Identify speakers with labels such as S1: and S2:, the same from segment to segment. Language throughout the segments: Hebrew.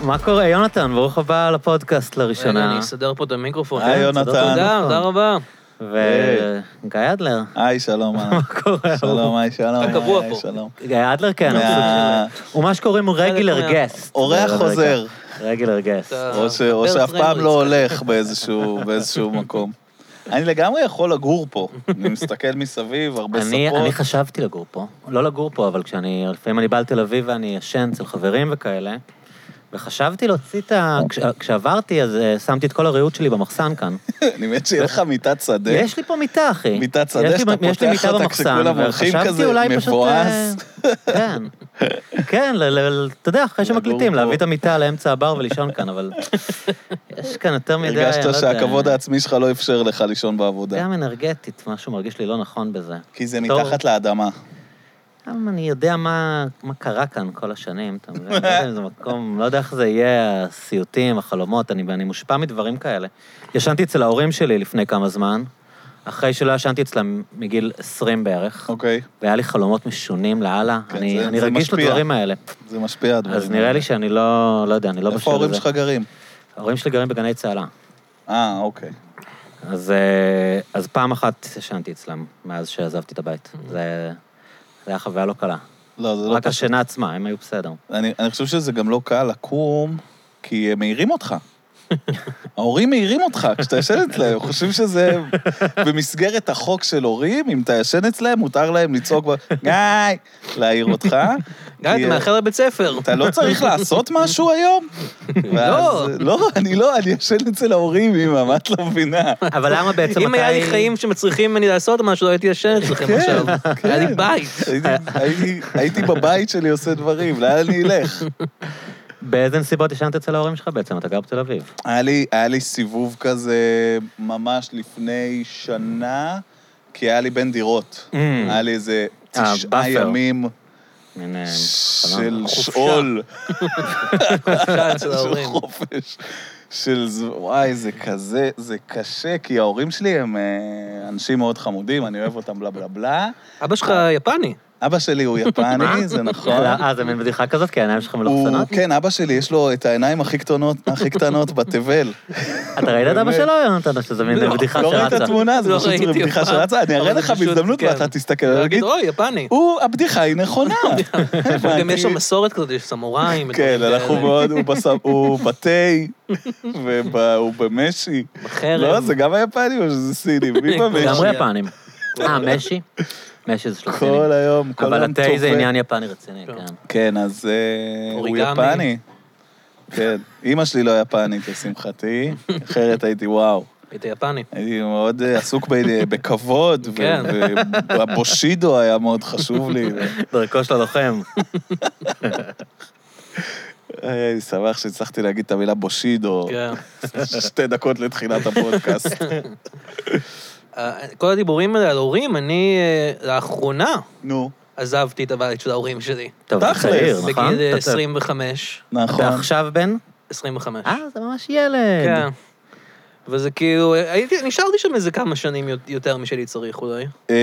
S1: מה קורה, יונתן? ברוך הבא לפודקאסט
S2: רגע,
S1: לראשונה.
S2: אני אסדר אה, פה את המיקרופון.
S3: היי,
S2: אה,
S3: יונתן.
S2: תודה, תודה, תודה רבה.
S1: וגיא אדלר,
S3: היי, שלום, אהלן.
S1: מה קורה?
S3: שלום, היי, שלום.
S2: אתה קבוע
S3: היי,
S2: פה.
S3: שלום.
S1: גיא אדלר, כן, הוא
S3: מה-
S1: סוג של- הוא מה שקוראים רגילר
S2: מה-
S1: גסט.
S3: אורח חוזר,
S1: רגילר גסט.
S2: אתה-
S3: או ש- או
S2: חבר
S3: שאף פעם
S2: פרנדוויץ'.
S3: לא הולך באיזשהו באיזשהו מקום. אני לגמרי יכול לגור פה. אני מסתכל מסביב, הרבה
S1: אני, אני
S3: ספות.
S1: חשבתי לגור פה, לא לגור פה, אבל כשאני, לפעמים אני בא לתל אביב ואני ישן אצל חברים וכאלה, וחשבתי להוציא את ה... כש, כשעברתי, אז אה, שמתי את כל הריהוט שלי במחסן כאן.
S3: אני מת שיהיה לך מיטת שדה.
S1: יש לי פה מיטה, אחי.
S3: מיטת שדה
S1: יש לי-
S3: שאתה
S1: יש לי
S3: פותח
S1: מיטה
S3: אותה
S1: במחסן,
S3: כשכולם הולכים
S1: וחשבתי
S3: כזה,
S1: אולי פשוט,
S3: מבואס.
S1: אה, כן. כן, ל- ל- ל- אתה יודע, אחרי
S3: לגור
S1: שמקליטים,
S3: פה.
S1: להביא את המיטה לאמצע הבר ולישון כאן, אבל יש כאן יותר מדי... אני לא
S3: הרגשת
S1: יודע,
S3: שהכבוד העצמי שלך לא אפשר לך לישון בעבודה.
S1: גם אנרגטית, משהו מרגיש לי לא נכון בזה.
S3: כי זה
S1: בתור-
S3: מתחת לאדמה.
S1: גם אני יודע מה, מה קרה כאן כל השנים, אתה מבין? לא יודע אם זה מקום, לא יודע איך זה יהיה, הסיוטים, החלומות, אני, אני מושפע מדברים כאלה. ישנתי אצל ההורים שלי לפני כמה זמן, אחרי שלא ישנתי אצלם מגיל 20 בערך,
S3: אוקיי,
S1: והיה לי חלומות משונים לאללה.
S3: כן,
S1: אני,
S3: זה-
S1: אני
S3: זה
S1: רגיש
S3: משפיע.
S1: לדברים האלה.
S3: זה משפיע הדברים.
S1: אז נראה לי שאני לא, לא יודע, אני לא
S3: לא
S1: בשל לזה.
S3: איפה ההורים שלך גרים?
S1: ההורים שלי גרים בגני צהלה.
S3: אה, אוקיי.
S1: אז, אה, אז פעם אחת ישנתי אצלם, מאז שעזבתי את הבית. זה, זה היה חוויה לא קלה.
S3: לא, Mm-hmm. זה לא
S1: רק השינה עצמה, הם היו בסדר.
S3: אני, אני חושב שזה גם לא קל לקום, כי הם מעירים אותך. ההורים מעירים אותך כשאתה ישן אצלהם, הם חושבים שזה במסגרת החוק של הורים, אם אתה ישן אצלם, מותר להם לצעוק, ב- גיא, להעיר אותך.
S2: גיא,
S3: כי,
S2: אתה מאחר לבית ספר.
S3: אתה לא צריך לעשות משהו היום? ואז- לא, אני לא, אני ישן אצל ההורים, אמא, מה את לא מבינה?
S1: אבל למה בעצם
S2: אם
S1: מתי...
S2: היה לי חיים שמצריכים ממני לעשות משהו, לא הייתי ישן
S3: כן,
S2: אצלכם עכשיו. היה לי בית.
S3: הייתי- הייתי- הייתי בבית שלי עושה דברים, לאן אני אלך?
S1: באיזה נסיבות ישנת אצל ההורים שלך בעצם? אתה גר בתל אביב.
S3: היה לי, היה לי סיבוב כזה ממש לפני שנה, כי היה לי בין דירות.
S1: Mm.
S3: היה לי איזה
S1: אה,
S3: תשעה
S1: באפר.
S3: ימים
S1: מין, אה,
S3: של
S1: חלום.
S3: שאול,
S2: חופשה אצל
S3: של
S2: ההורים.
S3: חופש. של ז- וואי, זה כזה, זה קשה, כי ההורים שלי הם אה, אנשים מאוד חמודים, אני אוהב אותם בלה בלה בלה.
S2: אבא שלך יפני.
S3: אבא שלי הוא יפני, זה נכון.
S1: לא, אה, זה מין בדיחה כזאת? כי העיניים שלך
S3: הוא,
S1: מלוכסנות?
S3: כן, אבא שלי, יש לו את העיניים הכי קטנות, הכי קטנות בתבל.
S1: אתה ראית את אבא שלו, יונתן? או שזה מין
S2: לא,
S1: בדיחה
S3: כן, לא ראית
S1: שרצה?
S3: תמונה, זה
S2: לא
S3: פשוט
S2: ראיתי
S3: בדיחה
S2: אף פעם.
S3: שרצה, אני אראה
S2: אבל
S3: לך
S2: זה פשוט,
S3: בהזדמנות
S2: כן.
S3: ואתה תסתכל,
S2: להגיד,
S3: ותגיד,
S2: אוי, יפני.
S3: הוא, הבדיחה היא נכונה.
S2: גם יש שם
S3: הבנתי.
S2: מסורת כזאת, יש סמוראים.
S3: כן,
S2: ודברים
S3: אנחנו
S2: כאלה.
S3: מאוד, הוא בס- הוא בתה, והוא במשי.
S2: בחרב.
S3: לא, זה גם היפנים או שזה סינים? מי
S1: לגמרי
S3: במשי?
S1: יפנים. אה, משי? משי זה של סינים.
S3: כל היום, כל
S1: אבל
S3: היום
S1: התה זה
S3: צופה.
S1: עניין יפני רציני,
S2: כן.
S1: כן.
S3: כן, אז אה, הוא
S2: אוריגמי.
S3: יפני. כן, אימא שלי לא יפנית, לשמחתי, אחרת הייתי וואו.
S2: היית יפני.
S3: הייתי מאוד אה, עסוק ב- בכבוד, ו-
S2: כן.
S3: והבושידו היה מאוד חשוב לי. ו-
S1: דרכו של הלוחם.
S3: היי, אני שמח שהצלחתי להגיד את המילה בושידו
S2: כן.
S3: שתי דקות לתחילת הפודקאסט.
S2: אה, כל הדיבורים האלה על הורים, אני אה, לאחרונה
S3: נו,
S2: עזבתי את הבית של ההורים שלי.
S1: טוב, אתה
S3: תכלס,
S1: צעיר, נכון?
S2: בגיל אה,
S1: אתה-
S2: 25.
S3: נכון.
S1: אתה עכשיו בן?
S2: 25.
S1: אה, זה ממש ילד.
S2: כן. וזה כאילו, הייתי, נשארתי שם איזה כמה שנים יו- יותר משלי צריך אולי.
S3: אה,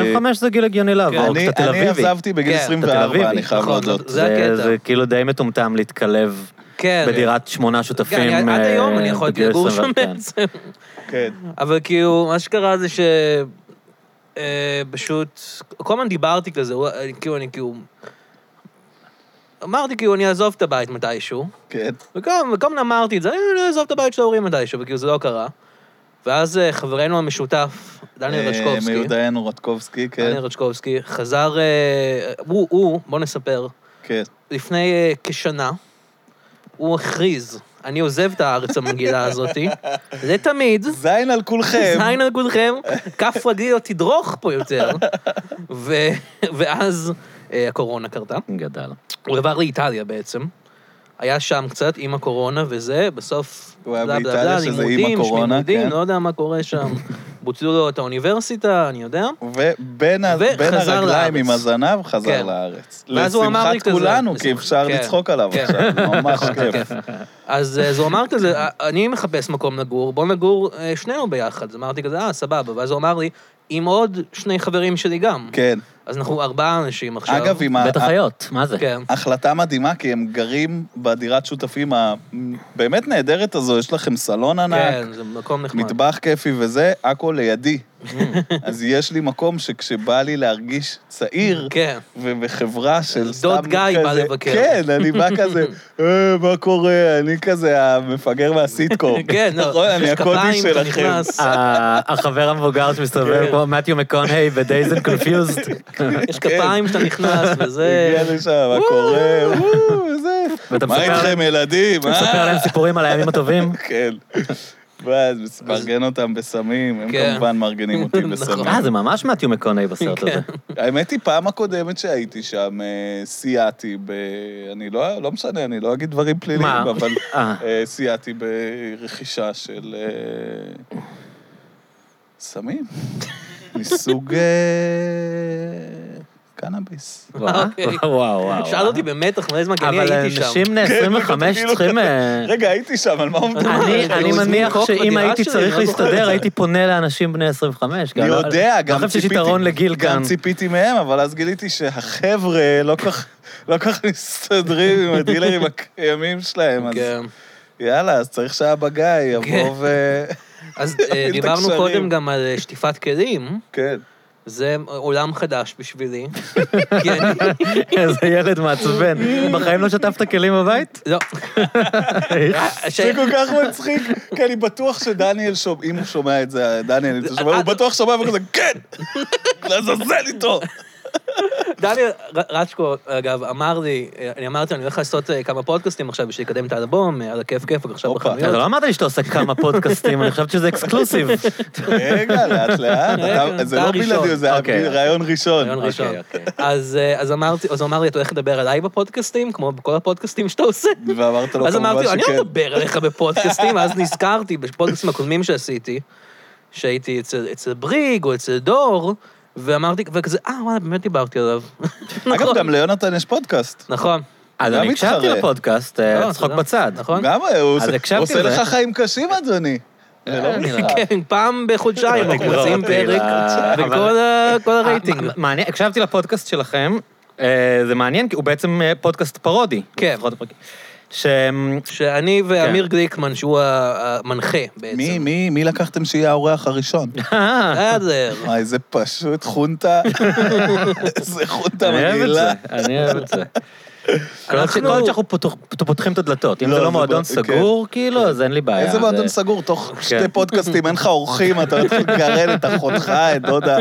S1: 25 זה גיל הגיוני לעבור,
S3: אני-
S1: כשאתה תל
S3: אני
S1: אביבי.
S3: עזבתי בגיל
S2: כן, אתה
S1: תל
S3: 24,
S1: אביבי,
S3: אני חייב
S2: נכון,
S3: להודות.
S2: כן. זה הקטע.
S1: זה כאילו די מטומטם להתקלב
S2: כן.
S1: בדירת שמונה
S2: כן,
S1: שותפים.
S2: אני- עד
S1: אה,
S2: היום אני יכול
S1: בגיל
S2: לגור שם
S1: 21, כן.
S2: בעצם.
S3: כן.
S2: אבל כאילו, מה שקרה זה ש... אה, פשוט, כל הזמן דיברתי כזה, הוא- אה, כאילו, אני כאילו... אמרתי כאילו, אני אעזוב את הבית מתישהו.
S3: כן.
S2: וגם, וגם אמרתי את זה, "אה, אני אעזוב את הבית של ההורים מתישהו, וכאילו זה לא קרה. ואז אה, חברנו המשותף, דניאל
S3: אה,
S2: רצ'קובסקי,
S3: מיודענו רדקובסקי, כן.
S2: דניאל רצ'קובסקי, חזר, אה, הוא, הוא, בוא נספר,
S3: כן.
S2: לפני אה, כשנה, הוא הכריז, אני עוזב את הארץ המגעילה הזאתי, זה תמיד,
S3: זין על כולכם.
S2: זין על כולכם, כף רגלי לא תדרוך פה יותר. ו- ואז אה, הקורונה קרתה.
S1: כן. גדל.
S2: הוא עבר לאיטליה בעצם. היה שם קצת עם הקורונה וזה, בסוף...
S3: הוא היה
S2: בלה, בלה,
S3: באיטליה
S2: בלה,
S3: שזה עם
S2: לימודים,
S3: הקורונה,
S2: שלימודים,
S3: כן.
S2: לא יודע מה קורה שם. בוטלו לו את האוניברסיטה, אני יודע.
S3: ובין ה-
S2: וחזר
S3: בין הרגליים
S2: לארץ.
S3: עם הזנב חזר
S2: כן.
S3: לארץ.
S2: ואז הוא אמר לי
S3: לשמחת
S2: כזה-
S3: כולנו, כי
S2: לשמח-
S3: אפשר
S2: כן.
S3: לצחוק עליו
S2: כן.
S3: עכשיו, ממש כיף.
S2: אז אה, אז הוא אמר כזה, "אה, אני מחפש מקום לגור, בוא נגור אה, שנינו ביחד. אז אמרתי כזה, אה, סבבה. ואז הוא אמר לי, עם עוד שני חברים שלי גם.
S3: כן.
S2: אז אנחנו ארבעה אנשים עכשיו.
S3: אגב, עם ה-
S1: בית החיות, מה זה?
S2: כן.
S3: החלטה מדהימה, כי הם גרים בדירת שותפים הבאמת נהדרת הזו, יש לכם סלון ענק,
S2: כן, זה מקום נחמד. Mm.
S3: מטבח כיפי וזה, הכל לידי. אז יש לי מקום שכשבא לי להרגיש צעיר,
S2: כן.
S3: ובחברה של
S2: דוד
S3: סתם
S2: גיא בא
S3: כזה-
S2: לבקר.
S3: כן, אני בא כזה, אה, מה קורה? אני כזה המפגר מהסיטקום.
S2: כן, לא.
S3: נכון, אני
S2: יש
S3: הקוטי
S2: כפיים, אתה
S3: שלכם. אה,
S2: נכנס,
S1: ה- החבר המבוגר
S2: כן.
S1: שמסתובב כמו מתיו מקונהי ב-Days and Confused,
S2: יש כפיים שאתה נכנס, וזה...
S3: כן. הגיע לשם, מה קורה? וואו, זה.
S1: ואתה
S3: מה
S1: מספר-
S3: איתכם ילדים?
S1: מספר
S3: אה?
S1: להם סיפורים על הימים הטובים.
S3: כן. ואז מארגן אותם בסמים, הם
S2: כן.
S3: כמובן מארגנים אותי בסמים.
S2: נכון.
S1: אה, זה ממש מתיו מקונהי
S2: כן.
S1: בסרט הזה.
S3: האמת היא, פעם הקודמת שהייתי שם, אה, סייעתי ב... אני לא, לא משנה, אני לא אגיד דברים פליליים,
S1: מה?
S3: אבל
S1: אה.
S3: אה, סייעתי ברכישה של אה, סמים, מסוג אה, קנאביס.
S1: וואו,
S2: אוקיי.
S1: וואו, וואו.
S2: שאל אותי במתח מלא זמן, כי אני
S1: אה, אבל אה,
S2: הייתי שם.
S1: אנשים בני 25
S3: כאילו,
S1: צריכים... אה,
S3: רגע, הייתי שם, על מה הוא מדבר?
S1: אני,
S2: הוא
S1: אני
S2: הזמין
S1: מניח
S2: קוק
S1: שאם
S2: בדירה
S1: הייתי
S2: שלי,
S1: צריך
S2: לא זוכר את
S1: להסתדר,
S2: זה.
S1: הייתי פונה לאנשים בני 25.
S3: אני
S1: לא-
S3: יודע, גם
S1: לא
S3: ציפיתי.
S1: חושב שיש יתרון לגיל
S3: גם
S1: כאן.
S3: ציפיתי מהם, אבל אז גיליתי שהחבר'ה לא כך... לא כך מסתדרים עם הדילרים הקיימים שלהם, אז
S2: כן.
S3: יאללה, אז צריך שאבא גיא
S2: כן.
S3: יבוא ו...
S2: אז
S3: תבין
S2: אה,
S3: את
S2: דיברנו
S3: הקשרים.
S2: קודם גם על אה, שטיפת כלים.
S3: כן.
S2: זה עולם חדש בשבילי. כי אני...
S1: איזה ילד מעצבן. בחיים לא שטפת כלים בבית?
S2: לא.
S3: זה כל כך מצחיק, כי אני בטוח שדניאל שומע, אם הוא שומע את זה, דניאל, אם אתה שומע,
S2: אה,
S3: הוא בטוח שומע וכזה, כן! לעזאזל איתו!
S2: דניאל ר- רצ'קו, אגב, אמר לי, אה, אני אמרתי, לו, אני הולך לעשות אה, כמה פודקאסטים עכשיו בשביל לקדם את האלבום, אה, על הכיף כיף, עכשיו
S3: הופה.
S1: אתה לא
S2: בחנויות.
S1: אמרת לי שאתה עושה כמה פודקאסטים, אני חושבת שזה אקסקלוסיב.
S3: רגע, לאט לאט,
S2: רגע,
S3: אתה- זה
S2: אתה
S3: לא
S2: הראשון.
S3: בלעדי, זה
S1: אוקיי.
S3: רעיון ראשון.
S2: רעיון ראשון.
S1: אוקיי, אוקיי.
S2: אז אה, אז אמרתי, אז הוא אמר לי, אתה הולך לדבר עליי בפודקאסטים, כמו בכל הפודקאסטים שאתה עושה?
S3: ואמרת לו
S2: אז אמרתי
S3: כמובן
S2: לו, אני לא
S3: שכן.
S2: מדבר עליך בפודקאסטים, ואז נזכרתי בפודקאסטים הקודמים שעשיתי, שהייתי אצל, אצל בריג או אצל דור, ואמרתי, וכזה, אה, וואלה, באמת דיברתי עליו. לא-
S3: אגב, גם ליונתן יש פודקאסט.
S2: נכון.
S1: אז אני הקשבתי
S3: מתחרה.
S1: לפודקאסט, אה,
S2: לא, אתה
S1: צחוק
S2: יודע,
S1: בצד.
S2: נכון?
S3: גם הוא
S1: אז
S3: עושה-
S1: הקשבתי
S3: עושה
S1: לזה.
S3: לך חיים קשים, אדוני. זה לא
S1: אה, אני
S3: משחק.
S2: כן, פעם בחודשיים אנחנו
S1: לא,
S2: מוציאים פרק,
S1: אה,
S2: וכל
S1: אבל-
S2: ה- כל
S1: אה,
S2: הרייטינג.
S1: מע- מעניין, הקשבתי לפודקאסט שלכם, אה, זה מעניין, כי הוא בעצם אה, פודקאסט פרודי.
S2: כן.
S1: לפחות הפרקים. שהם-
S2: שאני
S1: כן.
S2: ואמיר גליקמן, שהוא ה- המנחה בעצם.
S3: מי, מי, מי לקחתם שיהיה העורך הראשון?
S1: אה,
S2: בסדר.
S3: וואי, זה פשוט חונטה. איזה חונטה
S1: אני אוהב את
S3: מגעילה.
S1: זה, אני אוהב את זה. כל עוד ש-
S2: אנחנו-
S1: כל עוד שאנחנו פותח- פותחים את הדלתות, אם
S3: לא,
S1: זה
S3: זה
S1: לא מועדון
S3: ב- כן.
S1: סגור, כאילו, אז אין לי בעיה.
S3: איזה
S1: זה-
S3: מועדון סגור, תוך שתי
S1: כן.
S3: פודקאסטים, אין לך אורחים, אתה הולך לגרל את אחותך, את דודה.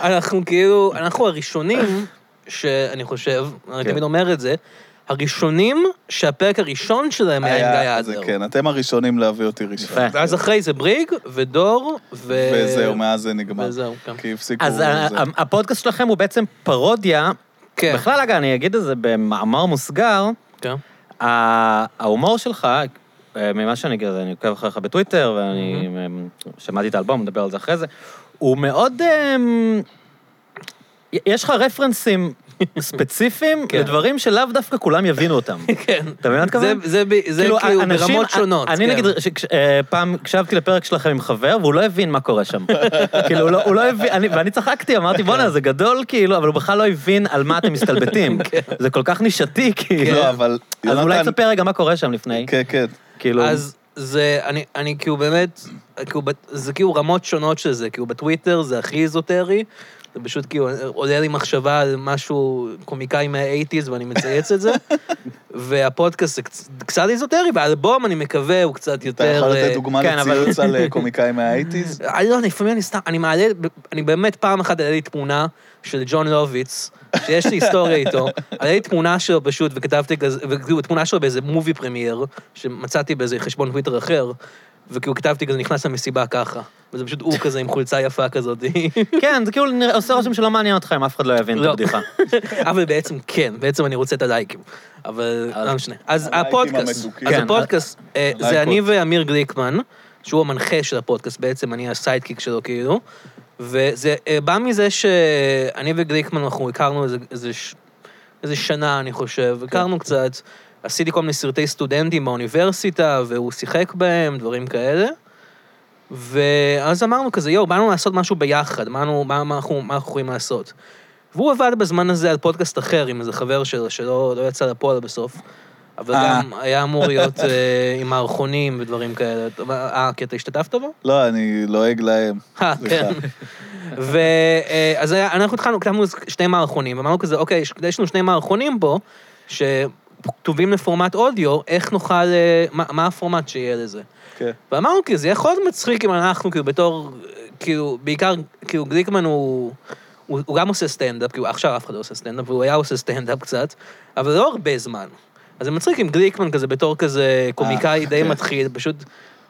S2: אנחנו כאילו, אנחנו הראשונים, שאני חושב, אני
S1: כן.
S2: תמיד אומר את זה, הראשונים שהפרק הראשון שלהם היה עם גיא
S3: היה- זה
S2: אדלר.
S3: כן, אתם הראשונים להביא אותי ראשון.
S1: יפה.
S2: ואז אחרי זה בריג ודור ו...
S3: וזהו, מאז זה נגמר.
S2: וזהו, כן.
S3: כי הפסיקו...
S1: אז אה,
S3: זה.
S1: ה- ה- הפודקאסט שלכם הוא בעצם פרודיה.
S2: כן.
S1: בכלל, אגב, אני אגיד את זה במאמר מוסגר,
S2: כן.
S1: ה- ההומור שלך, אה, ממה שאני כזה, אני עוקב אחריך בטוויטר, ואני אה, שמעתי את האלבום, נדבר על זה אחרי זה, הוא מאוד... אה, י- יש לך רפרנסים ספציפיים
S2: כן.
S1: לדברים שלאו דווקא כולם יבינו אותם.
S2: כן.
S1: אתה מבין מה אני
S2: זה,
S1: מתכוון?
S2: זה, ב- זה כאילו,
S1: אנשים- אה,
S2: ברמות שונות.
S1: אני
S2: כן.
S1: נגיד, שכש- אה, פעם הקשבתי לפרק שלכם עם חבר, והוא לא הבין מה קורה שם. כאילו, הוא לא- הוא לא הבין, אני- ואני צחקתי,
S2: כן.
S1: אמרתי, בואנה, זה גדול, כאילו, אבל הוא בכלל לא הבין על מה אתם מסתלבטים.
S2: כן.
S1: זה כל כך נישתי, כאילו.
S3: לא, אבל...
S1: אז אולי
S3: יונתן-
S1: תספר רגע מה קורה שם לפני.
S3: כן, כן.
S1: כאילו,
S2: אז זה, אני, אני כאילו באמת, כאילו, בת- זה כאילו רמות שונות של זה, כאילו בטוויטר זה הכי איזוטרי, זה פשוט כאילו עולה לי מחשבה על משהו, קומיקאי מה-80's ואני מצייץ את זה, והפודקאסט זה קצ- קצת איזוטרי, והאלבום אני מקווה הוא קצת
S3: אתה
S2: יותר...
S3: יכול לתת
S2: אה,
S3: דוגמה
S1: כן, אבל-
S3: לציוץ על אה, קומיקאים מהאייטיז?
S2: אני לא, לפעמים אני סתם, אני מעלה, אני באמת פעם אחת עלה לי תמונה של ג'ון לוביץ, שיש לי היסטוריה איתו, עלה לי תמונה שלו פשוט, וכתבתי כזה, וכאילו תמונה שלו באיזה מובי פרמייר, שמצאתי באיזה חשבון טוויטר אחר, וכאילו כתבתי כזה, נכנס למסיבה ככה. וזה פשוט הוא כזה עם חולצה יפה כזאת.
S1: כן, זה כאילו נראה- עושה רושם שלא מעניין אותך אם אף אחד לא יבין את
S2: לא.
S1: הבדיחה.
S2: אבל בעצם כן, בעצם אני רוצה את הלייקים. אבל לא משנה. אז
S3: הלייקים
S2: הפודקאסט,
S3: המתוקים.
S2: אז
S1: כן,
S2: הפודקאסט, אה,
S3: הלייקות.
S2: זה אני ואמיר גליקמן, שהוא המנחה של הפודקאסט בעצם, אני הסיידקיק שלו כאילו, וזה אה, בא מזה שאני וגליקמן, אנחנו הכרנו איזה- איזה ש- איזה שנה, אני חושב, הכרנו קצת, עשיתי כל מיני סרטי סטודנטים באוניברסיטה, והוא שיחק בהם, דברים כאלה. ואז אמרנו כזה, יואו, באנו לעשות משהו ביחד, באנו, מה, מה, אנחנו, מה אנחנו יכולים לעשות? והוא עבד בזמן הזה על פודקאסט אחר עם איזה חבר שלו, שלא לא יצא לפועל בסוף, אבל
S3: אה.
S2: גם היה אמור להיות אה, עם מערכונים ודברים כאלה. אתה- אה, כי אתה השתתפת בו?
S3: לא, אני לועג להם.
S2: אה, כן.
S3: סליחה.
S2: ואז אנחנו התחלנו, כתבנו שני מערכונים, אמרנו כזה, אוקיי, יש- יש לנו שני מערכונים פה, שכתובים לפורמט אודיו, איך נוכל, אה, מה מה הפורמט שיהיה לזה?
S3: כן.
S2: ואמרנו, כאילו, זה יכול להיות מצחיק אם אנחנו, כאילו, בתור, כאילו, בעיקר, כאילו, גליקמן הוא... הוא, הוא גם עושה סטנדאפ, כאילו עכשיו אף אחד לא עושה סטנדאפ, והוא היה עושה סטנדאפ קצת, אבל לא הרבה זמן. אז זה מצחיק עם גליקמן כזה, בתור כזה קומיקאי
S3: אה,
S2: די
S3: כן.
S2: מתחיל, פשוט,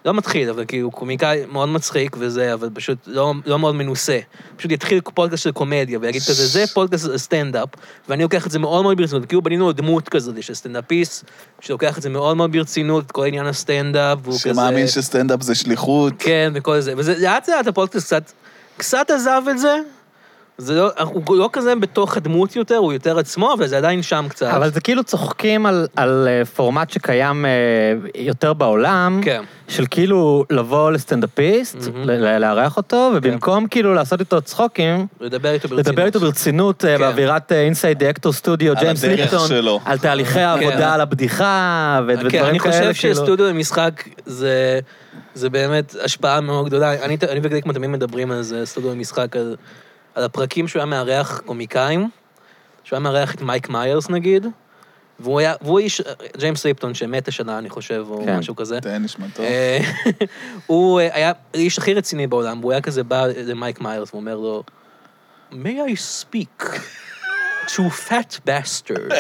S2: לא מתחיל, אבל כאילו קומיקאי מאוד מצחיק וזה, אבל פשוט לא, לא מאוד מנוסה. פשוט יתחיל פודקאסט של קומדיה ויגיד כזה, זה פודקאסט של סטנדאפ, ואני לוקח את זה מאוד מאוד ברצינות, כאילו בנינו לו דמות כזאת של סטנדאפיסט, שלוקח את זה מאוד מאוד ברצינות, את כל עניין הסטנדאפ, והוא כזה...
S3: שמאמין שסטנדאפ זה שליחות.
S2: כן, וכל זה. וזה לאט לאט הפודקאסט קצת, קצת עזב את זה. זה לא, הוא לא כזה בתוך הדמות יותר, הוא יותר עצמו, אבל זה עדיין שם קצת.
S4: אבל זה כאילו צוחקים על- על אה, פורמט שקיים אה, יותר בעולם,
S2: כן.
S4: של כאילו לבוא לסטנדאפיסט,
S2: מהמם.
S4: ל- ל- לארח אותו,
S1: כן.
S4: ובמקום כאילו לעשות איתו צחוקים,
S2: הוא ידבר איתו ברצינות.
S4: לדבר איתו ברצינות אה,
S2: כן.
S4: באווירת אינסייד אקטור סטודיו,
S3: על
S4: ג'יימס
S3: הדרך
S4: ליקטון,
S3: שלו.
S4: על
S1: כן.
S4: תהליכי העבודה, על הבדיחה, ו- ודברים
S2: כן,
S4: כאלה,
S2: אני חושב
S4: כאילו.
S2: שסטודיו למשחק זה, זה באמת השפעה מאוד גדולה. אני, אני וגליקמן תמיד מדברים על זה, סטודיו למשחק, על, על הפרקים שהוא היה מארח קומיקאים, שהוא היה מארח את מייק מיירס נגיד, והוא היה, והוא איש, ג'יימס ליפטון שמת השנה, אני חושב, או
S4: כן.
S2: משהו כזה.
S3: תהא נשמתו.
S2: אה, הוא אה, היה האיש הכי רציני בעולם, והוא היה כזה בא למייק מיירס ואומר לו, may I speak to fat bastard.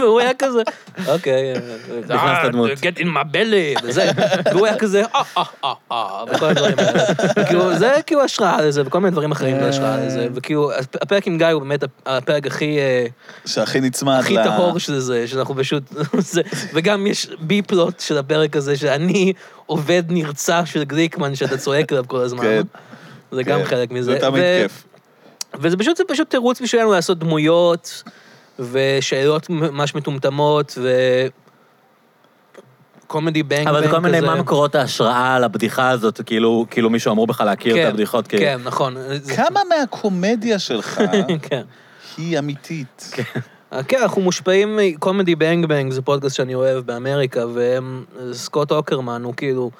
S2: והוא היה כזה, אוקיי, אה,
S4: נכנס
S2: "Ah,
S4: לדמות."
S2: get in my belly, וזה, והוא היה כזה, אה, אה, אה, אה, וכל הדברים האלה. וכאילו, זה כאילו השראה לזה, וכל מיני דברים
S4: אה.
S2: אחרים זה השראה לזה, וכאילו, הפ- הפרק עם גיא הוא באמת הפרק הכי... אה,
S3: שהכי נצמד
S2: הכי טהור של זה, שאנחנו פשוט... זה- וגם יש בי פלוט של הפרק הזה, שאני עובד נרצע של גליקמן, שאתה צועק עליו כל הזמן.
S3: כן.
S2: זה גם
S3: כן.
S2: חלק מזה.
S3: זה תמיד
S2: ו-
S3: כיף.
S2: וזה פשוט, זה פשוט תירוץ בשבילנו לעשות דמויות, ושאלות ממש מטומטמות, ו... קומדי בנג בנג כזה.
S1: אבל זה כל מיני, מה מקורות ההשראה לבדיחה הזאת, כאילו כאילו מישהו אמור בכלל להכיר את
S2: כן,
S1: הבדיחות, כאילו.
S2: כן, נכון. זה-
S3: כמה מהקומדיה שלך
S2: כן.
S3: היא אמיתית?
S2: אה, כן, אנחנו מושפעים מקומדי בנג בנג, זה פודקאסט שאני אוהב באמריקה, והם, סקוט אוקרמן, הוא כאילו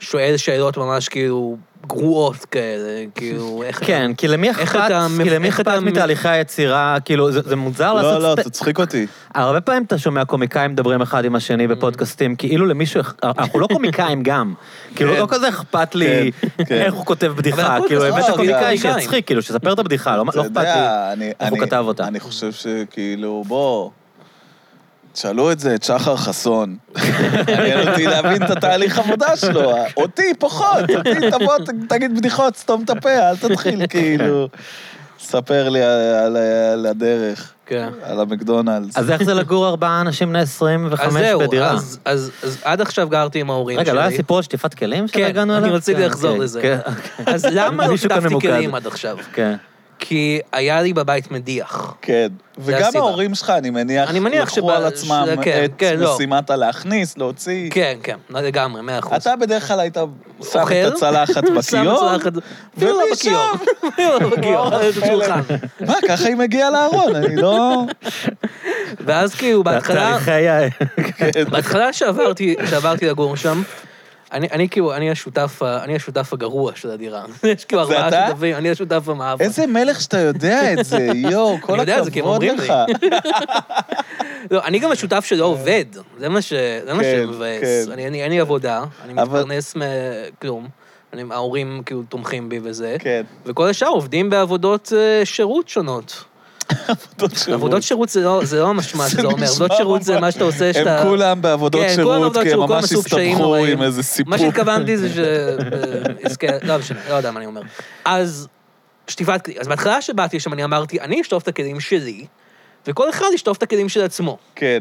S2: שואל שאלות ממש כאילו גרועות כאלה, כאילו, איך... אתה-
S1: כן, כי למי
S2: איך
S1: אכפת,
S2: אתה-
S1: כי למי
S2: איך
S1: אכפת
S2: אתה-
S1: מתהליכי היצירה, כאילו, זה זה מוזר
S3: לא,
S1: לעשות...
S3: לא,
S1: סט-
S3: תצחיק אותי.
S1: הרבה פעמים אתה שומע קומיקאים מדברים אחד עם
S2: Mm.
S1: השני בפודקאסטים, כאילו למישהו, אכ- אנחנו לא קומיקאים גם. כאילו,
S3: כן.
S1: לא כזה אכפת לי
S3: כן, כן.
S1: איך הוא כותב בדיחה,
S2: הפודקאסט
S1: כאילו,
S2: לא,
S1: הבאת
S2: אבל
S1: קומיקאי
S2: קומיקאים.
S1: שיצחיק, כאילו, שיספר את הבדיחה, לא לא
S3: אתה
S1: אכפת לי.
S3: יודע, אני-
S1: איך הוא
S3: אני-
S1: כתב אותה.
S3: אני חושב שכאילו, בוא, תשאלו את זה, את שחר חסון. מעניין אותי להבין את התהליך עבודה שלו. אותי פחות, אותי תבוא, ת- תגיד בדיחות, סתום את הפה, אל תתחיל, כאילו. ספר לי על- על- על הדרך,
S2: כן.
S3: על המקדונלדס.
S1: אז איך זה לגור ארבעה אנשים בני 25
S2: אז זהו,
S1: בדירה?
S2: אז, אז, אז עד עכשיו גרתי עם ההורים
S1: רגע,
S2: שלי.
S1: לא היה סיפור על שטיפת כלים
S2: כן,
S1: שהגענו אליו?
S2: אני רציתי
S1: כן,
S2: לחזור
S1: כן,
S2: לזה.
S1: כן,
S2: אז למה לא
S1: מישהו כאן
S2: שיתפתי
S1: ממוקד.
S2: כלים עד עכשיו?
S1: כן.
S2: כי היה לי בבית מדיח.
S3: כן, וגם
S2: הסיבה.
S3: ההורים שלך, אני מניח,
S2: אני מניח
S3: לקחו
S2: שב-
S3: על עצמם
S2: ש- כן,
S3: את
S2: כן, לא.
S3: משימת הלהכניס, להוציא.
S2: כן, כן, לגמרי, מאה אחוז.
S3: אתה בדרך כלל היית שם את
S2: אוכל,
S3: הצלחת
S2: שם
S3: בכיור,
S2: צלחת, אפילו לא
S3: ומשם-
S2: בכיור, אפילו לא בכיור, זה שולחן.
S3: מה, ככה היא מגיעה לארון, אני לא...
S2: ואז כאילו בהתחלה,
S1: תהליכי ה-
S2: בהתחלה שעברתי, שעברתי לגור שם, אני, אני כאילו, אני השותף, ה- אני השותף הגרוע של הדירה. יש כאילו
S3: זה
S2: ארבעה
S3: אתה?
S2: שותפים, אני השותף המאבק.
S3: איזה מלך שאתה יודע את זה, יואו, כל
S2: אני יודע את זה, כי הם
S3: הכבוד
S2: אומרים לי.
S3: לך.
S2: לא, אני גם השותף שלא עובד, זה מה ש- זה מה
S3: כן,
S2: שמבאס.
S3: כן.
S2: אני- אני- אין לי עבודה, אני
S3: אבל-
S2: מתפרנס מכלום. אני- ההורים כאילו תומכים בי וזה.
S3: כן,
S2: וכל השאר עובדים בעבודות אה, שירות שונות.
S3: עבודות שירות.
S2: עבודות שירות זה לא, זה לא ממש מה
S3: זה
S2: שזה אומר,
S3: נשמע
S2: עבודות שירות זה מה שאתה עושה, שאתה...
S3: הם כולם בעבודות
S2: כן, כולם
S3: שירות,
S2: עבודות
S3: כי הם
S2: שירות, כולם
S3: ממש
S2: עשו פשעים
S3: הסתבכו
S2: נוראים.
S3: עם איזה סיפור.
S2: מה שהתכוונתי זה ש... אה, עסקי- לא משנה, לא יודע מה אני אומר. אז שטיפת כלים. אז בהתחלה שבאתי לשם אני אמרתי, אני אשטוף את הכלים שלי, וכל אחד ישטוף את הכלים של עצמו.
S3: כן,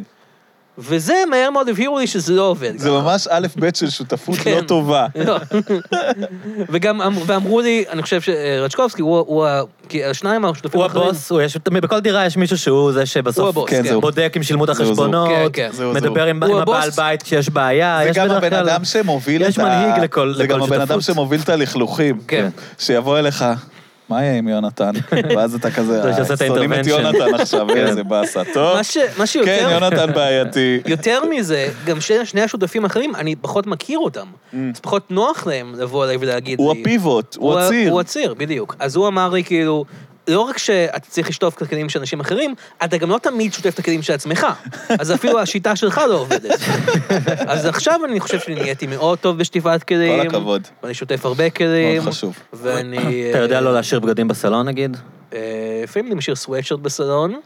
S2: וזה מהר מאוד הבהירו לי שזה לא עובד.
S3: זה ממש א'-ב' של שותפות לא
S2: כן.
S3: טובה.
S2: לא. וגם אמ- ואמרו לי, אני חושב שרצ'קובסקי הוא, הוא, ה- כי השניים השותפים
S1: הוא
S2: האחרים-
S1: הבוס, הוא יש, בכל דירה יש מישהו שהוא זה
S2: הוא
S1: שבסוף
S2: הבוס,
S3: כן, זהו.
S1: בודק אם שילמו את
S3: זהו, זהו.
S1: החשבונות,
S2: כן, כן.
S3: זהו, זהו.
S1: מדבר עם
S2: הוא
S1: עם הבעל
S2: הבוס.
S1: בית כשיש בעיה.
S3: זה
S1: אה, יש
S3: גם
S1: בדרך
S3: הבן
S1: כלל-
S3: אדם שמוביל את ה...
S1: יש מנהיג לכל-
S3: זה
S1: לכל
S3: גם הבן אדם
S1: שותפות.
S3: שמוביל את הלכלוכים.
S2: כן.
S3: שיבוא אליך, מה יהיה עם יונתן? ואז אתה כזה,
S1: זה שעושה
S3: "אה,
S1: את
S3: שונאים את
S1: ה-intervention."
S3: יונתן עכשיו,
S1: כן.
S3: איזה באסה. טוב,
S2: מה ש- מה
S3: כן,
S2: שיותר
S3: יונתן בעייתי.
S2: יותר מזה, גם שני שני השותפים האחרים, אני פחות מכיר אותם. זה פחות נוח להם לבוא אליי ולהגיד לי...
S3: Mm. הוא הפיבוט, הוא הציר.
S2: הוא הציר, בדיוק. אז הוא אמר לי, כאילו, לא רק שאתה צריך לשטוף את הכלים של אנשים אחרים, אתה גם לא תמיד שוטף את הכלים של עצמך. אז אפילו השיטה שלך לא עובדת. אז עכשיו אני חושב שנהייתי מאוד טוב בשטיפת כלים.
S3: כל הכבוד.
S2: ואני שוטף הרבה כלים.
S3: מאוד חשוב.
S2: ואני...
S1: אתה יודע
S2: אה,
S1: לא להשאיר בגדים בסלון נגיד?
S2: אה, לפעמים אני משאיר סוואטשרט בסלון.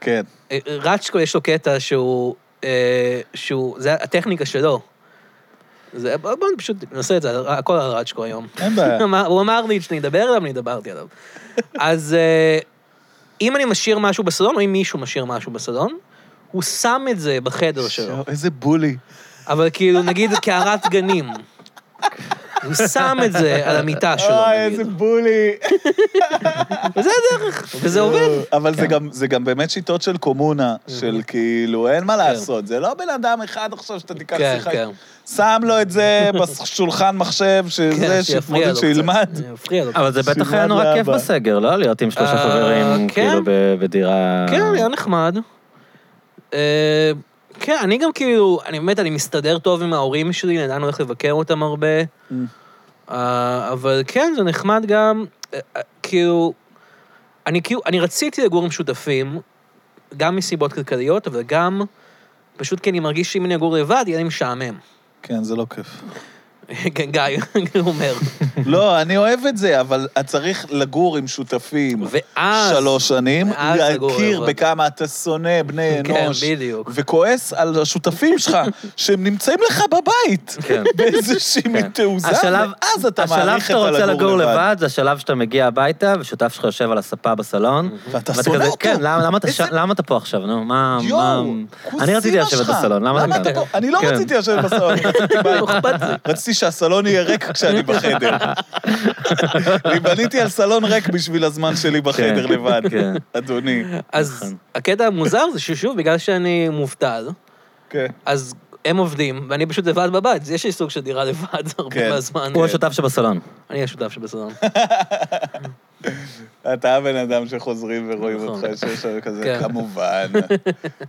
S3: כן.
S2: אה, רצ'קו יש לו קטע שהוא, אה, שהוא, זה הטכניקה שלו. זה, בוא, בוא פשוט נעשה את זה, הכל על רצ'קו היום.
S3: אין בעיה.
S2: הוא אמר- הוא אמר לי שאני אדבר עליו, אני דיברתי עליו. אז אה, אם אני משאיר משהו בסלון, או אם מישהו משאיר משהו בסלון, הוא שם את זה בחדר שלו.
S3: איזה בולי.
S2: אבל כאילו, נגיד קערת גנים. הוא שם את זה על המיטה שלו,
S3: אה,
S2: נגיד.
S3: איזה בולי.
S2: וזה הדרך, וזה עובד.
S3: אבל זה גם- זה גם באמת שיטות של קומונה, של כאילו, אין מה לעשות. זה לא בן אדם אחד עכשיו שאתה תיקח
S2: כן,
S3: שיחה.
S2: כן.
S3: שם לו את זה בשולחן מחשב, שזה,
S2: כן, שיפריע
S3: שיתמודד,
S2: לו
S3: שילמד.
S2: קצת, יפריע לו.
S1: אבל זה
S3: סימן
S1: בטח היה נורא
S3: לאבא.
S1: כיף בסגר, לא? להיות עם שלושה
S2: אה,
S1: חברים,
S2: כן.
S1: כאילו, ב- בדירה...
S2: כן, היה נחמד. אה, כן, אני גם כאילו, אני באמת, אני מסתדר טוב עם ההורים שלי, אני עדיין הולך לבקר אותם הרבה. אה, אבל כן, זה נחמד גם, אה, אה, כאילו, אני כאילו, אני רציתי לגור עם שותפים, גם מסיבות כלכליות, אבל גם, פשוט כי אני מרגיש שאם אני אגור לבד, יהיה לי משעמם.
S3: כן, זה לא כיף.
S2: כן, גיא, הוא אומר.
S3: לא, אני אוהב את זה, אבל את צריך לגור עם שותפים.
S2: ואז...
S3: שלוש שנים,
S2: ואז לגור
S3: להכיר
S2: לבד.
S3: בכמה אתה שונא בני
S2: כן,
S3: אנוש.
S2: בדיוק.
S3: וכועס על השותפים שלך, שהם נמצאים לך בבית.
S1: כן.
S3: באיזושהי מין תעוזה,
S1: השלב-
S3: ואז אתה
S1: השלב
S3: מעריך את
S1: שאתה
S3: הלגור לבד.
S1: רוצה לגור לבד, זה השלב שאתה מגיע הביתה, ושותף שלך יושב על הספה בסלון.
S3: ואתה
S1: ואתה
S3: שונא
S1: כזה,
S3: אותו.
S1: כן, למה למה אתה
S3: איזה-
S1: ש- למה אתה פה עכשיו, נו? מה...
S3: יואו,
S1: מה-
S3: כוס
S1: אני רציתי
S3: אימא
S1: לשבת
S3: שלך.
S1: בסלון, למה אתה כאן?
S3: פה? אני לא
S1: כן.
S3: רציתי לשבת בסלון, רציתי בית. רציתי שהסלון יהיה ריק כשאני בחדר. אני בניתי על סלון ריק בשביל הזמן שלי בחדר
S1: כן,
S3: לבד,
S1: כן.
S3: אדוני.
S2: אז הקטע המוזר זה ששוב, בגלל שאני מובטל,
S3: כן.
S2: אז הם עובדים, ואני פשוט לבד בבית, אז יש לי סוג של דירה לבד
S3: כן.
S2: הרבה מהזמן.
S1: הוא השותף שבסלון.
S2: אני השותף שבסלון.
S3: אתה הבן אדם שחוזרים ורואים
S2: נכון.
S3: אותך שיש שם כזה,
S2: כן.
S3: כמובן,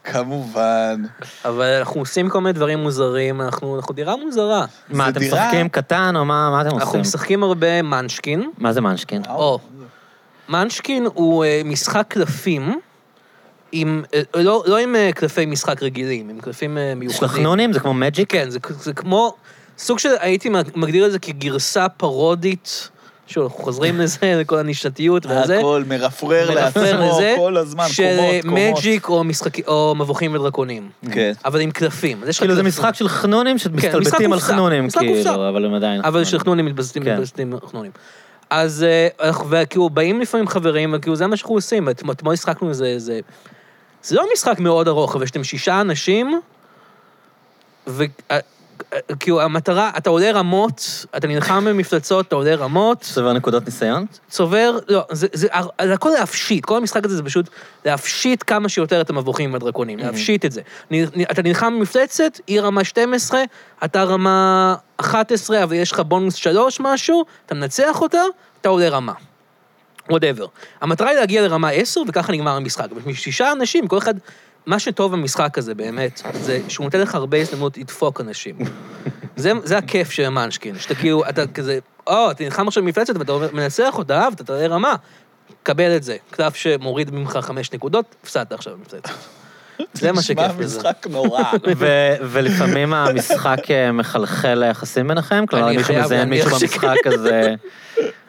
S3: כמובן.
S2: אבל אנחנו עושים כל מיני דברים מוזרים, אנחנו אנחנו דירה מוזרה.
S1: מה,
S3: זה
S1: אתם
S3: דירה-
S1: משחקים קטן, או מה מה אתם
S2: אנחנו
S1: עושים?
S2: משחקים הרבה מנשקין.
S1: מה זה מנשקין?
S3: אה,
S2: או, מנשקין הוא אה, משחק קלפים, עם, אה, לא לא עם אה, קלפי משחק רגילים, עם קלפים אה, מיוחדים.
S1: שלחנונים? זה כמו מג'יק?
S2: כן, זה, זה כמו, סוג של, הייתי מגדיר את זה כגרסה פרודית, שוב, אנחנו חוזרים לזה, לכל הנישתיות וזה.
S3: הכל מרפרר
S2: מרפרר
S3: לעצמו
S2: לזה,
S3: כל הזמן,
S2: של
S3: קומות, קומות.
S2: מג'יק או משחק- או מבוכים ודרקונים.
S3: כן.
S2: אבל עם קלפים. אז יש לך
S1: כאילו זה
S2: קלפים.
S1: משחק של חנונים
S2: כן, משחק
S1: שמסתלבטים על
S2: קופסה,
S1: חנונים,
S2: משחק קופסה.
S1: כאילו, אבל הם עדיין...
S2: אבל
S1: חנונים.
S2: של חנונים מתבססים,
S1: כן.
S2: מתבססים על חנונים. אז אה, אנחנו- וכאילו באים לפעמים חברים, וכאילו זה מה שאנחנו עושים, ואת- אתמול השחקנו איזה... איזה- זה לא משחק מאוד ארוך, אבל יש אתם שישה אנשים, וכאילו כאילו, המטרה, אתה עולה רמות, אתה נלחם במפלצות, אתה עולה רמות,
S1: צובר נקודות ניסיון?
S2: צובר, לא, זה, זה, זה הכל להפשיט, כל המשחק הזה זה פשוט להפשיט כמה שיותר את המבוכים והדרקונים, להפשיט את זה. נ- נ- אתה נלחם במפלצת, היא רמה 12, אתה רמה 11, אבל יש לך בונוס 3 משהו, אתה מנצח אותה, אתה עולה רמה. וואטאבר. המטרה היא להגיע לרמה 10, וככה נגמר המשחק. אבל משישה אנשים, כל אחד... מה שטוב במשחק הזה, באמת, זה שהוא נותן לך הרבה הזדמנות לדפוק אנשים. זה, זה הכיף של מנשקין, שאתה כאילו, אתה כזה, או, אתה נלחם עכשיו במפלצת ואתה אומר, מנצח אותה, ואתה תראה רמה. קבל את זה. קלף שמוריד ממך חמש נקודות, הפסדת עכשיו במפלצת. זה מה שכיף
S3: נשמע
S2: בזה.
S3: משחק נורא.
S1: ו- ולפעמים המשחק אה, מחלחל ליחסים ביניכם? כלומר,
S2: אני
S1: מישהו
S2: חייב
S1: מזיין
S2: להניח
S1: מישהו
S2: שכן.
S1: במשחק, אז... אה,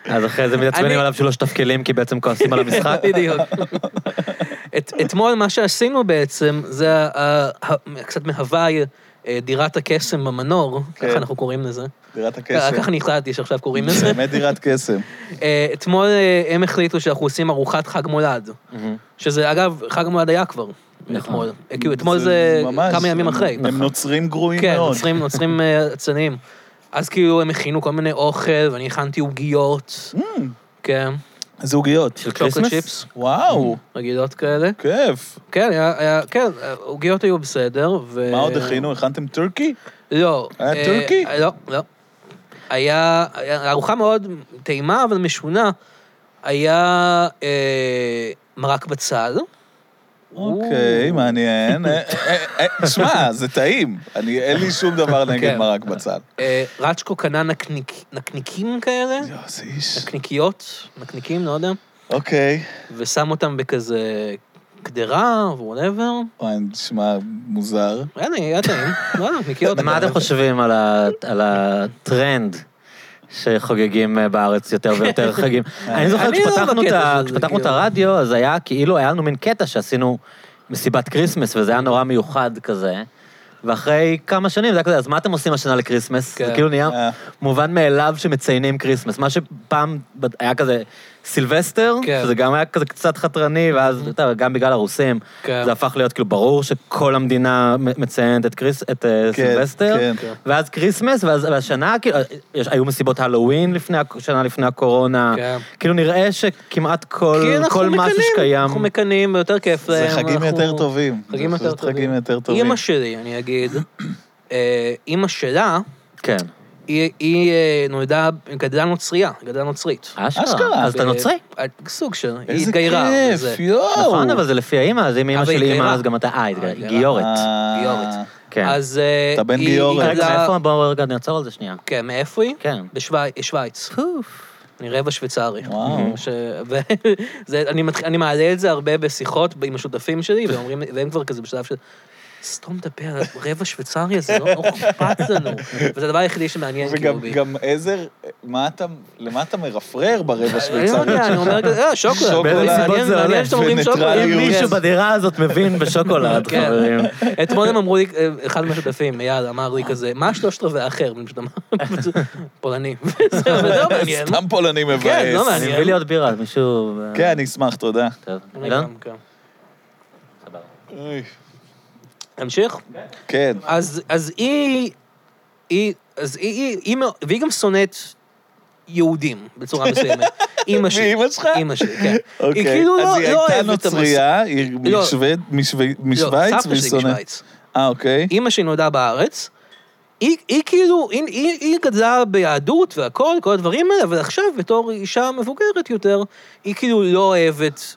S1: אז אחרי זה
S2: אני-
S1: מתעצבנים עליו שלא שטף כלים, כי בעצם כועסים על המשחק?
S2: בדיוק. את, אתמול מה שעשינו בעצם, זה ה, ה, ה, קצת מהוואי אה, דירת הקסם במנור,
S3: כן.
S2: ככה אנחנו קוראים לזה. אה,
S3: דירת הקסם.
S2: ככה אני החלטתי שעכשיו קוראים לזה.
S3: באמת דירת קסם.
S2: אה, אתמול אה, הם החליטו שאנחנו עושים ארוחת חג מולד, שזה אגב, חג מולד היה כבר.
S1: נכון.
S2: אתמול. כאילו, אתמול זה
S3: ממש-
S2: כמה ימים
S3: הם-
S2: אחרי. נכון.
S3: הם נוצרים גרועים
S2: כן,
S3: מאוד.
S2: נוצרים, נוצרים אה, אצנים. אז כאילו הם הכינו כל מיני אוכל, ואני הכנתי עוגיות,
S3: Mm,
S2: כן,
S3: זוגיות.
S2: של Mm.
S1: Christmas?
S2: צ'וקלד צ'יפס,
S3: וואו,
S2: רגילות כאלה.
S3: כיף.
S2: כן, היה, היה, כן, עוגיות היו בסדר, ו...
S3: מה עוד הכינו? הכנתם טורקי?
S2: לא.
S3: היה
S2: אה,
S3: טורקי?
S2: לא, לא. היה, היה ארוחה מאוד טעימה, אבל משונה. היה אה, מרק בצל.
S3: אוקיי, מעניין. אה, אה, אה, שמע, זה טעים. אני, אין לי שום דבר נגד
S2: כן.
S3: מרק בצל.
S2: אה, רצ'קו קנה נקניק, נקניקים כאלה,
S3: יואו, איזה איש.
S2: נקניקיות, נקניקים, לא יודע,
S3: אוקיי.
S2: ושם אותם בכזה קדרה וואטאבר.
S3: וואי, נשמע מוזר.
S2: היה לי- היה טעים, לא יודע, נקניקיות.
S1: מה אתם חושבים על ה- על הטרנד שחוגגים אה, בארץ יותר ויותר חגים? אני זוכר
S2: אני לא
S1: כשפתחנו את
S2: בקטע
S1: ה-
S2: של זה,
S1: כשפתחנו את
S2: כאילו.
S1: הרדיו, אז היה כאילו, היה לנו מין קטע שעשינו מסיבת כריסמס, וזה היה נורא מיוחד כזה. ואחרי כמה שנים זה היה כזה, אז מה אתם עושים השנה לכריסמס?
S2: כן.
S1: זה כאילו נהיה
S3: אה.
S1: מובן מאליו שמציינים כריסמס. מה שפעם היה כזה סילבסטר,
S2: כן. Mm-hmm.
S1: שזה גם היה כזה קצת חתרני, ואז אתה יודע, גם בגלל הרוסים,
S2: כן.
S1: זה הפך להיות כאילו ברור שכל המדינה מ- מציינת את קריס- את אה,
S3: כן,
S1: סילבסטר.
S3: כן.
S1: ואז כריסמס, ואז והשנה, כאילו, יש- היו מסיבות הלואוין לפני, הק- שנה לפני הקורונה.
S2: כן.
S1: כאילו, נראה שכמעט כל,
S2: כי אנחנו
S1: כל משהו
S2: מקנאים,
S1: שקיים...
S2: אנחנו מקנאים, יותר כיף
S3: זה
S2: להם.
S3: חגים
S2: אנחנו-
S3: יותר טובים.
S2: חגים
S3: זה
S2: יותר
S3: פשוט
S2: טובים.
S3: חגים יותר טובים.
S2: אימא שלי, אני אגיד, אה, אימא שלה,
S1: כן.
S2: היא- היא אה, נולדה, גדלה נוצרייה, גדלה נוצרית.
S1: אשכרה.
S3: אשכרה.
S1: אה, אז אתה נוצרי.
S2: אה, סוג של, היא
S3: איזה
S2: התגיירה.
S3: כיף,
S2: וזה.
S3: יואו.
S1: נכון, אבל זה לפי האמא, אז אם אמא
S2: אבל היא
S1: שלי אימא,
S2: גרה.
S1: אז גם אתה... אה, היא
S2: אה,
S1: גרה-
S2: גרה.
S1: גיורת.
S3: אה,
S2: גיורת.
S1: כן.
S2: אז אה,
S3: אתה בן
S2: היא-
S3: גיורת.
S2: היא
S1: רגע,
S2: גדלה...
S1: מאיפה? בואו רגע נעצור על זה שנייה.
S2: כן, מאיפה היא?
S1: כן.
S2: בשוויץ. שוויץ.
S1: פוף.
S2: אני רבע שוויצרי.
S3: וואו.
S2: ש... ו... זה, אני, מתח... אני מעלה את זה הרבה בשיחות עם השותפים שלי, ואומרים, והם כבר כזה בשלב של... סתום את הפה, רבע שוויצרי הזה, לא לא אכפת לנו. וזה הדבר היחידי שמעניין, כאילו,
S3: וגם
S2: בי.
S3: גם איזה, מה אתה, למה אתה מרפרר ברבע
S2: אני לא
S3: שוויצרי?
S2: יודע, אני אומר כזה, אה, שוקולד.
S3: שוקולד.
S2: מעניין-
S1: באיזה סיבות זה
S2: מעניין
S1: הולך?
S2: שאתם אומרים שוקולד.
S3: וניטרליות.
S1: אם מישהו
S2: כן.
S1: בדירה הזאת מבין בשוקולד,
S2: כן.
S1: חברים.
S2: אתמול הם אמרו לי, אה, אחד מהשותפים, אייל, אמר לי כזה, מה השלושת רבעי האחר? ואני פשוט אמרתי, פולני. וזהו, וזה לא מעניין.
S3: סתם פולני מבאס.
S2: כן, לא
S1: אני
S2: מעניין.
S1: מביא לי עוד בירה, מישהו...
S4: אה,
S3: כן, אני אשמח, תודה.
S1: טוב,
S2: אני
S4: לא?
S1: אילן?
S2: גם, כן.
S1: סבבה.
S2: להמשיך?
S3: כן.
S2: אז, אז היא, היא, אז היא, היא, היא, מאוד- והיא גם שונאת יהודים בצורה מסוימת. אימא שלי.
S3: ואימא שלך?
S2: אימא שלי, כן.
S3: אוקיי.
S2: היא כאילו לא,
S3: אז
S2: לא
S3: היא
S2: אוהבת את
S3: הייתה
S2: המס-
S3: נוצרייה, היא
S2: לא.
S3: משווה- משווה-
S2: לא,
S3: משוויץ,
S2: סבתא
S3: והיא
S2: שלי
S3: שונאת.
S2: משוויץ.
S3: אה, אוקיי.
S2: אימא שלי נולדה בארץ, היא, היא כאילו, היא, היא, היא גדלה ביהדות והכל, כל הדברים האלה, אבל עכשיו בתור אישה מבוגרת יותר, היא כאילו לא אוהבת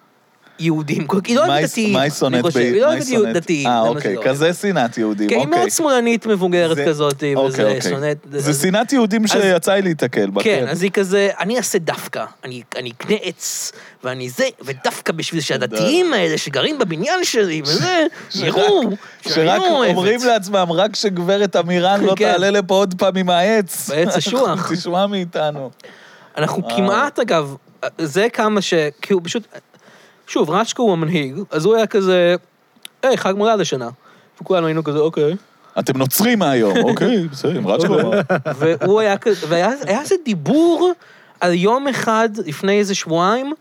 S2: יהודים, כל- היא לא
S3: מה
S2: אוהבת
S3: היא-
S2: דתיים,
S3: מה היא שונאת?
S2: אני חושב,
S3: ב-
S2: היא לא
S3: מה
S2: אוהבת יהוד-
S3: שונאת?
S2: דתיים,
S3: אה,
S2: זה מה
S3: אוקיי,
S2: שהיא לא
S3: כזה שנאת יהודים,
S2: כן, היא
S3: אוקיי.
S2: מאוד שמאלנית מבוגרת
S3: זה-
S2: כזאת,
S3: אוקיי,
S2: וזה
S3: אוקיי.
S2: שונאת...
S3: זה
S2: אז-
S3: שנאת יהודים שיצא לי להתקל בה,
S2: כן, אז היא כזה, אני אעשה דווקא, אני אני אקנה עץ, ואני זה, ודווקא בשביל שהדתיים האלה שגרים בבניין שלי, וזה,
S3: שרק-
S2: יראו, שאני
S3: שרק
S2: לא אוהבת.
S3: אומרים לעצמם, רק שגברת אמירן לא
S2: כן.
S3: תעלה לפה עוד פעם עם העץ.
S2: בעץ אשוח.
S3: אנחנו- תשמע מאיתנו.
S2: אנחנו
S3: אה.
S2: כמעט, אגב, זה כמה ש... כי הוא פשוט... שוב, רצ'קו הוא המנהיג, אז הוא היה כזה, היי, חג מולד השנה. וכולנו היינו כזה, אוקיי.
S3: אתם נוצרים מהיום, אוקיי, בסדר, עם רצ'קו.
S2: והוא היה כזה, והיה היה איזה דיבור על יום אחד לפני איזה שבועיים,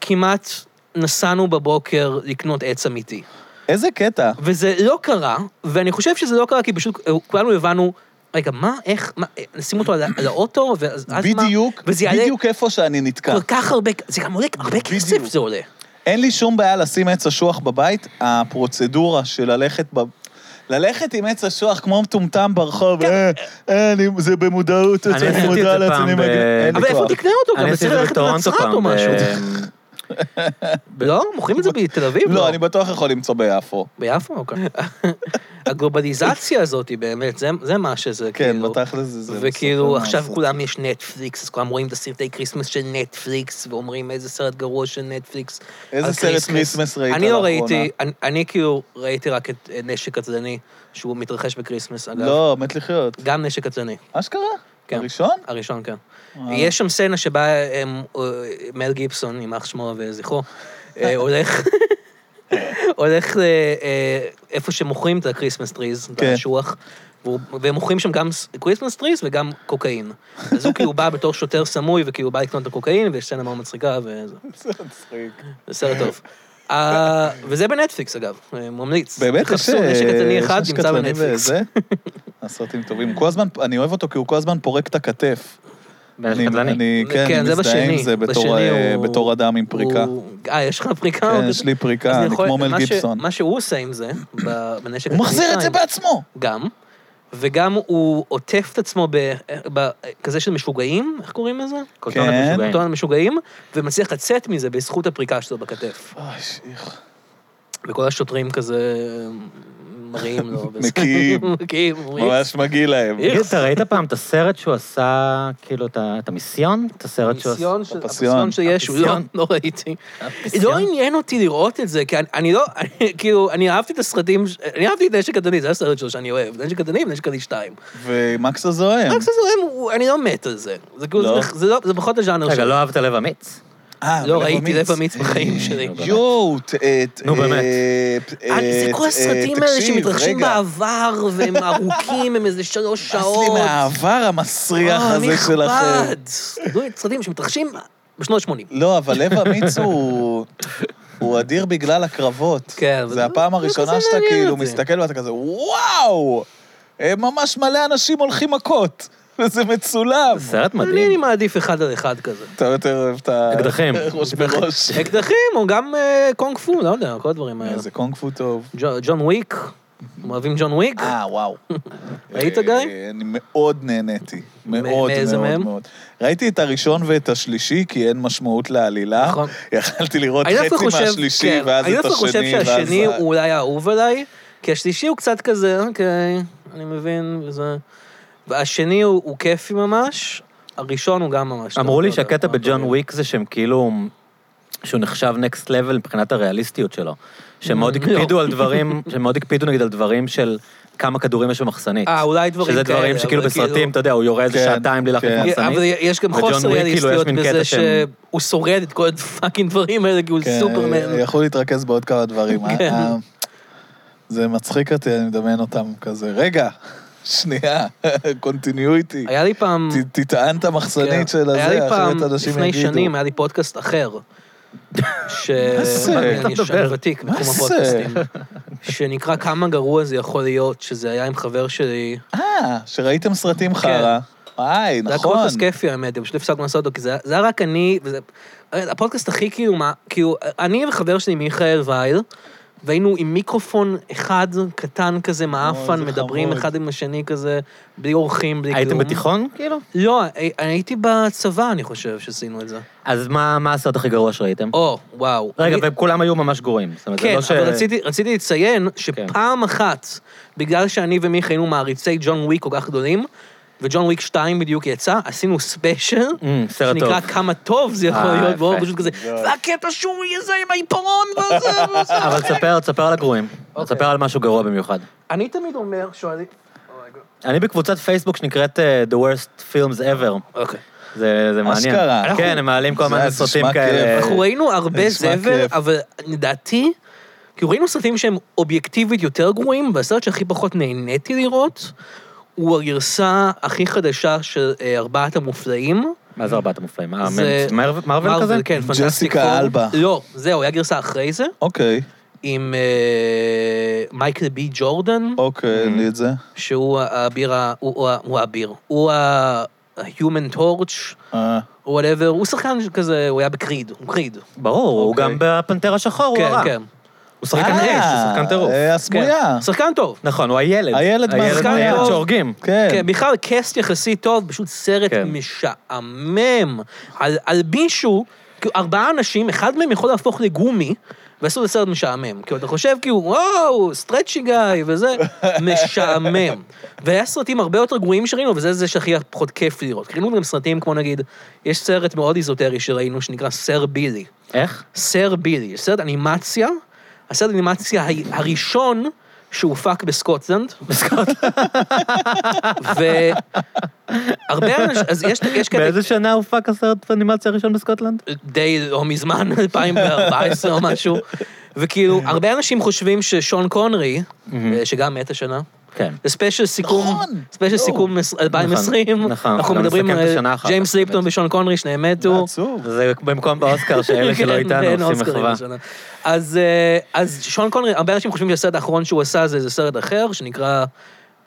S2: כמעט נסענו בבוקר לקנות עץ אמיתי.
S3: איזה קטע.
S2: וזה לא קרה, ואני חושב שזה לא קרה כי פשוט אה, כולנו הבנו, רגע, מה, איך, מה, אה, נשים אותו על, ה- על האוטו, ואז אז מה,
S3: בדיוק,
S2: וזה יעלה
S3: בדיוק איפה שאני נתקע.
S2: כל כך הרבה, זה גם עולה הרבה כסף
S3: בדיוק.
S2: זה עולה.
S3: אין לי שום בעיה לשים עץ אשוח בבית, הפרוצדורה של ללכת ב... ללכת עם עץ אשוח כמו מטומטם ברחוב, אה, אה, אני- זה במודעות,
S1: אני
S3: זה
S1: עשיתי את
S3: מודע
S1: זה
S3: לעצמי,
S1: פעם
S3: אני
S1: ב-
S3: מגן, אין
S2: אבל
S3: לי
S2: איפה
S3: כוח.
S2: תקנה אותו
S1: אני
S2: גם?
S1: עשיתי
S2: צריך
S1: את זה
S2: ללכת
S1: בטורונטו
S2: לנצרת או
S1: פעם. אה,
S2: משהו.
S1: ב-
S2: לא? מוכרים את זה בתל אביב?
S3: לא, אני בטוח יכול למצוא ביפו.
S2: ביפו, אוקיי. הגלובליזציה הזאת, באמת, זה- זה מה שזה,
S3: כן,
S2: כאילו.
S3: בתכל'ס זה- זה...
S2: וכאילו,
S3: בסוף
S2: עכשיו
S3: המעשה.
S2: כולם יש נטפליקס, אז כולם רואים את הסרטי כריסמס של נטפליקס, ואומרים איזה סרט גרוע של נטפליקס.
S3: איזה
S2: על
S3: סרט כריסמס ראית
S2: אני לא
S3: לאחרונה?
S2: ראיתי, אני- אני כאילו ראיתי רק את אה, נשק עצלני, שהוא מתרחש בקריסמס, אגב.
S3: לא, מת לחיות.
S2: גם נשק עצלני,
S3: אשכרה?
S2: כן.
S3: הראשון?
S2: הראשון, כן.
S3: וואו.
S2: יש שם סצנה שבה הם, אה, מל גיבסון, יימח שמו וזכרו, אה, הולך... הולך ל- אה, איפה שמוכרים את הקריסמס טריז,
S3: כן.
S2: באשוח, והוא- והם מוכרים שם גם קריסמס טריז וגם קוקאין. אז הוא כאילו בא בתור שוטר סמוי, וכאילו בא לקנות את הקוקאין, ויש סצנה מאוד מצחיקה, וזה
S3: זה מצחיק.
S2: זה סרט טוב. אה, וזה בנטפליקס, אגב, אה, ממליץ.
S3: באמת יש... אה,
S2: חפשו נשק קטלני
S3: יש
S2: אחד נמצא
S3: שקטנים
S2: בנטפליקס.
S3: וזה. הסרטים טובים. כל הזמן, אני אוהב אותו כי הוא כל הזמן פורק את הכתף.
S4: בנשק
S3: אני-
S4: קטלני.
S3: אני, כן,
S2: כן,
S3: אני
S2: זה
S3: מזדהה עם
S2: בשני.
S3: זה בתור,
S2: בשני
S3: אה,
S2: הוא-
S3: בתור אדם עם פריקה.
S2: הוא- אה, יש לך פריקה?
S3: כן,
S2: אוקיי.
S3: יש לי
S2: אז
S3: פריקה, אני
S2: יכול-
S3: כמו מל
S2: מה ש-
S3: גיבסון.
S2: מה שהוא עושה עם זה, ב- בנשק
S3: הוא מחזיר את זה
S2: שתיים,
S3: בעצמו.
S2: גם, וגם הוא עוטף את עצמו ב- ב- כזה של משוגעים, איך קוראים לזה?
S4: קוטונת
S3: כן.
S4: משוגעים.
S2: קוטון משוגעים, ומצליח לצאת מזה בזכות הפריקה שלו בכתף.
S3: אוי, שיח.
S2: וכל השוטרים כזה מראים לו. וזה-
S3: מקיאים.
S2: מקיאים, אומרים,
S3: ממש מגעיל להם.
S2: איך?
S4: תגיד, אתה ראית פעם את הסרט שהוא עשה, כאילו, את ה- את המיסיון? את הסרט שהוא עשה?
S2: הפסיון של-
S3: הפסיון.
S2: הפסיון שיש, הוא לא-
S4: הפסיון.
S2: לא ראיתי. לא עניין אותי לראות את זה, כי אני- אני לא, כאילו, אני אהבתי את הסרטים, ש- אני אהבתי את נשק קטני, זה הסרט שלו שאני אוהב, נשק קטני ונשק קטני 2.
S3: אה. ומקס הזוהם.
S2: רק סזורים, אני לא מת על זה. זה כאילו,
S3: לא?
S2: זה- זה לא- זה פחות הז'אנר
S4: רגע,
S2: שלי.
S4: לא אהבת לב אמיץ?
S3: אה,
S2: לא
S3: ולב
S2: ראיתי לב
S3: אמיץ.
S2: אמיץ בחיים שלי.
S3: יואו, ת- אה, את...
S4: נו, באמת.
S3: את-
S2: אני- אה, זה
S3: את-
S2: כל הסרטים האלה
S3: אה, תקשיב,
S2: שמתרחשים
S3: רגע.
S2: בעבר, והם ארוכים, הם איזה שלוש
S3: נמאס לי
S2: שעות.
S3: מהעבר המסריח
S2: אה,
S3: הזה שלכם.
S2: נכבד. תדעו, את סרטים שמתרחשים בשנות ה-80.
S3: לא, אבל לב אמיץ הוא... הוא אדיר בגלל הקרבות.
S2: כן, אבל-
S3: זה הפעם הראשונה
S2: זה
S3: שאתה
S2: מעניין
S3: כאילו
S2: אותי.
S3: מסתכל ואתה כזה, וואו! הם ממש מלא אנשים הולכים מכות, וזה מצולם.
S4: זה סרט
S2: אני אני
S4: מדהים.
S2: מעדיף אחד על אחד כזה.
S3: אתה יותר אוהב את ה...
S4: אקדחים.
S3: ראש בראש.
S2: אקדחים, או גם אה, קונג פו, לא יודע, כל הדברים האלה.
S3: איזה קונג פו טוב.
S2: ג'ו- ג'ון וויק, אתם אוהבים ג'ון וויק?
S3: אה, וואו.
S2: ראית,
S3: אה,
S2: גיא?
S3: אני מאוד נהניתי. מאוד,
S2: מאיזה
S3: מאוד,
S2: מהם?
S3: מאוד. ראיתי את הראשון ואת השלישי, כי אין משמעות לעלילה.
S2: נכון.
S3: יכלתי לראות
S2: אני דווקא
S3: חצי
S2: חושב,
S3: מהשלישי,
S2: כן,
S3: ואז
S2: אני
S3: את
S2: דווקא חושב
S3: השני, ואז...
S2: שהשני
S3: ה-
S2: הוא אולי האהוב עליי, כי השלישי הוא קצת כזה, אוקיי, אני מבין, וזה... והשני הוא הוא כיפי ממש, הראשון הוא גם ממש... טוב,
S4: אמרו לי
S2: לא יודע,
S4: שהקטע
S2: מה,
S4: בג'ון
S2: אבל-
S4: וויק זה שהם כאילו... שהוא נחשב נקסט לבל מבחינת הריאליסטיות שלו. שהם מאוד
S2: לא.
S4: הקפידו על דברים, שהם מאוד הקפידו נגיד על דברים של כמה כדורים יש במחסנית.
S2: אה, אולי דברים
S4: שזה
S2: כאלה.
S4: דברים שכאילו
S2: אבל
S4: בסרטים, אתה יודע, הוא יורה איזה
S3: כן,
S4: שעתיים בלי להחליף
S3: כן.
S2: כאילו- אבל
S4: מחסנית.
S2: יש גם
S4: וג'ון
S2: חוסר
S4: וויק, כאילו, יש
S2: ריאליסטיות
S4: מין
S2: בזה
S4: קטע שהם-
S2: שהוא שורד את כל הפאקינג דברים האלה, כי הוא
S3: כן,
S2: סופרמן.
S3: יכלו להתרכז בעוד כמה דברים.
S2: כן.
S3: אה, אה, זה מצחיק אותי, אני מדמיין אותם כזה. רגע, שנייה, קונטיניויטי.
S2: היה לי פעם...
S3: ת- תטען את המחסנית של
S2: כן. היה לי
S3: הזה,
S2: פעם,
S3: אחרת אנשים
S2: לפני
S3: יגידו.
S2: שנים, היה לי פודקאסט אחר. ש...
S3: זה?
S2: אני-
S4: אתה
S2: אני
S4: מדבר.
S2: שאני ותיק
S3: מה
S2: בתחום
S3: זה?
S2: הפודקאסטים. שנקרא כמה גרוע זה יכול להיות, שזה היה עם חבר שלי.
S3: אה, שראיתם סרטים חרא. וואי,
S2: כן. זה היה כל
S3: נכון.
S2: כך כיפי, האמת, פשוט הפסקנו לעשות אותו, כי זה היה- זה היה רק אני, וזה... הפודקאסט הכי כאילו, מה, כאילו, אני וחבר שלי מיכאל וייל, והיינו עם מיקרופון אחד קטן כזה, מעפן,
S3: זה
S2: מדברים
S3: חמוד.
S2: אחד עם השני כזה, בלי אורחים, בלי כלום.
S4: הייתם בתיכון, כאילו?
S2: לא, הי- הייתי בצבא, אני חושב, שעשינו את זה.
S4: אז מה מה הסרט הכי גרוע שראיתם?
S2: או, וואו.
S4: רגע,
S2: אני-
S4: והם כולם היו ממש גרועים. זאת אומרת, זה
S2: כן,
S4: לא
S2: אבל
S4: ש- כן.
S2: רציתי, רציתי לציין שפעם אחת, בגלל שאני ומיכה היינו מעריצי ג'ון וויק כל כך גדולים, וג'ון וויק 2 בדיוק יצא, עשינו ספיישל,
S4: Mm, סרט
S2: שנקרא
S4: טוב.
S2: כמה טוב זה יכול
S4: אה,
S2: להיות,
S4: יפה.
S2: והוא פשוט כזה, והקטע שהוא יהיה זה עם העיפרון וזה וזה.
S4: אבל תספר, תספר על הגרועים.
S2: אוקיי.
S4: תספר על משהו גרוע במיוחד.
S2: אני תמיד אומר, שואלים...
S4: אני בקבוצת פייסבוק שנקראת אה, The Worst Films Ever.
S2: אוקיי.
S4: זה זה מעניין.
S3: אשכרה. אנחנו-
S4: כן, הם מעלים כל
S3: זה
S4: הזמן
S3: נשמע
S4: סרטים
S3: כיף.
S4: כאלה.
S2: אנחנו ראינו הרבה
S3: נשמע
S2: זבל,
S3: כיף.
S2: אבל לדעתי, כאילו ראינו סרטים שהם אובייקטיבית יותר גרועים, והסרט שהכי פחות נהניתי לראות, הוא הגרסה הכי חדשה של אה, ארבעת המופלאים.
S4: מה זה ארבעת המופלאים? אה,
S2: זה-
S4: מר- מרוויל כזה?
S2: כן, פנטסטיק
S3: ג'סיקה
S2: פור.
S3: אלבה.
S2: לא, זהו, היה גרסה אחרי זה,
S3: אוקיי,
S2: עם אה, מייקל בי ג'ורדן,
S3: אוקיי,
S2: Mm-hmm.
S3: אין לי את זה.
S2: שהוא האביר, ה- הוא- הוא ה- הוא האביר, הוא ה-Human Torch,
S3: אה,
S2: וואטאבר, הוא שחקן כזה, הוא היה בקריד, הוא קריד.
S4: ברור, הוא
S3: אוקיי.
S4: גם בפנתר השחור, הוא
S2: כן,
S4: הרע.
S2: כן.
S4: הוא שחקן
S3: אה,
S4: אש, הוא שחקן טירוף.
S3: אה, הסמויה.
S2: כן, שחקן טוב.
S4: נכון, הוא הילד.
S3: הילד מהשחקן
S4: הילד
S2: טוב.
S4: שהורגים.
S3: כן.
S2: כן, בכלל קאסט יחסית טוב, פשוט סרט
S4: כן.
S2: משעמם. על, על מישהו, כאילו ארבעה אנשים, אחד מהם יכול להפוך לגומי, ועשו את הסרט משעמם. כאילו, אתה חושב כאילו, וואו, סטרצ'י גיא וזה, משעמם. והיה סרטים הרבה יותר גרועים שראינו, וזה זה שהכי פחות כיף לראות. כי ראינו גם סרטים כמו נגיד, יש סרט מאוד איזוטרי שראינו שנקרא סר בילי.
S4: איך?
S2: סר בילי, סרט אנימציה, הסרט אנימציה ה- הראשון שהופק בסקוטלנד. בסקוטלנד. והרבה אנשים, אז יש, יש כאלה
S4: באיזה שנה הופק הסרט האנימציה הראשון בסקוטלנד?
S2: די לא מזמן, 2014
S1: כן.
S2: או משהו, וכאילו, הרבה אנשים חושבים ששון קונרי, אה, שגם מת השנה,
S1: כן.
S2: זה ספיישל סיכום,
S3: נכון,
S2: ספיישל
S3: לא.
S2: סיכום מס- 2020,
S1: נכון,
S2: אנחנו
S1: גם
S2: מדברים
S1: נסכם את
S2: על
S1: השנה אחר
S2: ג'יימס
S1: כך,
S2: ליפטון
S1: באמת.
S2: ושון קונרי, שניהם מתו.
S3: עצוב.
S1: זה במקום באוסקר, שאלה שלא
S2: כן,
S1: איתנו
S2: ואין
S1: עושים
S2: אוסקרים
S1: מחווה.
S2: השנה. אז, אה, אז שון קונרי, הרבה אנשים חושבים שהסרט האחרון שהוא עשה זה איזה סרט אחר, שנקרא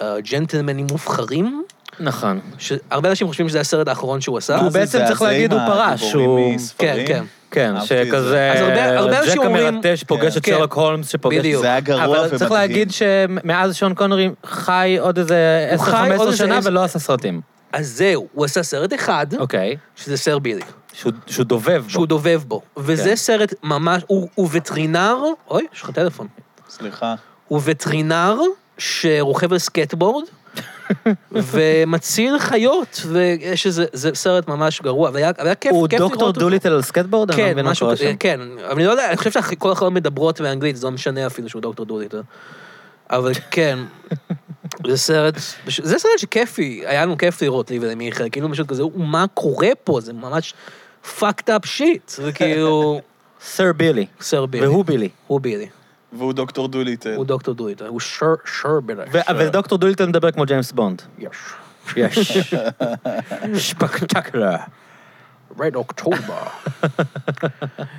S2: אה, ג'נטלמנים מובחרים,
S1: נכון.
S2: שהרבה אנשים חושבים שזה הסרט האחרון שהוא עשה.
S1: הוא
S3: מה אה, זה
S1: בעצם
S3: זה
S1: צריך
S3: הזה
S1: להגיד,
S3: עם
S1: הוא פרש,
S3: הגיבורים
S1: הוא-
S3: מספרים?
S2: כן, כן.
S1: כן,
S3: אהבתי את
S1: שכזה...
S2: אז הרבה- הרבה אנשים
S1: ג'ק
S2: אומרים-
S1: המרטש פוגש
S2: כן.
S1: את סרלוק הולמס שפוגש...
S2: בדיוק.
S3: זה היה גרוע ומדהים.
S1: אבל צריך להגיד שמאז שון קונרי חי עוד איזה
S2: הוא חי עוד
S1: 10-15
S2: איזה
S1: שנה
S2: עשר-
S1: ולא עשה סרטים.
S2: אז זהו, הוא עשה סרט אחד,
S1: אוקיי.
S2: שזה סרבילי,
S1: שהוא שהוא דובב בו.
S2: שהוא דובב בו. וזה
S1: כן.
S2: סרט ממש, הוא הוא וטרינר, אוי, יש לך טלפון.
S3: סליחה.
S2: הוא וטרינר שרוכב על סקטבורד ומציל חיות, ויש איזה, זה סרט ממש גרוע, והיה והיה כיף,
S1: הוא
S2: כיף לראות
S1: דוקטור
S2: אותו.
S1: דוליטל על סקטבורד? אני לא
S2: כן,
S1: מבין מה
S2: משהו
S1: קורה
S2: כזה,
S1: שם.
S2: כן, אבל אני לא יודע, אני חושב שכל החברות מדברות באנגלית, זה לא משנה אפילו שהוא דוקטור דוליטל. אבל כן, זה סרט, זה סרט שכיפי, היה לנו כיף לראות לי ולמיכאל, כאילו פשוט כזה, "הוא, מה קורה פה, זה ממש fucked up shit, זה כאילו,
S1: סר בילי.
S2: סר בילי,
S1: והוא בילי.
S2: הוא בילי,
S3: והוא דוקטור דוליטל.
S2: הוא דוקטור דוליטל, הוא שר, שר בילי.
S1: ו- אבל דוקטור דוליטל מדבר כמו ג'יימס בונד.
S2: Yes.
S1: יש. שפקטקלר.
S2: Red October. שם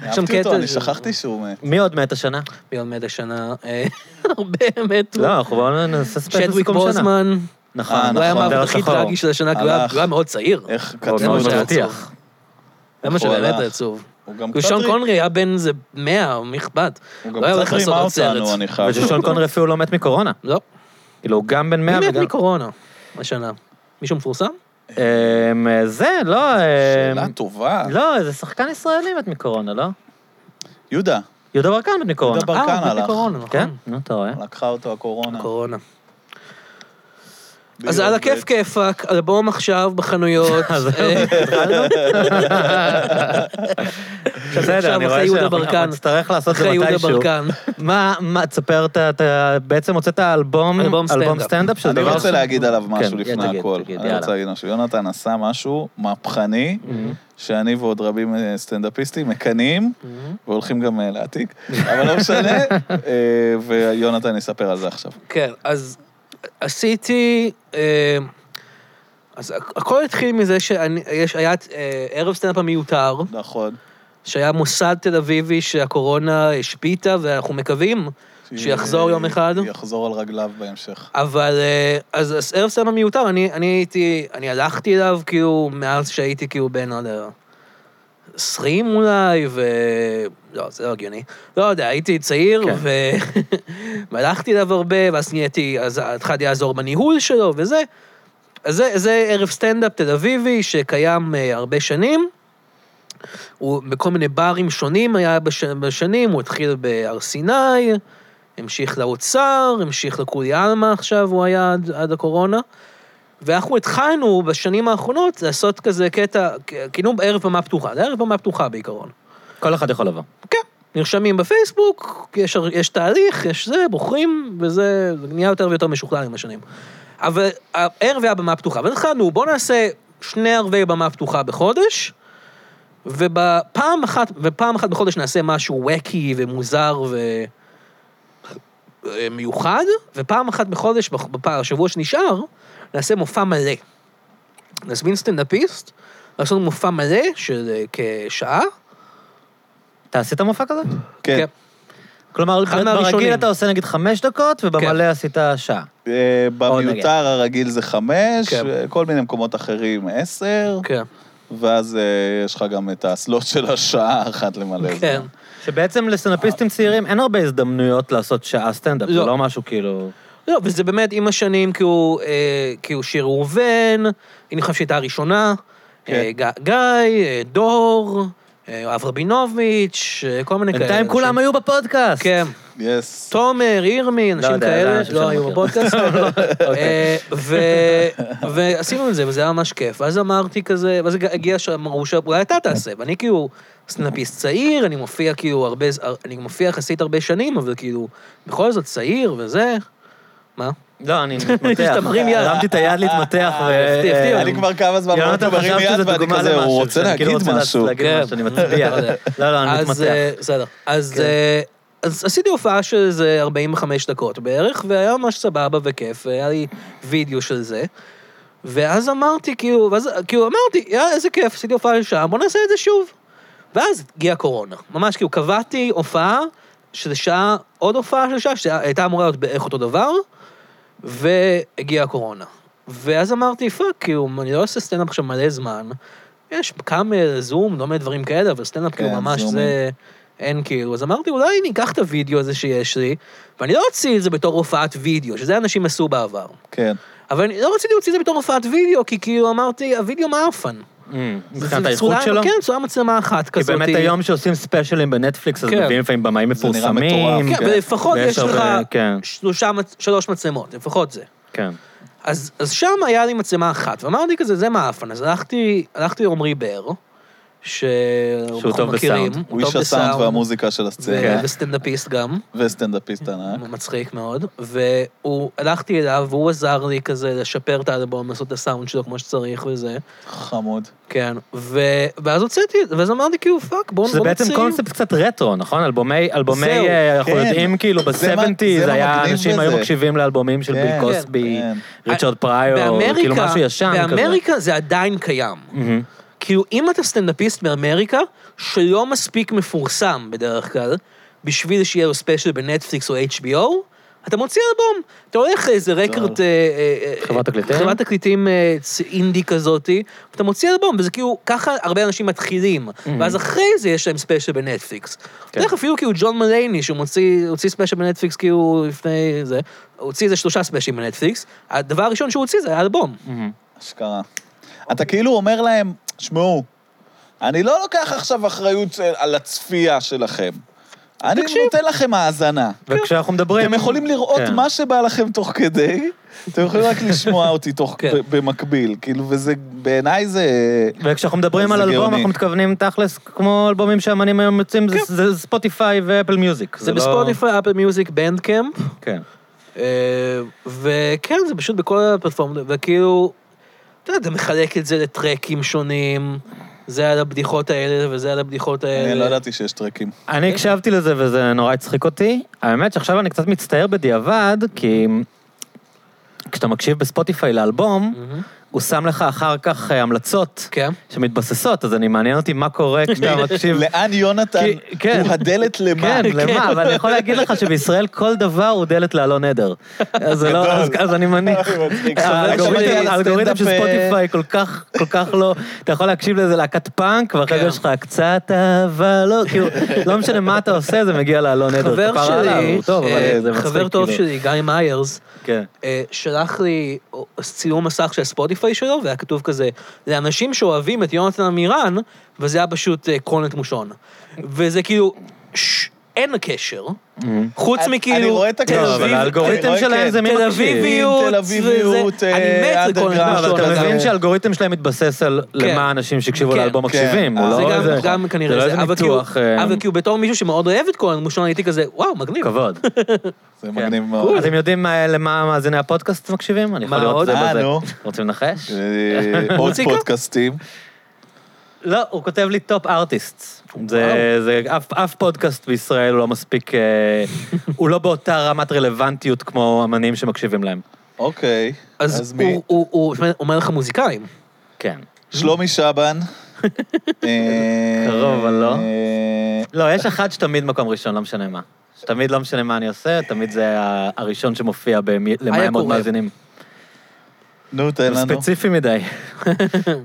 S3: אהבתי
S2: קטע
S3: אותו, אני
S2: זה-
S3: שכחתי שהוא מת.
S1: מי עוד מת השנה?
S2: מלמד השנה, אה, הרבה מתו.
S1: לא, אנחנו בואו נעשה ספיישל
S2: שדוויק
S1: סיכום שנה.
S2: בוזמן,
S1: נכון.
S3: אה,
S2: הוא היה
S3: נכון,
S2: המוות
S1: דרך אה,
S2: הכי
S1: שחור.
S2: טרגי של השנה, כי הוא היה-
S3: הלך.
S2: הוא היה מאוד צעיר.
S3: איך
S1: מאוד
S3: כתבו
S2: מאוד
S3: אותו.
S2: מבטיח. לא זה מה
S3: איך הוא
S2: שבאמת
S3: הלך.
S2: עצוב.
S3: הוא גם קצת
S2: לא שון
S3: ריק-
S2: קונרי היה בן איזה 100, מי אכפת?
S3: הוא
S2: לא היה
S3: גם
S2: הולך
S3: קצת
S2: לעשות
S3: רימה
S2: עוד
S3: אותנו,
S2: סרט.
S3: אני חייב.
S1: וששון קונרי אפילו לא מת מקורונה.
S2: לא,
S1: כאילו, הוא גם בן 100
S2: מי מת
S1: וגם...
S2: מקורונה השנה? מישהו מפורסם?
S1: אמ, זה, לא... אמ,
S2: אה,
S3: שאלה טובה.
S1: לא, איזה שחקן ישראלי מת מקורונה, לא?
S3: יהודה,
S1: יהודה ברקן מת מקורונה.
S3: יהודה ברקן.
S2: אה, הוא מת
S3: הלך.
S2: מקורונה,
S1: כן?
S2: נכון.
S1: נו, אתה רואה?
S3: לקחה אותו הקורונה.
S2: קורונה.
S3: ביום
S2: אז על הכיף כן,
S3: ב'.
S2: כיפאק, אלבום עכשיו בחנויות.
S1: אז
S2: אה,
S1: בסדר, אני רואה
S2: אחרי יהודה
S1: שאנחנו
S2: ברקן.
S1: אנחנו נצטרך לעשות את
S2: אחרי
S1: זה
S2: יהודה
S1: מתישהו.
S2: ברקן.
S1: מה, מה, תספר, אתה- אתה בעצם הוצאת אלבום,
S2: אלבום
S1: אלבום
S2: סטנדאפ.
S1: סטנדאפ, שזה
S3: אני
S1: דבר...
S3: רוצה להגיד עליו משהו
S1: כן,
S3: לפני
S1: תגיד,
S3: הכל.
S1: תגיד,
S3: אני
S1: יאללה.
S3: רוצה להגיד משהו. יונתן עשה משהו מהפכני,
S1: Mm-hmm.
S3: שאני ועוד רבים אה, סטנדאפיסטים מקנאים,
S2: Mm-hmm.
S3: והולכים גם אה, להעתיק, אבל לא משנה, אה, ויונתן יספר על זה עכשיו.
S2: כן, אז עשיתי... אה, אז הכ- הכל התחיל מזה שהיה אה, ערב סטנדאפ המיותר,
S3: נכון.
S2: שהיה מוסד תל אביבי שהקורונה השביתה, ואנחנו מקווים שיחזור יום אחד.
S3: יחזור על רגליו בהמשך.
S2: אבל אה, אז אז ערב סטנדאפ המיותר, אני, אני הייתי, אני הלכתי אליו כאילו מאז שהייתי כאילו בן, לא יודע, 20 אולי, ו... לא, זה לא הגיוני. לא יודע, הייתי צעיר,
S1: כן.
S2: ו... והלכתי אליו הרבה, ואז נהייתי, אז התחלתי לעזור בניהול שלו וזה. אז זה, זה ערב סטנדאפ תל אביבי שקיים אה, הרבה שנים. הוא בכל מיני ברים שונים היה בש, בשנים, הוא התחיל בהר סיני, המשיך לאוצר, המשיך לכולי עלמה עכשיו, הוא היה עד, עד הקורונה. ואנחנו התחלנו בשנים האחרונות לעשות כזה קטע, כ- כאילו ערב במה פתוחה, זה ערב במה פתוחה בעיקרון.
S1: כל אחד יכול לבוא.
S2: כן, נרשמים בפייסבוק, יש, יש תהליך, יש זה, בוחרים, וזה זה נהיה יותר ויותר משוכלל עם השנים. אבל הערב היה במה פתוחה, ואז החלטנו, בואו נעשה שני ערבי במה פתוחה בחודש, ובפעם אחת, ופעם אחת בחודש נעשה משהו ווקי ומוזר ו... אה, מיוחד, ופעם אחת בחודש, בח- בפעם, השבוע שנשאר, נעשה מופע מלא. נזמין סטנדאפיסט, לעשות מופע מלא של אה, כשעה.
S1: אתה עשית מופע כזה?
S3: כן.
S1: כלומר,
S2: אחד
S1: ברגיל
S2: מהראשונים. כן.
S1: אתה עושה נגיד חמש דקות, ובמלא עשית שעה.
S3: אה, במיותר הרגיל זה חמש,
S2: כן.
S3: אה, כל מיני מקומות אחרים עשר,
S2: כן.
S3: ואז אה, יש לך גם את הסלוט של השעה אחת למלא.
S2: כן.
S3: זמן.
S1: שבעצם לסטנדאפיסטים צעירים אין הרבה הזדמנויות לעשות שעה סטנדאפ, זה
S2: לא.
S1: לא משהו כאילו...
S3: אוקיי,
S2: לא, וזה באמת עם השנים, כי הוא, אה, כי הוא שיר ראובן, אני חושב שהייתה הראשונה,
S3: כן.
S2: אה, ג- גיא, אה, דור, אה, יואב רבינוביץ', אה, כל מיני כאלה.
S1: בינתיים כולם
S2: אנשים.
S1: היו בפודקאסט.
S2: כן.
S3: יס.
S2: תומר, ירמי, אנשים
S1: יודע, לא,
S2: כאלה
S1: אנשים
S2: שלא
S1: שאני
S2: היו
S1: מכיר.
S2: בפודקאסט.
S1: לא, אוקיי.
S2: אה, ו- ועשינו את זה, וזה היה ממש כיף. ואז אמרתי כזה, ואז הג- הגיע שם, אמרו שאולי אתה תעשה, ואני כאילו סטנאפיסט צעיר, אני מופיע כאילו הרבה, ז- אני מופיע יחסית הרבה שנים, אבל כאילו, בכל זאת צעיר וזה. מה?
S1: לא, אני מתמתח.
S2: משתמרים יד.
S1: הרמתי את היד להתמתח ו... אה,
S2: הפתיע, הפתיע.
S3: אה, אני כבר כמה זמן אמרתי
S1: יונתן
S3: מרים
S1: חשב
S3: יד
S1: שזה
S3: ואני
S1: דוגמה
S3: כזה,
S1: למשהו,
S3: הוא רוצה
S1: שאני כאילו
S3: להגיד
S1: רוצה
S3: משהו.
S1: להגיד משהו, אני מצביע.
S2: כן. לא יודע.
S1: לא, לא, אני
S2: אז,
S1: מתמתח.
S2: אה, בסדר. אז,
S1: כן.
S2: אה, אז עשיתי הופעה של איזה 45 דקות בערך, והיה ממש סבבה וכיף, והיה לי וידאו של זה. ואז אמרתי, כאילו, ואז, כאילו אמרתי, יאללה, איזה כיף, עשיתי הופעה של שעה, בוא נעשה את זה שוב. ואז הגיעה קורונה. ממש כאילו קבעתי הופעה של שעה, עוד הופעה של שעה, שהייתה אמורה להיות בערך אותו דבר, והגיעה הקורונה. ואז אמרתי, פאק, כאילו, אני לא עושה סטנדאפ עכשיו מלא זמן. יש קאמל, זום, לא מלא דברים כאלה, אבל סטנדאפ כאילו
S3: כן,
S2: ממש
S3: זומים.
S2: זה... אין כאילו, אז אמרתי, אולי ניקח את הוידאו הזה שיש לי, ואני לא אוציא את זה בתור הופעת וידאו, שזה אנשים עשו בעבר.
S3: כן.
S2: אבל אני לא רציתי להוציא את זה בתור הופעת וידאו, כי כאילו אמרתי, הוידאו מאפן.
S1: אה, מבחינת
S2: זה
S1: האיכות
S2: צולם-
S1: שלו?
S2: כן, צורה מצלמה אחת
S1: כי
S2: כזאת.
S1: באמת היום שעושים ספיישלים בנטפליקס, אז
S2: כן.
S1: מביאים לפעמים במאים
S3: זה נראה
S1: מפורסמים.
S3: מטורף.
S2: כן, ולפחות
S1: ויש
S2: יש לך
S1: הרבה- כן.
S2: שלושה, מצ- שלוש מצלמות, לפחות זה.
S1: כן.
S2: אז, אז שם היה לי מצלמה אחת, ואמרתי כזה, זה מאפן. אז הלכתי, הלכתי לעומרי באר, ש...
S1: שהוא טוב בסאונד.
S2: הוא
S3: הוא איש
S2: טוב
S3: הסאונד
S2: בסאונד,
S3: והמוזיקה כן. של
S2: ו-
S3: הסצנה,
S2: וסטנדאפיסט גם.
S3: וסטנדאפיסט ענק.
S2: מצחיק מאוד, והוא, הלכתי אליו, והוא עזר לי כזה לשפר את האלבום, לעשות את הסאונד שלו כמו שצריך וזה,
S3: חמוד.
S2: כן, ו... ואז הוצאתי, את זה, ואז אמרתי כאילו, פאק, בואו
S1: שזה
S2: בואו
S1: בעצם
S2: נוציא."
S1: קונספט קצת רטרו, נכון? אלבומי, אלבומי,
S2: זהו,
S1: אה, אנחנו
S3: כן.
S1: יודעים כאילו
S3: זה מה-
S1: ב-70's,
S3: זה מה
S1: היה,
S3: מגניב
S1: אנשים
S3: בזה.
S1: היו מקשיבים לאלבומים של ביל
S3: כן,
S1: קוסבי,
S3: כן.
S1: ריצ'רד פריור,
S2: באמריקה,
S1: כאילו משהו ישן כזה.
S2: באמריקה זה עדיין קיים.
S1: מהמם.
S2: כאילו, אם אתה סטנדאפיסט באמריקה, שלא מספיק מפורסם בדרך כלל, בשביל שיהיה לו ספיישל בנטפליקס או HBO, אתה מוציא אלבום. אתה הולך לאיזה רקורד... אה, אה, אה,
S1: חברת תקליטים?
S2: חברת תקליטים אה, צ- אינדי כזאתי, ואתה מוציא אלבום, וזה כאילו, ככה הרבה אנשים מתחילים, ואז אחרי זה יש להם ספיישל בנטפליקס.
S1: כן.
S2: אתה יודע, אפילו כאילו ג'ון מלייני, שהוא מוציא הוציא ספיישל בנטפליקס כאילו לפני זה, הוציא איזה שלושה ספיישלים בנטפליקס, הדבר הראשון שהוא הוציא זה היה אלבום.
S3: אשכרה. אתה כאילו אומר להם, שמעו, אני לא לוקח עכשיו אחריות של- על הצפייה שלכם. אני
S2: תקשיב.
S3: נותן לכם האזנה.
S1: וכשאנחנו מדברים...
S3: אתם לא, יכולים לראות
S1: כן.
S3: מה שבא לכם תוך כדי, אתם יכולים רק לשמוע אותי תוך,
S2: כן.
S3: ב- במקביל, כאילו, וזה, בעיניי זה...
S1: וכשאנחנו מדברים
S3: זה
S1: על אלבום,
S3: גאוני.
S1: אנחנו מתכוונים תכלס כמו אלבומים שאמנים היום יוצאים, זה- זה ספוטיפיי ואפל מיוזיק.
S2: כן. זה
S1: לא-
S2: בספוטיפיי, אפל מיוזיק, בנד קאמפ,
S1: כן.
S2: אה, וכן, זה פשוט בכל הפלטפורמות, וכאילו, אתה יודע, אתה מחלק את זה לטרקים שונים, זה על הבדיחות האלה וזה על הבדיחות
S1: אה,
S2: האלה.
S3: אני לא ידעתי שיש טרקים.
S1: אני הקשבתי לזה וזה נורא הצחיק אותי. האמת שעכשיו אני קצת מצטער בדיעבד, כי כשאתה מקשיב בספוטיפיי לאלבום,
S2: מהמם.
S1: הוא שם לך אחר כך אה, המלצות
S2: Mm. כן.
S1: שמתבססות, אז אני מעניין אותי מה קורה כשאתה מקשיב.
S3: לאן יונתן
S1: כן, כי- כן.
S3: הוא הדלת למה?
S1: כן, למה? אבל אני יכול להגיד לך שבישראל כל דבר הוא דלת לאלון עדר. אז זה לא, אז- אז אני מניח. אה,
S3: מצחיק.
S1: האלגוריתם
S3: שמעתי
S1: האלגוריתם של
S3: סטנדאפ, אה,
S1: ספוטיפיי כל כך, כל כך לא... אתה יכול להקשיב לאיזה להקת פאנק, ואחרי זה
S2: כן.
S1: יש לך קצת אהבה, לא, כאילו, לא משנה מה אתה עושה, זה מגיע לאלון עדר.
S2: חבר
S1: כפרה עליו,
S2: שלי,
S1: הוא טוב, אבל
S2: אה,
S1: זה מצחיק,
S2: חבר טוב
S1: כאילו.
S2: שלי, גיא מיירס,
S1: כן.
S2: אה, שלח לי צילום מסך של ספוטיפיי שלו, והיה כתוב כזה, לאנשים שאוהבים את יונתן עמירן, וזה היה פשוט אה, קולנט מושון. וזה כאילו, ש- אין קשר,
S1: Mm-hmm.
S2: חוץ
S3: אני- אני
S2: מכאילו,
S3: רואה את הקשר.
S1: לא,
S3: אביב,
S1: אבל האלגוריתם
S3: כן,
S1: שלהם
S3: כן.
S1: זה מי
S2: תל
S1: מקשיב.
S2: אביביות,
S3: תל אביביות,
S2: וזה-
S3: אה,
S2: אני מת לקולנט
S3: underground,
S1: לא, אבל
S2: מושון.
S1: אתה
S3: אז
S2: הזה.
S1: מבין
S3: זה-
S1: שהאלגוריתם שלהם מתבסס על למה אנשים שהקשיבו
S2: כן.
S1: לאלבום
S3: כן.
S1: מקשיבים, הוא
S3: אה,
S1: לא
S2: זה גם-
S1: איזה...
S2: גם כנראה
S1: זה
S2: זה,
S1: לא איזה
S2: אבל כאילו-
S1: ניתוח... אה,
S2: אבל כאילו בתור מישהו שמאוד אוהב את קולנט מושון, הייתי כזה, וואו, מגניב.
S1: כבוד.
S3: זה
S1: כן.
S3: מגניב מאוד.
S1: אתם יודעים מה- למה מאזיני הפודקאסט מקשיבים? אני יכול
S2: מה
S1: לראות את
S2: עוד?
S1: זה
S3: אה,
S1: בזה.
S3: נו.
S1: רוצים לנחש?
S3: אה, עוד
S2: מוזיקה?
S3: פודקאסטים.
S1: לא, הוא כותב לי טופ ארטיסט. זה, זה אף, אף פודקאסט בישראל הוא לא מספיק, אה, הוא לא באותה רמת רלוונטיות כמו אמנים שמקשיבים להם.
S3: אוקיי.
S2: אז
S3: אז מי?
S2: הוא- הוא הוא אומר לך מוזיקאים.
S1: כן.
S3: שלומי שבן. אה,
S1: קרוב, אבל לא.
S3: אה,
S1: לא, יש אחד שתמיד מקום ראשון, לא משנה מה. שתמיד לא משנה מה אני עושה, תמיד זה ה- הראשון שמופיע במי, למה
S2: היה
S1: הם עוד
S2: קורא.
S1: מאזינים.
S3: נו, תן
S1: הוא
S3: לנו.
S1: ספציפי מדי.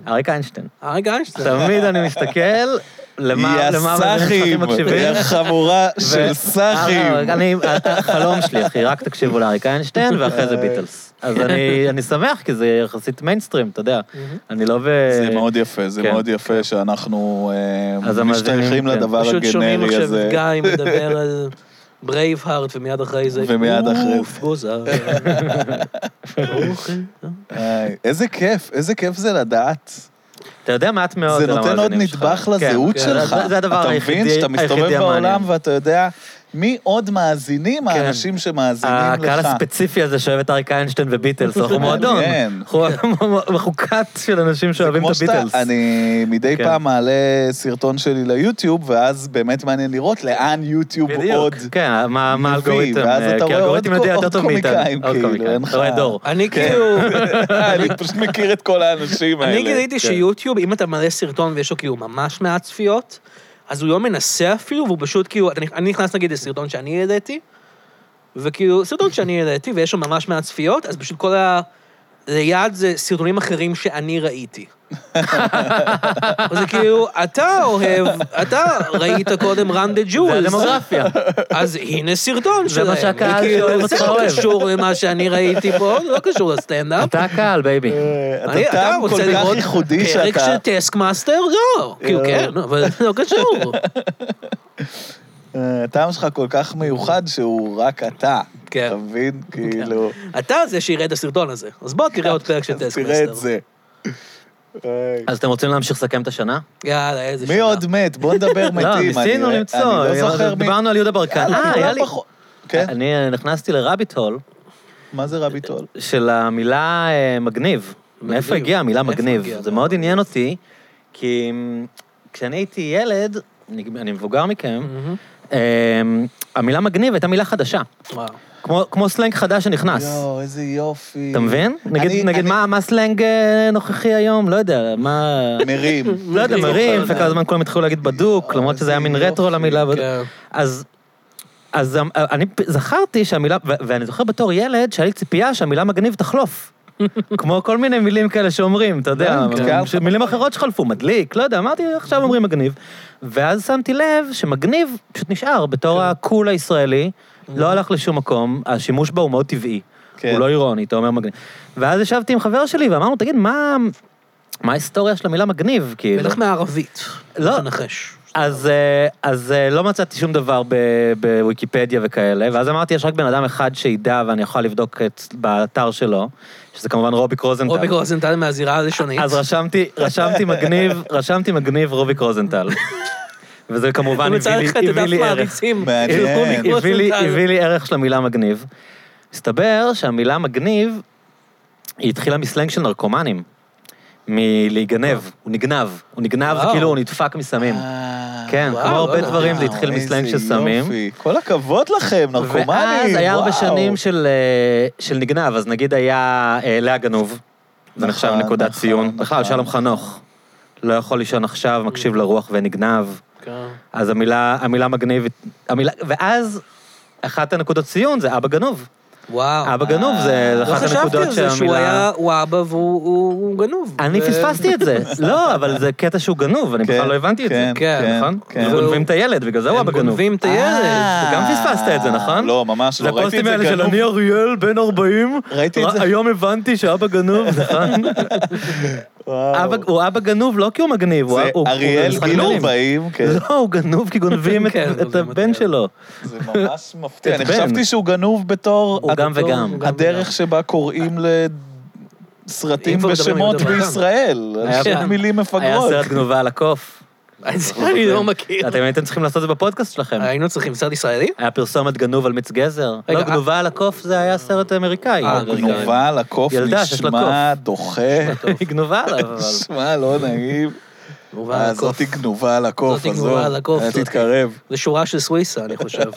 S1: אריק איינשטיין.
S2: אריק איינשטיין.
S1: תמיד אני מסתכל למה
S3: יא
S1: למה
S3: סאחים,
S1: המאזינים מקשיבים.
S3: יא חבורה
S1: ו-
S3: של סאחים.
S1: אה, לא, אני, החלום שלי, אחי, רק תקשיבו לאריק איינשטיין, ואחרי זה ביטלס. אז אני, אני שמח, כי זה יחסית מיינסטרים, אתה יודע. אני לא ב...
S3: זה מאוד יפה, זה
S1: כן.
S3: מאוד יפה שאנחנו אה,
S1: אז המאזינים,
S3: משתייכים
S1: כן.
S3: לדבר
S2: פשוט שומעים
S3: הגנרי
S2: עכשיו
S3: הזה.
S2: את גיא מדבר על ברייב הארט, ומיד אחרי זה,
S3: ומיד אחרי
S2: אוף,
S3: זה.
S2: גוזר. אוקיי.
S3: איי, אה, איזה כיף, איזה כיף זה לדעת.
S1: אתה יודע מעט מאוד
S3: זה
S1: על
S3: נותן עוד
S1: המאזינים לא, שלך.
S3: נדבך
S1: כן,
S3: לזהות
S1: כן,
S3: שלך.
S1: זה- זה הדבר היחידי
S3: אתה מבין שאתה מסתובב
S1: היחידי המעניין. כן.
S3: בעולם ואתה יודע מי עוד מאזינים, האנשים שמאזינים לך.
S1: הקהל הספציפי הזה שאוהב את אריק איינשטיין וביטלס, אנחנו מועדון.
S3: מעניין.
S1: אנחנו חוקת של אנשים שאוהבים את
S3: כמו שאתה-
S1: הביטלס.
S3: אני מדי
S1: כן.
S3: פעם מעלה סרטון שלי ליוטיוב, ואז באמת מעניין לראות לאן יוטיוב עוד...
S1: בדיוק, כן, מה מה
S3: מביא,
S1: האלגוריתם,
S3: ואז
S1: אה,
S3: אתה
S1: כי
S3: רואה
S1: האלגוריתם
S3: עוד
S1: יודע
S3: קו-
S1: יותר טוב
S3: עוד
S1: מאיתנו.
S3: קומיקאים,
S1: עוד
S3: כאילו,
S1: קומיקאים,
S3: אין
S1: אתה רואה
S3: לך-
S1: דור.
S2: אני כאילו...
S3: אני פשוט מכיר את כל האנשים האלה.
S2: אני גיליתי שיוטיוב, אם אתה מלא סרטון ויש לו כאילו ממש מעט צפיות, אז הוא לא מנסה אפילו, והוא פשוט כאילו, אתה נכ- אני נכנס נגיד לסרטון שאני העליתי, וכאילו, סרטון שאני העליתי ויש לו ממש מעט צפיות, אז פשוט כל ה... ליד זה סרטונים אחרים שאני ראיתי. אז זה כאילו, אתה אוהב, אתה ראית קודם run the jewels.
S1: זה הדמוגרפיה.
S2: אז הנה סרטון
S1: זה
S2: שלהם.
S1: מה שהקהל
S2: וכאילו,
S1: שאוהב אותך
S2: זה לא
S1: אוהב.
S2: קשור למה שאני ראיתי פה, זה לא קשור לסטנדאפ.
S1: אתה הקהל, בייבי.
S3: אה,
S2: אני-
S3: אתה טעם כל כך
S2: לראות
S3: ייחודי
S1: כן,
S2: פרק של
S3: שאתה...
S2: טסק מאסטר? לא. כאילו, כן, אבל זה לא קשור.
S3: אה, הטעם שלך כל כך מיוחד שהוא רק אתה.
S2: כן.
S3: אתה מבין? כאילו,
S2: אתה זה שיראה את הסרטון הזה, אז בוא תראה עוד פרק של
S3: אז
S2: טסק
S3: תראה את
S2: מאסטר.
S3: זה. אה,
S1: אז אתם רוצים להמשיך לסכם את השנה?
S2: יאללה, איזה שנה.
S3: מי עוד מת? בוא נדבר מתים.
S1: לא,
S3: אני-
S1: ניסינו
S3: אני
S1: למצוא. אה,
S3: לא זוכר מי...
S1: דיברנו על יהודה ברקן.
S3: יאללה,
S1: אה,
S3: כולם
S1: היה לי...
S3: פחות- כן?
S1: אני אה, נכנסתי לרביט הול
S3: מה זה רביטול?
S1: של המילה אה, מגניב. מאיפה הגיעה המילה
S2: מאיפה
S1: מגניב?
S2: הגיעה?
S1: זה מאוד עניין אותי, כי אמ, כשאני הייתי ילד, אני אני מבוגר מכם,
S2: מהמם.
S1: אמ, המילה מגניב הייתה מילה חדשה.
S2: וואו.
S1: כמו כמו סלנג חדש שנכנס.
S3: יואו, איזה יופי.
S1: אתה מבין?
S3: אני-
S1: נגיד, נגיד
S3: אני-
S1: מה מה הסלנג אה, נוכחי היום? לא יודע, מה...
S3: מרים.
S1: לא יודע, מרים, וכל הזמן כולם התחילו להגיד בדוק,
S3: יואו,
S1: למרות שזה היה מין
S3: איזה
S1: רטרו
S3: אה, יופי,
S1: למילה. בדוק.
S2: כן.
S1: אז... אז אמ, אני פ- זכרתי שהמילה, ו- ואני זוכר בתור ילד שהיה לי ציפייה שהמילה מגניב תחלוף. כמו כל מיני מילים כאלה שאומרים, אתה יודע,
S3: כן, כן.
S1: ש- מילים אחרות שחלפו, מדליק, לא יודע, אמרתי, עכשיו אומרים מגניב. ואז שמתי לב שמגניב פשוט נשאר בתור
S3: כן.
S1: הקול הישראלי, לא הלך לשום מקום, השימוש בו הוא מאוד טבעי.
S3: אוקיי. כן.
S1: הוא לא אירוני, אתה אומר מגניב. ואז ישבתי עם חבר שלי ואמרנו, תגיד, מה מה ההיסטוריה של המילה מגניב, כאילו?
S2: בטח מהערבית.
S1: לא.
S2: תנחש.
S1: אז, אה, אז אה, לא מצאתי שום דבר ב- בוויקיפדיה וכאלה, ואז אמרתי, יש רק בן אדם אחד שידע ואני יכול לבדוק את, באתר שלו, שזה כמובן רוביק רוזנטל.
S2: רוביק רוזנטל מהזירה הראשונית.
S1: אז רשמתי, רשמתי מגניב, רשמתי מגניב רוביק רוזנטל. וזה כמובן
S2: הוא מצא
S1: הביא לי,
S2: לך את
S1: הביא
S2: הדף
S1: לי ערך.
S2: מעריצים.
S3: מעניין.
S2: של רוביק
S3: כן.
S1: הביא לי,
S2: רוזנטל.
S1: הביא לי ערך של המילה מגניב. מסתבר שהמילה מגניב, היא התחילה מסלנג של נרקומנים. מלהיגנב, הוא נגנב, הוא נגנב, זה
S2: וואו.
S1: כאילו הוא נדפק מסמים.
S3: אה,
S1: כן,
S2: וואו,
S1: כמו הרבה
S2: וואלה.
S1: דברים, זה
S3: וואו,
S1: התחיל
S3: איזה
S1: מסלנג של סמים.
S3: יופי. כל הכבוד לכם, נרקומנים,
S1: ואז היה הרבה
S3: וואו.
S1: שנים של, אה, של נגנב, אז נגיד היה אה, לאה גנוב, זה
S3: נכון,
S1: נחשב נקודת
S3: נכון,
S1: ציון.
S3: נכון.
S1: בכלל, שלום חנוך, לא יכול לישון עכשיו, מקשיב לרוח ונגנב.
S2: כן.
S1: אז המילה, המילה מגניב, המילה, ואז אחת הנקודות ציון זה אבא גנוב.
S2: וואו.
S1: אבא גנוב זה
S2: לא
S1: אחת
S2: חשבתי על
S1: הנקודות
S2: זה שהוא היה,
S1: שהמילה...
S2: הוא אבא והוא הוא- הוא גנוב.
S1: אני
S2: ו-
S1: פספסתי את זה, לא, אבל זה קטע שהוא גנוב, אני
S3: כן,
S1: בכלל לא הבנתי את זה.
S3: כן, כן,
S1: נכון?
S3: כן.
S1: גונבים את הילד, בגלל זה הוא
S2: הם
S1: אבא גנוב.
S2: גונבים את
S3: אה,
S2: הילד.
S1: גם פספסת את זה, נכון?
S3: לא, ממש
S1: זה
S3: לא. ראיתי את
S1: הפוסטים
S3: זה
S1: האלה של
S3: גנוב.
S1: אני אריאל, בן 40,
S3: ראיתי את
S1: ר-
S3: זה.
S1: היום הבנתי שאבא גנוב, נכון?
S3: וואו.
S1: אבא- הוא אבא גנוב לא כי הוא מגניב, הוא-
S3: זה
S1: הוא הוא
S3: אריאל
S1: משחק
S3: גיל
S1: מילים.
S3: 40, כן.
S1: לא, הוא גנוב כי גונבים את-
S2: כן,
S1: את
S2: גונבים את
S1: הבן
S2: הילד.
S1: שלו.
S3: זה ממש מפתיע. אני
S1: את בן.
S3: חשבתי שהוא גנוב בתור...
S1: הוא
S3: הד-
S1: גם אה. וגם.
S2: הוא גם
S3: הדרך שבה קוראים
S2: אם
S3: לסרטים
S2: כבר מדברים,
S3: בשמות
S2: מדברים על זה.
S3: בישראל.
S1: היה
S3: אנשים
S2: פעם-
S3: מילים
S1: היה
S3: מפגרות.
S1: סרט גנובה על הקוף.
S2: אז אני לא מכיר.
S1: אתם הייתם צריכים לעשות את זה בפודקאסט שלכם.
S2: היינו צריכים סרט ישראלי?
S1: היה פרסומת גנוב על מיץ גזר.
S2: רגע,
S1: לא,
S2: אה-
S1: גנובה על הקוף זה היה סרט אמריקאי.
S2: אה,
S1: אמריקאי.
S3: גנובה על הקוף
S1: ילדה שיש לה
S3: נשמע דוחה.
S1: היא גנובה עליו, אבל...
S3: נשמע לא נעים.
S2: גנובה על
S3: אה,
S2: הקוף.
S3: זאתי גנובה על הקוף,
S2: זאתי
S3: עזוב.
S2: גנובה על הקוף,
S3: אל
S2: זאתי.
S3: תתקרב.
S2: זה שורה של סוויסה, אני חושב.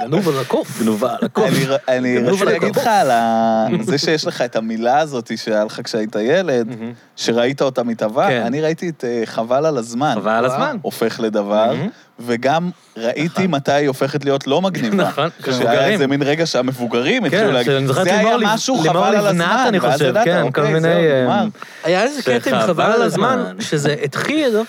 S2: גנוב על הקוף.
S1: גנובה על הקוף.
S3: אני ר- אני
S1: גנוב
S3: רוצה
S1: על
S3: להגיד
S1: הקוף.
S3: לך על ה- זה שיש לך את המילה הזאת שהיה לך כשהיית ילד, שראית אותה
S1: כן.
S3: מתהווה, אני ראיתי את אה, חבל על הזמן.
S1: חבל על הזמן.
S3: הופך לדבר, וגם ראיתי מתי היא הופכת להיות לא מגניבה.
S1: נכון,
S3: שהיה
S1: מבוגרים.
S3: איזה מין רגע שהמבוגרים התחילו
S1: כן,
S3: להגיד,
S1: שאני זוכרת
S3: זה היה
S1: לימור לב-
S3: משהו
S1: לימור
S3: חבל על
S1: לבנת,
S3: הזמן,
S1: אני
S3: ואז
S1: חושב,
S3: ידעת,
S1: כן,
S3: אוקיי,
S1: כל מיני,
S3: זהו,
S1: אה,
S3: נגמר.
S2: היה איזה קטע עם
S1: שחבל
S2: חבל על הזמן,
S1: הזמן.
S2: שזה התחיל, לא,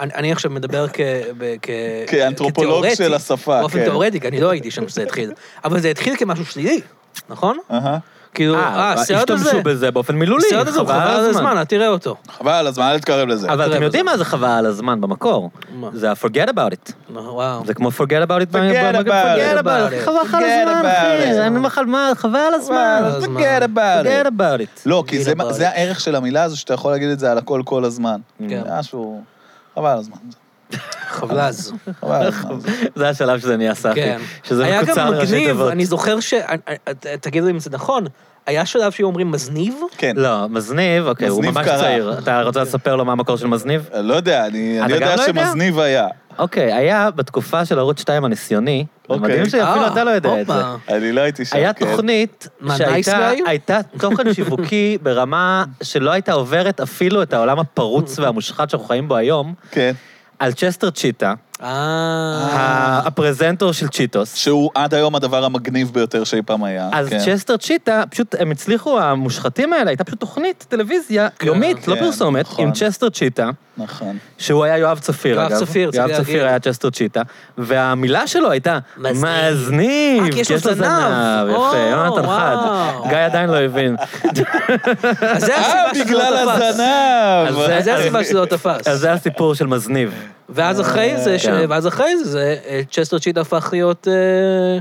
S2: אני, אני עכשיו מדבר כ... ב- כ
S3: כאנתרופולוג
S2: כתיאורטי,
S3: של השפה,
S2: באופן
S3: כן.
S2: תיאורטי, כי אני לא הייתי שם כשזה התחיל. אבל זה התחיל כמשהו שלילי, נכון?
S3: אהה.
S2: כאילו, אה, הסרט הזה,
S1: השתמשו בזה באופן מילולי,
S2: הסרט הזה הוא חבל על הזמן, אל תראה אותו.
S3: חבל על הזמן, אל תתקרב לזה.
S1: אבל
S2: תראה
S1: אתם יודעים
S2: בזה.
S1: מה זה חבל על הזמן במקור.
S2: מה?
S1: זה ה-forget about it.
S2: נו, וואו.
S1: זה כמו forget about it.
S3: Forget
S1: ב-
S3: about
S1: forget
S2: it.
S1: about it. חבל על
S3: Forget
S1: הזמן,
S3: about
S1: אחי.
S3: it.
S1: אני אומר לך, מה, חבל על הזמן.
S2: על הזמן.
S3: forget about it.
S1: forget about it.
S3: לא, כי
S2: גיל
S3: זה,
S2: הבא.
S3: זה הערך של המילה הזו, שאתה יכול להגיד את זה על הכל כל הזמן.
S2: כן.
S3: משהו... חבל על הזמן.
S2: חבלז.
S3: אבל-
S1: זה השלב שזה נהיה סאחי.
S2: כן.
S1: שזה
S2: היה
S1: מקוצר
S2: גם
S1: לראשי
S2: מגניב,
S1: תיבות.
S2: אני זוכר ש... אה, תגיד לי אם זה נכון, היה שלב שהיו אומרים מזניב?
S3: כן.
S1: לא, מזניב, אוקיי, הוא
S3: מזניב
S1: ממש
S3: קרה.
S1: צעיר. אתה רוצה לספר לו מה המקור של מזניב?
S3: לא יודע, אני אני
S1: אתה גם
S3: יודע
S1: לא יודע?
S3: שמזניב היה.
S1: אוקיי, היה בתקופה של ערוץ 2 הניסיוני, זה
S3: אוקיי.
S1: מדהים שאפילו
S2: אה,
S1: אתה לא יודע את זה.
S2: הופה.
S3: אני לא הייתי שם.
S1: היה
S3: כן.
S1: תוכנית
S2: מה, לא
S1: שהייתה
S2: "Nice Guy"?
S1: הייתה תוכן שיווקי ברמה שלא הייתה עוברת אפילו את העולם הפרוץ והמושחת שאנחנו חיים בו היום,
S3: כן.
S1: על צ'סטר צ'יטה,
S2: אה...
S1: ה- הפרזנטור של צ'יטוס.
S3: שהוא עד היום הדבר המגניב ביותר שאי פעם היה.
S1: אז
S3: כן.
S1: צ'סטר צ'יטה, פשוט הם הצליחו, המושחתים האלה, הייתה פשוט תוכנית טלוויזיה יומית, לא
S3: כן,
S1: פרסומת,
S3: נכון.
S1: עם צ'סטר צ'יטה,
S3: נכון.
S1: שהוא היה יואב צפיר,
S2: יואב
S1: אגב.
S2: צפיר, צריך
S1: יואב
S2: להגיד.
S1: צפיר היה צ'סטר צ'יטה, והמילה שלו הייתה
S2: מזניב. אה,
S1: מזניב,
S2: כי יש לו זנב.
S1: יפה,
S2: או,
S1: יונתן חד.
S2: וואו.
S1: גיא עדיין לא הבין.
S2: אז זה
S3: אה,
S2: הסיבה שזה
S3: בגלל
S2: לא תפס.
S3: הזנב!
S1: אז
S2: אז זה הסיבה שזה לא תפס.
S1: אז זה הסיפור של מזניב.
S2: ואז אחרי זה, ש-
S1: כן.
S2: ואז אחרי זה, זה, אה, צ'סטר צ'יט הפך להיות אה,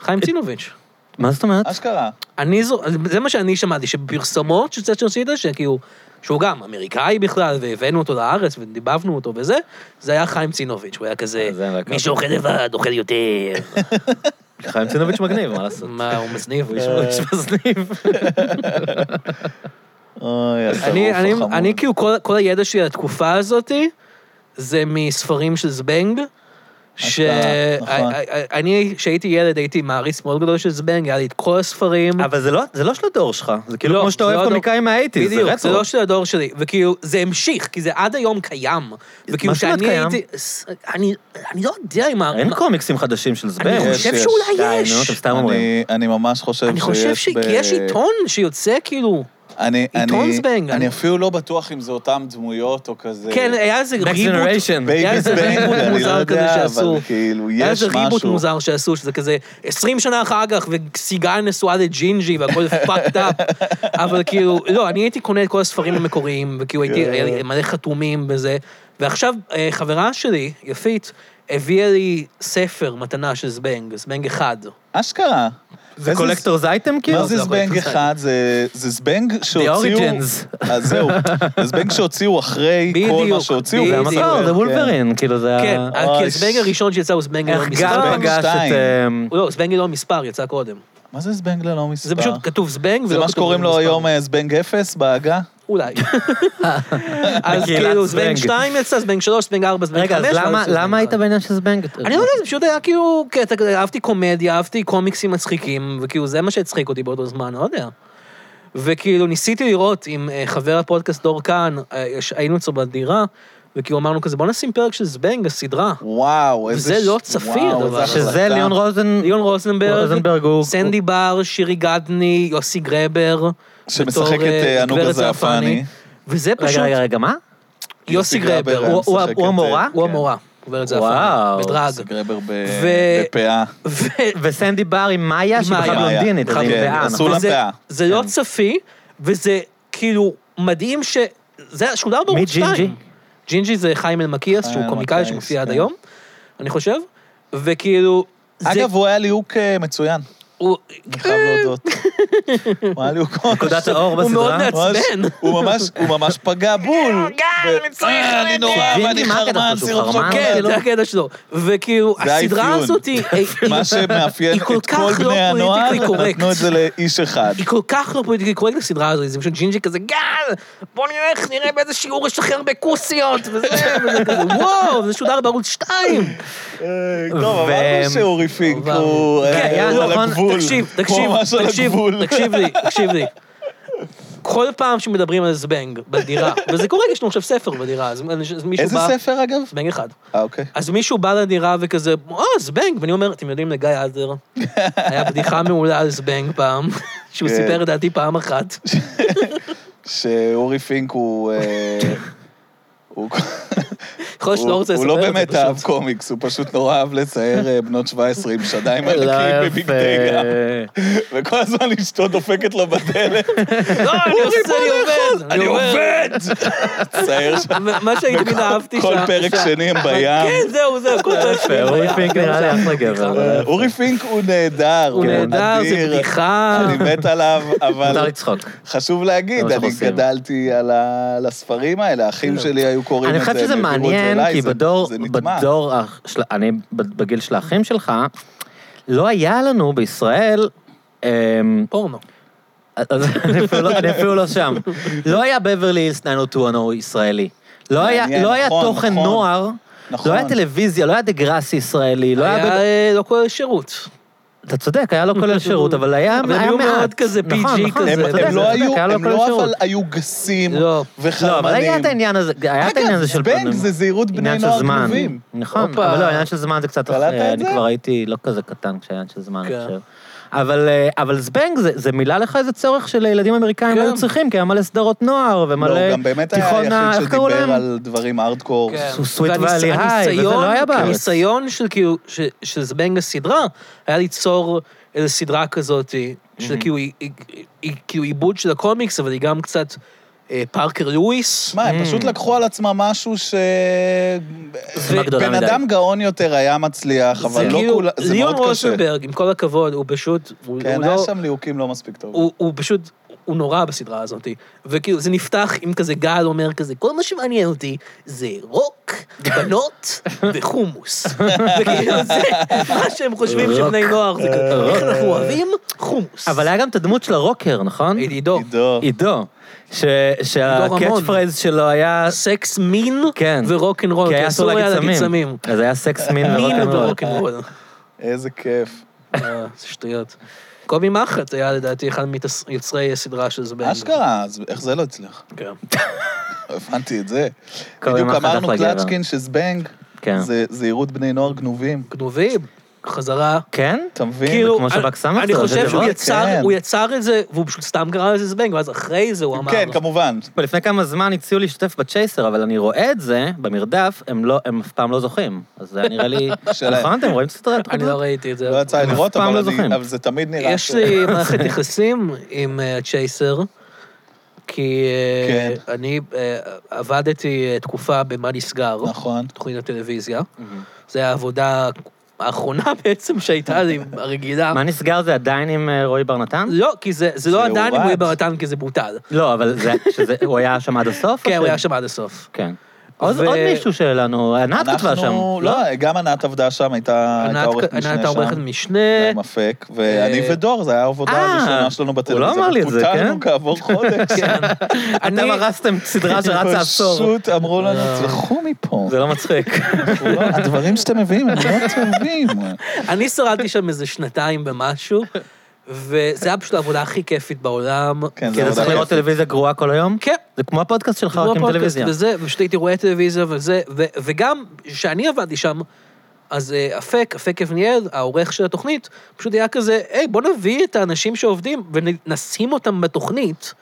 S2: חיים צינוביץ'.
S1: מה זאת אומרת?
S3: אשכרה.
S2: אני זו, זה מה שאני שמעתי, שבפרסומות של צ'סטר צ'יטה, שכאילו, כאילו, שהוא גם אמריקאי בכלל, והבאנו אותו לארץ ודיבבנו אותו וזה, זה היה חיים צינוביץ', הוא היה כזה,
S1: זה אני לא הכרתי.
S2: מי שאוכל לבד, אוכל יותר. אוקיי.
S1: חיים צינוביץ' מגניב, מה לעשות?
S2: מה, הוא מזניב?
S1: הוא איש- הוא איש מזניב.
S3: אוי, השרוף
S2: אני, אני,
S3: החמוד.
S2: אני כאילו, כל, כל הידע שלי על התקופה הזאתי, זה מספרים של זבנג.
S3: נכון.
S2: שאני, כשהייתי ילד, הייתי מעריץ מאוד גדול של זבנג, היה לי את כל הספרים.
S1: אבל זה לא- זה לא של הדור שלך, זה כאילו
S2: לא,
S1: כמו שאתה
S2: זה לא
S1: אוהב
S2: הדור.
S1: קומיקאים מהאייטיז, זה
S2: בדיוק, זה
S1: רטרו.
S2: לא של הדור שלי, וכאילו, זה המשיך, כי זה עד היום קיים. וכאילו,
S1: זאת אומרת
S2: שאני
S1: קיים?
S2: הייתי... ס- אני אני לא יודע אם... ה-
S1: אין
S2: מה-
S1: קומיקסים חדשים של זבנג.
S2: אני
S3: יש,
S2: חושב
S3: יש.
S2: שאולי
S1: די, נו, אתם
S2: יש.
S1: סתם אומרים.
S3: אני- אני ממש חושב
S2: אני חושב
S3: שיש
S2: ש...
S3: ב-
S2: כי יש עיתון שיוצא כאילו...
S3: אני-
S2: עיתון
S3: אני-
S2: זבנג,
S3: אני
S2: אני-
S3: אפילו לא בטוח אם זה אותם דמויות או כזה.
S2: כן, היה איזה
S1: Next
S2: ריבוט.
S1: Generation.
S2: היה
S3: בייבי
S2: איזה
S3: זבנג,
S2: ריבוט
S3: אני לא
S2: מוזר כזה
S3: יודע, אבל
S2: שעשו.
S3: כאילו,
S2: היה
S3: יש
S2: איזה ריבוט
S3: משהו.
S2: מוזר שעשו, שזה כזה 20 שנה אחר כך, וסיגל נשואה לג'ינג'י והכל fucked up. אבל כאילו, לא, אני הייתי קונה את כל הספרים המקוריים, וכאילו
S3: כן.
S2: הייתי, היה לי מלא חתומים וזה. ועכשיו, אה, חברה שלי, יפית, הביאה לי ספר מתנה של זבנג, זבנג אחד.
S3: אה, אשכרה.
S1: זה
S3: איזה-
S1: קולקטורס אייטם כאילו?
S3: מה זה
S2: אה- זה הרבה
S3: זבנג
S2: יותר
S3: אחד? זה זה זבנג שהוציאו...
S1: origins.
S3: אז זהו. זה זבנג שהוציאו אחרי כל מה
S2: בדיוק,
S3: שהוציאו.
S1: זה
S2: בדיוק. לא,
S1: המקור, זה
S3: כן.
S1: וולברין, כאילו זה ה...
S2: כן, לא
S3: אוי,
S2: כי הזבנג
S3: ש-
S2: הראשון שיצא הוא זבנג ללא
S1: איך גל
S2: מספר.
S3: זבנג
S1: פגש
S3: שתיים.
S1: את... אמ,
S2: לא, זבנג ללא מספר יצא קודם.
S3: מה זה זבנג ללא מספר?
S2: זה פשוט כתוב זבנג ולא כתוב
S3: אה. זה מה שקוראים לו
S2: מספר.
S3: היום אה, זבנג אפס בעגה?
S2: אולי. אז
S1: בקהילת
S2: כאילו, זבנג
S1: זבנג.
S2: 2 יצא, זבנג 3, זבנג 4, זבנג 5.
S1: אוקיי, רגע, אז למה- למה היית בעניין של זבנג?
S2: לא אני לא יודע, זה פשוט היה כאילו קטע כזה, אהבתי קומדיה, אהבתי קומיקסים מצחיקים, וכאילו זה מה שהצחיק אותי באותו זמן, לא יודע. וכאילו ניסיתי לראות עם אה, חבר הפודקאסט דור כאן, אה, יש- היינו אצלו בדירה, וכאילו אמרנו כזה, בוא נשים פרק של זבנג, הסדרה.
S3: וואו, איזה...
S2: וזה
S3: ש-
S2: לא צפיר,
S3: וואו,
S2: הדבר
S3: איזה
S2: הזה.
S1: שזה
S3: החלטה.
S1: ליאון רוזן...
S2: אה, ליאון רוזנברג,
S1: רוזנברג הוא-
S2: סנדי בר, שירי גדני, יוסי גרבר.
S3: שמשחק
S2: בתור,
S3: את, אה,
S2: אה,
S3: ענוג
S2: גברת
S3: הזעפני.
S2: זעפני. וזה פשוט
S1: רגע, רגע, רגע, מה?
S2: יוסי גרבר, הוא-
S1: הוא-
S3: משחק
S1: הוא
S3: את,
S1: המורה?
S3: אה,
S2: הוא
S3: כן.
S2: המורה, גברת זעפני,
S1: וואו,
S2: בדרג.
S3: יוסי גרבר ב-
S2: ו-
S3: בפאה.
S2: ו-
S1: וסנדי בר עם מאיה, שהיא
S2: מאיה.
S1: בכלל בלונדינית, אז היא
S3: כן,
S1: נקבעה,
S3: עשו
S1: נכון?
S3: לה
S2: וזה-
S3: פאה. כן.
S2: זה לא צפי, וזה כאילו מדהים ש... זה שודר בערוץ 2.
S1: ג'ינג'י?
S2: ג'ינג'י זה חיים אלמקיאס,
S3: חיים
S2: שהוא קומיקאי
S3: אה, אלמקיאס,
S2: שמופיע עד
S3: כן.
S2: היום, אני חושב, וכאילו... זה-
S3: אגב, הוא היה ליהוק אה, מצוין,
S2: הוא-
S3: אני חייב להודות. הוא היה ליהוק ממש...
S1: נקודת האור
S2: הוא מאוד
S1: בסדרה?
S3: ממש-
S2: מעצבן.
S3: הוא ממש, הוא ממש פגע בול. ו- אה, אני נורא, ואני
S1: ג'ינג'י, מה הקטע
S3: חרמן,
S1: שלו?
S3: סירוב
S1: חרמן?
S2: כן,
S1: כאילו-
S2: זה הקטע שלו. וכאילו,
S3: זה
S2: הסדרה
S3: האפיון.
S2: הזאת היא... היא-
S3: כן, מה שמאפיין
S2: היא כל
S3: את
S2: כך
S3: כל
S2: לא
S3: בני הנוער,
S2: פוליטיקלי קורקט.
S3: נתנו את זה לאיש אחד.
S2: היא כל כך לא פוליטיקלי קורקט הסדרה הזאת, זה פשוט ג'ינג'י כזה, גל, בוא נראה איך נראה באיזה שיעור יש לכם בכוסיות, וזה, וזה כזה, וואו, זה שודר בערוץ 2.
S3: אה, טוב,
S1: ו-
S3: אמרנו שאורי פינק
S2: אבל-
S3: הוא
S2: כן,
S3: אה,
S1: היה
S3: הוא על
S1: נכון,
S3: הגבול.
S2: תקשיב,
S3: הוא
S2: תקשיב,
S3: ממש על
S2: תקשיב,
S3: הגבול.
S2: תקשיב לי, תקשיב לי. כל פעם שמדברים על זבנג בדירה, וזה קורה, יש לנו עכשיו ספר בדירה, אז אז מישהו בא...
S3: איזה ספר אגב?
S2: זבנג אחד.
S3: אה, אוקיי.
S2: אז מישהו בא לדירה וכזה, אה, זבנג, ואני אומר, אתם יודעים, לגיא אדלר, היה בדיחה מעולה על זבנג פעם, שהוא
S3: כן.
S2: סיפר את דעתי פעם אחת.
S3: שאורי פינק הוא... אה, הוא-
S2: יכול להיות שאתה לא
S3: הוא
S2: רוצה לספר
S3: הוא
S2: את זה.
S3: לא באמת
S2: פשוט.
S3: אהב קומיקס, הוא פשוט נורא אהב לצייר אה, בנות 17 עם שדיים על
S1: לא,
S2: אה,
S3: הקיר
S1: יפה.
S3: בבגדי גם. וכל הזמן אשתו דופקת לו בדלת,
S2: לא, אני
S1: אוקיי,
S2: עושה, אני עובד.
S3: אני עובד! צייר שם.
S2: מה שאני תמיד אהבתי שם.
S3: כל פרק
S2: שם-
S3: שני
S1: אה,
S3: הם בים.
S2: כן, זהו, זהו, כל פרק שני. הם
S1: אורי
S2: בים.
S1: פינק נראה לי אחלה גבר.
S3: אה, אורי פינק הוא נהדר,
S1: כן,
S2: הוא נהדר, זה
S3: אדיר.
S2: בדיחה.
S3: אני מת עליו,
S1: מותר
S3: אבל
S1: לצחוק.
S3: חשוב להגיד,
S1: זה מה
S3: אני
S1: שאנחנו עושים.
S3: גדלתי על ה- על הספרים האלה, האחים שלי היו קוראים את
S1: אני
S3: זה,
S1: חושב שזה
S3: הם העבירו את זה
S1: מעניין
S3: אליי,
S1: כן, כי
S3: זה-
S1: בדור,
S3: זה נטמע.
S1: בדור, הח- של- אני ב- בגיל של האחים שלך, לא היה לנו בישראל, אמ,
S2: פורנו.
S1: אז אני אפילו לא- אני אפילו לא שם. לא היה בברלי הילס 90210 ישראלי. לא היה
S3: מעניין,
S1: לא היה
S3: נכון,
S1: תוכן
S3: נכון.
S1: נוער,
S3: נכון.
S1: לא היה טלוויזיה, לא היה דה גראסי ישראלי, לא היה...
S2: היה
S1: בד-
S2: אה, לא כולל שירות.
S1: אתה צודק, היה לא כולל שירות, אבל היה
S2: אבל הם
S1: היה
S2: היו
S1: מעט.
S2: מאוד כזה
S1: נכון,
S2: PG
S1: נכון,
S2: כזה.
S3: הם
S1: אתה צודק,
S3: הם לא
S1: אתה
S3: היו,
S1: צודק, היה
S3: הם
S1: כולל
S3: לא
S1: שירות.
S3: אבל היו גסים
S2: לא.
S3: וחרמנים.
S1: לא, אבל היה את העניין הזה, היה את העניין הזה של...
S3: אגב, זבנג
S1: פנים.
S3: זה זהירות בני
S1: עניין של
S3: נוער
S1: זמן.
S3: גנובים.
S1: נכון,
S2: הופה.
S1: אבל לא, העניין של זמן זה קצת
S3: קלטת את
S1: אחרי, אני
S3: זה?
S1: כבר הייתי לא כזה קטן כשהיה עניין של זמן,
S2: כן.
S1: אני חושב. אבל, אה, אבל זבנג זה, זה מילא לך איזה צורך שלילדים אמריקאים
S2: כן.
S1: היו צריכים, כי היה מלא סדרות נוער ומלא
S3: לא, הוא גם באמת היה
S1: תיכון, ה-
S3: היחיד
S1: איך קראו להם?
S3: שדיבר על דברים הארדקור.
S2: כן.
S1: סוויט
S2: והניס-
S1: ואלי היי, וזה
S2: הניסיון-
S1: לא היה בארץ.
S2: הניסיון של כאילו, ש- של זבנג הסדרה, היה ליצור איזו סדרה כזאת,
S1: Mm-hmm.
S2: של כאילו, היא- היא- היא- כאילו עיבוד של הקומיקס, אבל היא גם קצת אה, פארקר לואיס.
S3: שמע,
S1: Mm.
S3: הם פשוט לקחו על עצמם משהו ש...
S1: משימה גדולה
S3: בן
S1: מדי.
S3: אדם גאון יותר היה מצליח, אבל
S2: זה
S3: לא
S2: כאילו-
S3: כולם... זה
S2: ליאון
S3: מאוד קשה.
S2: רוזנברג, עם כל הכבוד, הוא פשוט, הוא
S3: כן,
S2: הוא
S3: היה
S2: לא...
S3: שם ליהוקים לא מספיק טוב.
S2: הוא, הוא פשוט, הוא נורא בסדרה הזאת. וכאילו, זה נפתח עם כזה גל אומר כזה, כל מה שמעניין אותי זה רוק, בנות וחומוס. וכאילו, זה מה שהם חושבים
S1: רוק.
S2: שבני נוער, זה כזה, איך אנחנו אוהבים? חומוס.
S1: אבל היה גם את הדמות של הרוקר, נכון?
S2: עידו,
S3: עידו.
S1: עידו. ש-
S2: רמון.
S1: שהקאץ' פרייז שלו היה...
S2: סקס מין
S1: כן.
S2: ורוקנרול,
S1: כי היה אסור להגיד סמים. אה,
S2: סמים.
S1: אז היה סקס מין
S2: מין
S1: ורוקנרול.
S2: ורוקנרול.
S3: איזה כיף.
S2: אה, זה שטויות. קובי מחט היה לדעתי אחד מיוצרי הסדרה של
S1: כן.
S2: זבנג.
S3: אשכרה, אז איך זה לא הצליח?
S2: כן.
S3: לא הבנתי את זה.
S1: קובי
S3: בדיוק
S1: מחט
S3: אמרנו
S1: אחלה גבר.
S3: קלצ'קין שזבנג,
S1: כן.
S3: זה זהירות בני נוער גנובים.
S2: גנובים, חזרה.
S1: כן?
S3: אתה מבין?
S2: כאילו,
S1: כמו שב"כ
S2: אני-
S1: סמאסטר,
S2: אני
S1: זה
S2: חושב שהוא
S1: דבר,
S2: יצר,
S3: כן.
S2: הוא יצר את זה, והוא פשוט סתם קרא לזה זבנג, ואז אחרי זה הוא אמר...
S3: כן, כמובן.
S1: לפני כמה זמן הציעו להשתתף בצ'ייסר, אבל אני רואה את זה במרדף, הם לא- הם אף פעם לא זוכים. אז זה היה נראה לי...
S3: שאלה.
S1: נכון, אתם רואים סדרי
S2: אני
S1: התרבות?
S2: לא ראיתי את זה.
S3: לא יצא לי
S1: אף
S3: לראות,
S1: פעם
S3: אבל
S1: לא
S3: אני-
S1: זוכרים.
S3: אבל זה תמיד נראה...
S2: יש
S3: ש-
S2: לי מערכת יחסים עם אה, צ'ייסר, כי אה,
S3: כן.
S2: אני אה, עבדתי אה, תקופה ב"מה נסגר",
S3: נכון.
S2: תוכנית הטלוויזיה. זו העבודה האחרונה בעצם שהייתה לי, הרגילה.
S1: מה נסגר זה עדיין עם אה, רועי בר נתן?
S2: לא, כי זה זה לא
S3: זה
S2: עדיין אם הוא
S3: הורד.
S2: יהיה ברטן, כי זה בוטל.
S1: לא, אבל זה... שזה- הוא היה שם עד הסוף? או
S2: כן,
S3: אוקיי.
S1: ש-
S2: הוא היה שם עד הסוף.
S1: כן. עוד
S2: ו-
S1: עוד מישהו שלנו, ענת כתבה שם.
S3: אנחנו... לא, גם ענת עבדה שם, הייתה הייתה
S2: ענת
S3: עורכת אה, משנה שם.
S2: ענת העורכת
S3: זה
S2: משנה.
S3: היה מפק, ואני ודור, זה היה העבודה
S1: אה,
S3: הראשונה שלנו
S1: הוא לא
S3: בטלוויזיה.
S1: אמר לי את זה,
S3: ופוטרנו
S1: כן?
S3: כעבור חודש.
S1: אתם הרסתם סדרה שרצה עשור.
S3: פשוט אמרו לנו,
S2: אה.
S3: תלכו מפה.
S1: זה לא מצחיק.
S3: הוא לא- הדברים שאתם מביאים הם לא טובים.
S2: אני שרדתי שם איזה שנתיים במשהו, וזה היה פשוט העבודה הכי כיפית בעולם.
S3: כן, זה
S1: כי אתה צריך
S3: עבודה
S1: לראות
S3: כיפית.
S1: טלוויזיה גרועה כל היום?
S2: לא כן.
S1: זה כמו הפודקאסט שלך,
S2: כמו
S1: רק עם
S2: הפודקאסט
S1: טלוויזיה.
S2: וזה, ופשוט הייתי רואה טלוויזיה וזה, ו- וגם כשאני עבדתי שם, אז אה, אפק, אפק אבניאל, העורך של התוכנית, פשוט היה כזה, היי, בוא נביא את האנשים שעובדים ונשים אותם בתוכנית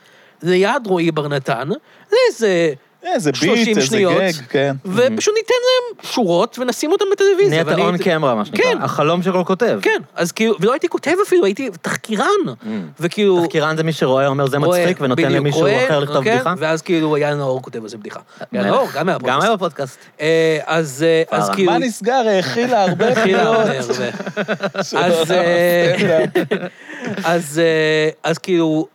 S2: ליד רועי בר נתן, לאיזה
S3: איזה ביט,
S2: 30
S3: איזה
S2: שניות.
S3: גג, כן.
S2: ופשוט ניתן להם שורות ונשים אותם בטלוויזיה.
S1: נהיית
S2: ואני
S1: און
S2: הייתי-
S1: קמרה, מה שנקרא.
S2: כן.
S1: החלום שכל כותב.
S2: כן, אז כאילו, ולא הייתי כותב אפילו, הייתי תחקירן. וכאילו...
S1: תחקירן זה מי שרואה, אומר זה
S2: רואה,
S1: מצחיק, ונותן
S2: בדיוק,
S1: למישהו
S2: רואה,
S1: אחר לכתוב
S2: כן,
S1: בדיחה.
S2: ואז כאילו אייל נאור כותב על זה בדיחה. אייל נאור, גם
S1: גם
S2: היה פודקאסט.
S1: היה בפודקאסט.
S2: אה, אז אה, אז
S1: פרה.
S2: כאילו...
S3: מה נסגר? האכילה הרבה
S1: כאילו,
S2: התחילה
S3: חיות.
S2: הרבה. אז, אה, אז, אה, אז כאילו,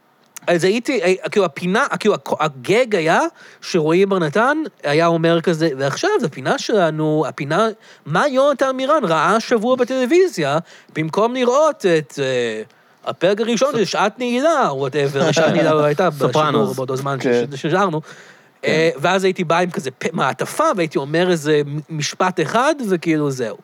S2: אז הייתי, אה, כאילו הפינה, אה, כאילו הכ- הגג היה שרועי בר נתן היה אומר כזה, ועכשיו הפינה שלנו, הפינה, מה יונתן מירן ראה השבוע בטלוויזיה, במקום לראות את... אה, הפרק הראשון של שעת נעילה, וואטאבר, שעת נעילה לא הייתה בשידור
S1: סופרנוס.
S2: באותו זמן
S3: כן.
S2: שש- ששרנו. אה, ואז הייתי בא עם כזה פ- מעטפה, והייתי אומר איזה מ- משפט אחד, וכאילו זהו.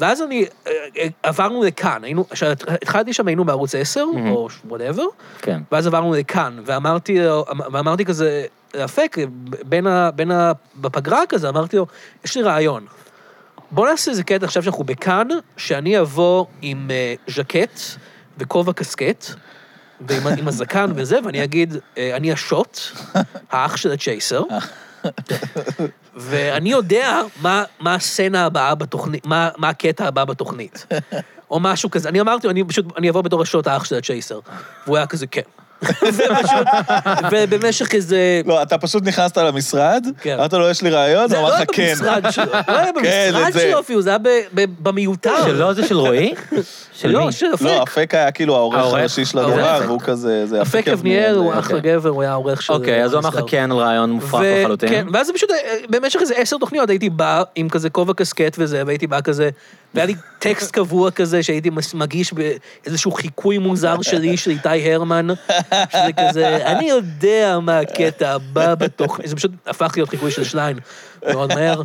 S2: ואז אני, אה, אה, עברנו לכאן, היינו, כשהתחלתי שם היינו בערוץ 10, או וואטאבר,
S1: כן.
S2: ואז עברנו לכאן, ואמרתי לו, ואמרתי כזה, להפק, בין ה... בין ה... בפגרה כזה, אמרתי לו, יש לי רעיון. בוא נעשה איזה קטע עכשיו שאנחנו בכאן, שאני אבוא עם אה, ז'קט וכובע קסקט, ועם עם הזקן וזה, ואני אגיד, אה, אני השוט, האח של הצ'ייסר, ואני יודע מה, מה הסצנה הבאה בתוכנית, מה, מה הקטע הבא בתוכנית. או משהו כזה. אני אמרתי לו, אני פשוט, אני אבוא בתור השוט האח של הצ'ייסר. והוא היה כזה, כן. ופשוט, ובמשך איזה...
S3: לא, אתה פשוט נכנסת למשרד,
S2: כן.
S3: אמרת לו, יש לי רעיון,
S2: זה
S3: הוא
S2: לא
S3: אמר
S2: היה
S3: לך כן.
S2: במשרד שלו, לא היה
S3: את
S2: במשרד
S3: זה.
S2: שלו אפילו, זה היה ב- ב- במיותר.
S1: שלו זה של רועי? של מי?
S2: לא, אה, של
S3: לא,
S2: אפק.
S3: אפק היה כאילו העורך
S1: העורך.
S3: הראשי של
S2: העורך.
S3: הדבר, והוא כזה, זה
S2: אפק אבניאל הוא אחלה
S3: אוקיי.
S2: גבר, הוא היה העורך של...
S1: אוקיי, אז הוא אמר לך כן על רעיון מופרך
S2: ו-
S1: לחלוטין.
S2: כן, ואז זה פשוט, אה, במשך איזה עשר תוכניות הייתי בא עם כזה כובע קסקט וזה, והייתי בא כזה, והיה לי טקסט קבוע כזה שהייתי מס- מגיש באיזשהו חיקוי מוזר שלי, של איתי הרמן, שזה כזה, אני יודע מה הקטע הבא בתוכנית, זה פשוט הפך להיות חיקוי של שליין, מאוד מהר,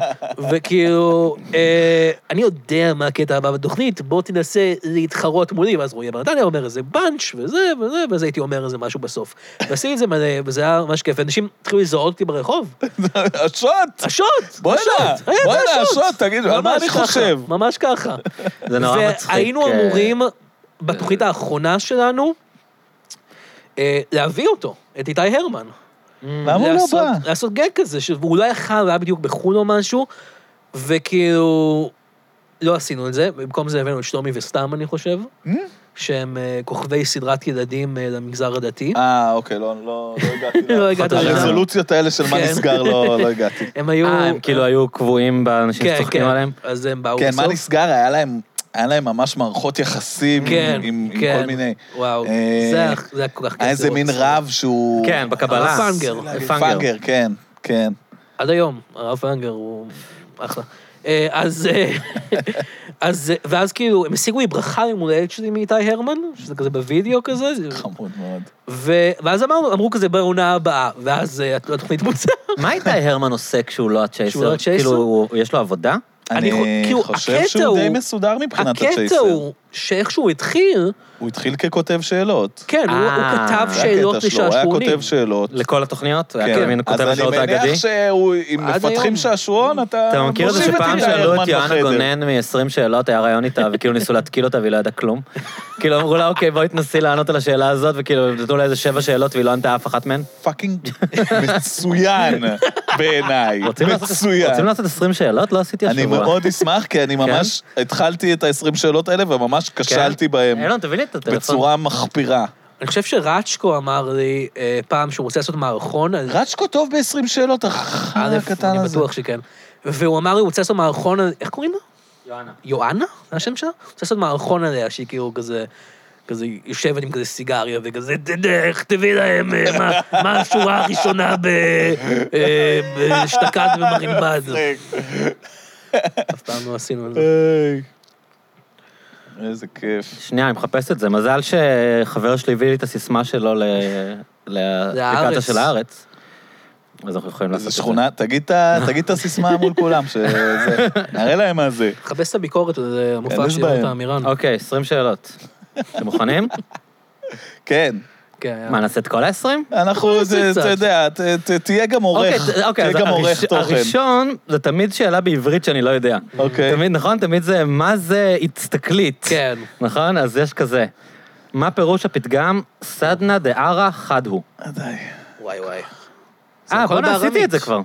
S2: וכאילו, אה, אני יודע מה הקטע הבא בתוכנית, בוא תנסה להתחרות מולי, ואז רועי ברנדניה אומר איזה באנץ' וזה וזה, ואז הייתי אומר איזה משהו בסוף. ועשיתי את זה מלא, וזה היה ממש כיף, ואנשים התחילו לזהות אותי ברחוב.
S3: השוט!
S2: השוט!
S3: בואנה,
S2: השוט! היה את
S3: בואנה,
S2: השוט!
S3: השוט, תגיד, על מה
S2: ממש
S3: אני
S2: ככה,
S3: חושב?
S2: ממש ככה.
S1: זה נורא מצחיק.
S2: והיינו
S1: אה,
S2: אמורים, בתוכנית האחרונה שלנו, אה, להביא אותו, את איתי הרמן.
S3: למה הוא לא
S2: לעשות-
S3: בא?
S2: לעשות גג כזה, שאולי יכל, הוא היה בדיוק בחו"ל או משהו, וכאילו, לא עשינו את זה, במקום זה הבאנו את שלומי וסתם, אני חושב, שהם אה, כוכבי סדרת ילדים אה, למגזר הדתי.
S3: אה, אוקיי, לא לא- לא הגעתי. ל-
S2: לא הגעת
S1: פוטושופ.
S2: לשם.
S3: הרזולוציות האלה של מה
S2: כן.
S3: נסגר, לא לא הגעתי.
S2: הם היו...
S1: אה, הם כאילו היו קבועים באנשים
S2: כן,
S1: שצוחקים
S2: כן.
S1: עליהם?
S2: אז הם באו
S3: כן,
S2: בסוף.
S3: מה נסגר? היה להם... היה להם ממש מערכות יחסים
S2: כן,
S3: עם- עם עם
S2: כן.
S3: כל מיני...
S2: וואו,
S3: אה,
S2: זה היה- זה היה כל כך כיף.
S3: היה איזה
S2: לראות.
S3: מין רב שהוא...
S1: כן, בקבלה.
S2: הרב פנגר.
S3: אה, פאנגר, כן, כן.
S2: עד היום, הרב אנגר הוא אחלה. אה, אז, אה, אז, אה, ואז כאילו, הם השיגו לי ברכה ליום הולדת שלי מאיתי הרמן, שזה כזה בווידאו כזה, זה-
S3: חמוד מאוד.
S2: ו- ואז אמרנו, אמרו כזה בעונה הבאה, ואז אה, התוכנית בוצעה.
S1: מה איתי הרמן עושה כשהוא לא הצ'ייסר?
S2: כשהוא לא הצ'ייסר?
S1: כאילו, הוא- יש לו עבודה?
S2: אני
S3: אני
S2: חו- כאילו,
S3: חושב
S2: הקטע
S3: שהוא די
S2: הוא-
S3: מסודר מבחינת
S2: הקטע
S3: הצ'ייסר.
S2: הוא שאיכשהו התחיל,
S3: הוא התחיל ככותב שאלות.
S2: כן, הוא- הוא
S1: אה,
S2: כתב
S3: זה
S2: שאלות
S3: הקטע שלו, הוא היה
S2: לשעשועונים.
S3: כותב שאלות.
S1: לכל התוכניות? היה
S3: כן.
S1: כאילו מין כותב
S3: אז
S1: השעות
S3: אני
S1: האגדי?
S3: מניח שאם
S2: עד היום.
S3: מפתחים שעשועון, אתה...
S1: אתה מכיר את זה
S3: מושיב
S1: שפעם
S3: איתי
S1: שאלו את
S3: הרמן
S1: יואנה
S3: בחדר.
S1: גונן מ-20 שאלות, היה רעיון איתה, וכאילו ניסו להתקיל אותה והיא לא ידעה כלום? כאילו אמרו לה, אוקיי, בואי תנסי לענות על השאלה הזאת, וכאילו נתנו לה איזה שבע שאלות והיא לא ענתה אף אחת מהן?
S3: פאקינג מצוין בעיניי.
S1: רוצים לעשות- רוצים
S3: מצוין.
S1: לעשות 20 שאלות? לא עשיתי השבוע. כן?
S3: אני מאוד אשמח, כי אני ממש התחלתי את ה-20 שאלות האלה וממש כשלתי בהם
S1: אילון, תביא לי את הטלפון.
S3: בצורה מחפירה.
S2: אני חושב שרצ'קו אמר לי אה, פעם שהוא רוצה לעשות מערכון על
S3: רצ'קו טוב ב-20 שאלות,
S2: א',
S1: אה,
S3: החרא הקטן
S2: אני
S3: הזה.
S2: בטוח שכן. והוא אמר לי, הוא רוצה לעשות מערכון על... איך קוראים לה?
S1: יואנה.
S2: יואנה? זה השם שלה? הוא רוצה לעשות מערכון עליה, שהיא כאילו כזה... כזה יושבת עם כזה סיגריה וכזה, "תדע, תכתבי להם אה, מה- מה השורה הראשונה ב- אה, באשתקד ומרינבד. אף פעם לא עשינו את זה.
S3: היי. איזה כיף.
S1: שנייה, אני מחפש את זה. מזל שחבר שלי הביא לי את הסיסמה שלו ל- לאפליקציה
S2: לארץ.
S1: של הארץ. אז אנחנו יכולים לעשות
S3: זה
S1: את זה.
S3: שכונה, תגיד את ה- תגיד את הסיסמה מול כולם, שזה... נראה להם מה זה.
S2: חפש את הביקורת על אה, המופע
S3: אין
S2: של
S3: בעיה.
S2: יונתן עמירן.
S1: אוקיי, 20 שאלות. אתם מוכנים?
S3: כן.
S2: כן, היה-
S1: מה, נעשה את כל ה-20?
S3: אנחנו, זה-
S2: קצת.
S3: אתה יודע, ת- ת- תהיה גם עורך,
S1: אוקיי, ת- אוקיי,
S3: תהיה
S1: אז
S3: גם עורך
S1: הראש-
S3: תוכן.
S1: הראשון, זה תמיד שאלה בעברית שאני לא יודע.
S3: אוקיי.
S1: תמיד, נכון? תמיד זה, מה זה הצתכלית?
S2: כן.
S1: נכון? אז יש כזה. מה פירוש הפתגם? סדנה דערא חד הוא.
S3: אה, די.
S2: וואי וואי.
S1: אה,
S2: הכל
S1: בוא'נה, עשיתי
S2: בארמית.
S1: את זה כבר.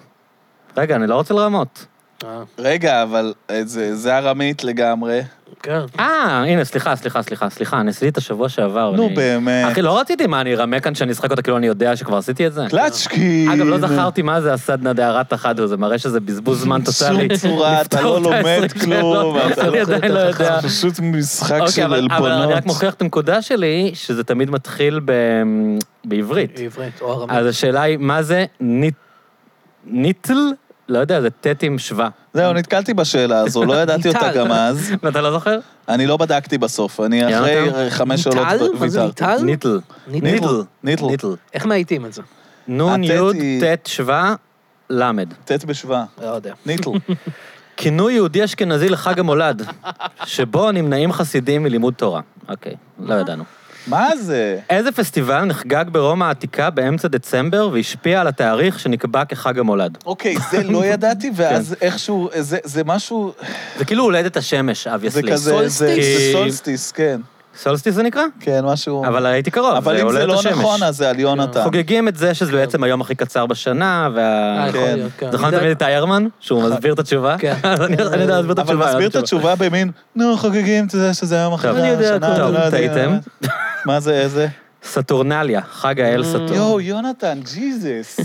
S1: רגע, אני לא רוצה לרמות.
S2: אה,
S3: רגע, אבל אה, זה- זה ארמית לגמרי.
S2: כן.
S1: אה, הנה, סליחה, סליחה, סליחה, סליחה, אני עשיתי את השבוע שעבר.
S3: נו,
S1: אני-
S3: באמת.
S1: אחי, לא רציתי מה, אני ארמה כאן שאני אשחק אותה כאילו אני יודע שכבר עשיתי את זה?
S3: קלצ'קין.
S1: אגב, לא זכרתי מה זה הסדנה דהרת החדו, זה מראה שזה בזבוז זמן טוטאלי.
S3: שום צורה, אתה
S1: לפתור
S3: לא
S1: את ה-
S3: לומד
S1: 20
S3: כלום,
S1: שאלות.
S3: אתה
S1: אני
S2: לא-
S1: עדיין לא יודע.
S3: זה פשוט משחק של
S1: אוקיי, אבל אבל אני רק
S3: עלבונות.
S1: מוכיח את הנקודה שלי, שזה תמיד מתחיל ב- בעברית.
S2: עברית אה, או ארמית.
S1: אז השאלה היא, מה זה ניט- ניטל? לא יודע, זה טט עם שווה.
S3: זהו, נתקלתי בשאלה הזו, לא ידעתי אותה
S2: ניטל.
S3: גם אז.
S1: ואתה לא זוכר?
S3: אני לא בדקתי בסוף, אני אחרי אה, חמש שאלות
S2: ניטל? מה זה
S3: ויתרתי.
S2: ניטל?
S1: ניטל.
S2: ניטל.
S3: ניטל.
S1: ניטל.
S2: איך מאייתים את זה?
S1: נון
S3: הטט
S1: יוד
S3: היא-
S1: טט שווה למד.
S3: ט' בשבעה.
S2: לא יודע.
S3: ניטל.
S1: כינוי יהודי אשכנזי לחג המולד, שבו נמנעים חסידים מלימוד תורה. אוקיי, לא ידענו.
S3: מה זה?
S1: איזה פסטיבל נחגג ברומא העתיקה באמצע דצמבר והשפיע על התאריך שנקבע כחג המולד?
S3: אוקיי, זה לא ידעתי,
S1: כן.
S3: ואז איכשהו, אה, זה- זה משהו,
S1: זה כאילו הולדת השמש, אבייסלי.
S3: זה כזה, זה- זה סולסטיס, כן.
S1: סולסטיס זה נקרא?
S3: כן, משהו...
S1: אבל הייתי קרוב,
S3: אבל
S1: זה
S3: אם זה
S1: הולדת
S3: לא
S1: השמש.
S3: נכון, אז זה על יונתן.
S1: חוגגים את זה שזה בעצם היום הכי קצר בשנה, וה...
S2: אה, יכול
S3: כן.
S2: להיות, כן.
S1: זוכר תמיד את איירמן, שהוא מסביר את התשובה?
S2: כן.
S1: אני אני יודע להסביר את
S3: אבל
S1: התשובה.
S3: מסביר את התשובה במין, נו, חוגגים, אתה יודע שזה היום אחרי
S1: טוב,
S3: השנה,
S1: טוב,
S3: אתה לא יודע.
S1: טעיתם.
S3: מה זה, איזה?
S1: סטורנליה, חג
S3: Mm.
S1: האל סטורן.
S3: יואו, יונתן, ג'יזוס.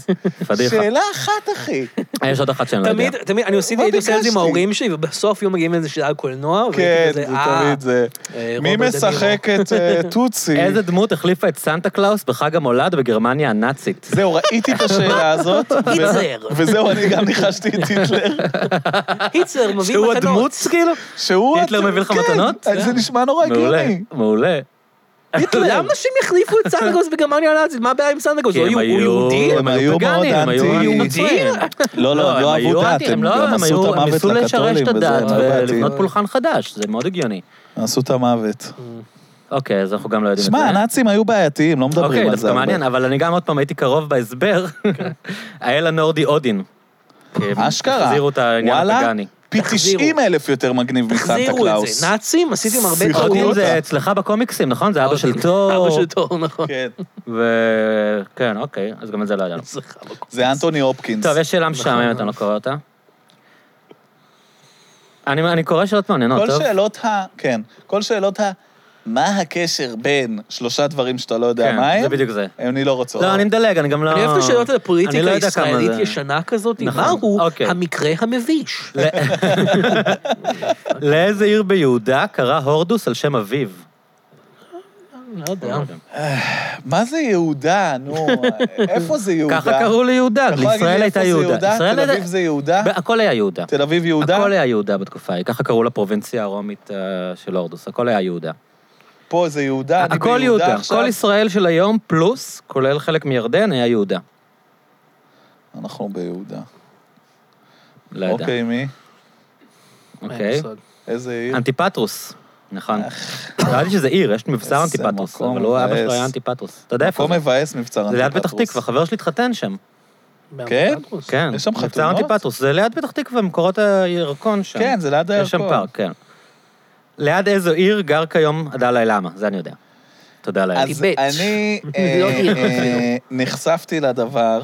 S1: פדיחה.
S3: שאלה אחת, אחי.
S1: יש עוד אחת שאני לא יודע.
S2: תמיד, תמיד, אני עושה
S3: מה
S2: הייתי עושה את זה עם
S3: ביקשתי?
S2: ההורים שלי, ובסוף היו מגיעים לאיזה שאלה על קולנוע,
S3: כן,
S2: והייתי
S3: זה
S2: כזה, אה,
S3: תמיד זה.
S2: אה,
S3: מי
S2: רוברט דה נירו."
S3: משחק את אה, טוצי?
S1: איזה דמות החליפה את סנטה קלאוס בחג המולד בגרמניה הנאצית?
S3: זהו, ראיתי את השאלה הזאת. ו-
S2: היטלר.
S3: וזהו, אני גם ניחשתי את היטלר.
S2: היטלר מביא
S1: שהוא
S2: מתנות.
S1: הדמות, כאילו?
S3: שהוא...
S1: היטלר מביא לך
S3: כן,
S1: מתנות?
S3: זה נשמע נורא
S1: מעולה,
S3: לא הגיוני.
S1: מעולה.
S2: למה נשים יחליפו את סנדגוס בגרמניה הנאצית? מה הבעיה עם סנדגוס?
S1: כן. כי
S2: הוא
S1: הם
S2: הוא
S1: היו-
S2: יהודי?
S1: הם היו פגאנים, הם היו
S3: אנטי-
S1: מצרים.
S3: לא, לא, הם לא
S1: היו
S3: אהבו דת,
S1: אנטי-
S3: הם
S1: לא, הם
S3: גם עשו
S1: היו-
S3: את המוות
S1: הם ניסו לשרש
S3: לקתולים
S1: את
S3: וזה, לא
S1: הדת
S3: הם הבתים.
S1: ולבנות פולחן חדש, זה מאוד הגיוני.
S3: עשו את המוות.
S1: אוקיי, אז אנחנו גם לא יודעים את זה.
S3: שמע, הנאצים היו בעייתיים, לא מדברים
S1: אוקיי,
S3: על זה
S1: דווקא
S3: הרבה. כן.
S1: מעניין, אבל אני גם עוד פעם הייתי קרוב בהסבר. האל הנורדי אודין. כי הם
S3: אשכרה.
S1: החזירו את העניין
S3: וואלה,
S1: הפגאני.
S3: פי
S2: תחזירו.
S3: 90 אלף יותר מגניב מסנטה
S2: תחזירו את
S3: קלאוס.
S2: זה. נאצים? עשיתם הרבה
S3: שיחות
S2: טעות.
S1: אודין
S3: אותה.
S1: זה אצלך בקומיקסים, נכון? זה אבא של
S2: אודין.
S1: תור.
S2: אבא של תור, נכון.
S3: כן.
S1: וכן, אוקיי, אז גם את זה לא ידענו.
S2: אצלך בקום.
S3: זה אנטוני הופקינס.
S1: טוב, יש שאלה
S3: נכון.
S1: משעממת, אני לא קורא אותה. אני אני קורא שאלות מעניינות,
S3: כל
S1: טוב?
S3: שאלות ה... כן. כל שאלות ה... מה הקשר בין שלושה דברים שאתה לא יודע
S1: כן,
S3: מה הם?
S1: זה בדיוק זה.
S3: אני לא רוצה.
S1: לא, אני מדלג, אני גם לא...
S2: אני אוהב את השאלות על
S1: אני
S2: הפוליטיקה
S1: לא יודע כמה זה.
S2: הישראלית ישנה כזאת.
S1: נכון,
S2: מהו
S1: אוקיי.
S2: המקרה המביש?
S1: לא- לאיזה עיר ביהודה קרא הורדוס על שם אביו?
S2: לא יודע.
S3: מה זה יהודה? נו, איפה זה יהודה?
S1: ככה קראו ליהודה,
S3: אתה יכול להגיד לי
S1: לישראל הייתה
S3: איפה זה
S1: יהודה. ישראל
S3: תל
S1: הייתה-
S3: אביב זה יהודה?
S1: ב- הכל היה יהודה.
S3: תל אביב יהודה?
S1: הכל היה יהודה בתקופה ההיא, ככה קראו לפרובינציה הרומית אה, של הורדוס, הכל היה יהודה.
S3: פה זה יהודה? אני
S1: הכל
S3: ביהודה
S1: יהודה,
S3: עכשיו?
S1: כל ישראל של היום פלוס, כולל חלק מירדן, היה יהודה.
S3: אנחנו ביהודה.
S1: לא יודע,
S3: אוקיי, מי?
S2: אה,
S1: אוקיי?
S3: איזה עיר?
S1: אנטיפטרוס, נכון. ידעתי שזה עיר, יש מבצר
S3: אה. איזה
S1: אנטיפטרוס,
S3: מקום
S1: אבל הוא, אבא שלו
S3: מבאס.
S1: היה אנטיפטרוס. אתה יודע איפה
S3: מקום
S1: זה?
S3: מבאס, מבצר
S1: זה ליד פתח
S3: אנטיפטרוס.
S1: תקווה, חבר שלי התחתן שם.
S3: כן?
S2: באמפטרוס.
S1: כן.
S3: יש שם
S1: מבצר
S3: חתונות?
S1: אנטיפטרוס, זה ליד פתח תקווה, מקורות הירקון שם.
S3: כן, זה ליד הירקון.
S1: יש שם פארק, כן. ליד איזו עיר גר כיום עדאלה למה, זה אני יודע. תודה לאל.
S3: אז
S2: טיבט.
S3: אני אה,
S2: לא עיר
S3: אה, נחשפתי לדבר,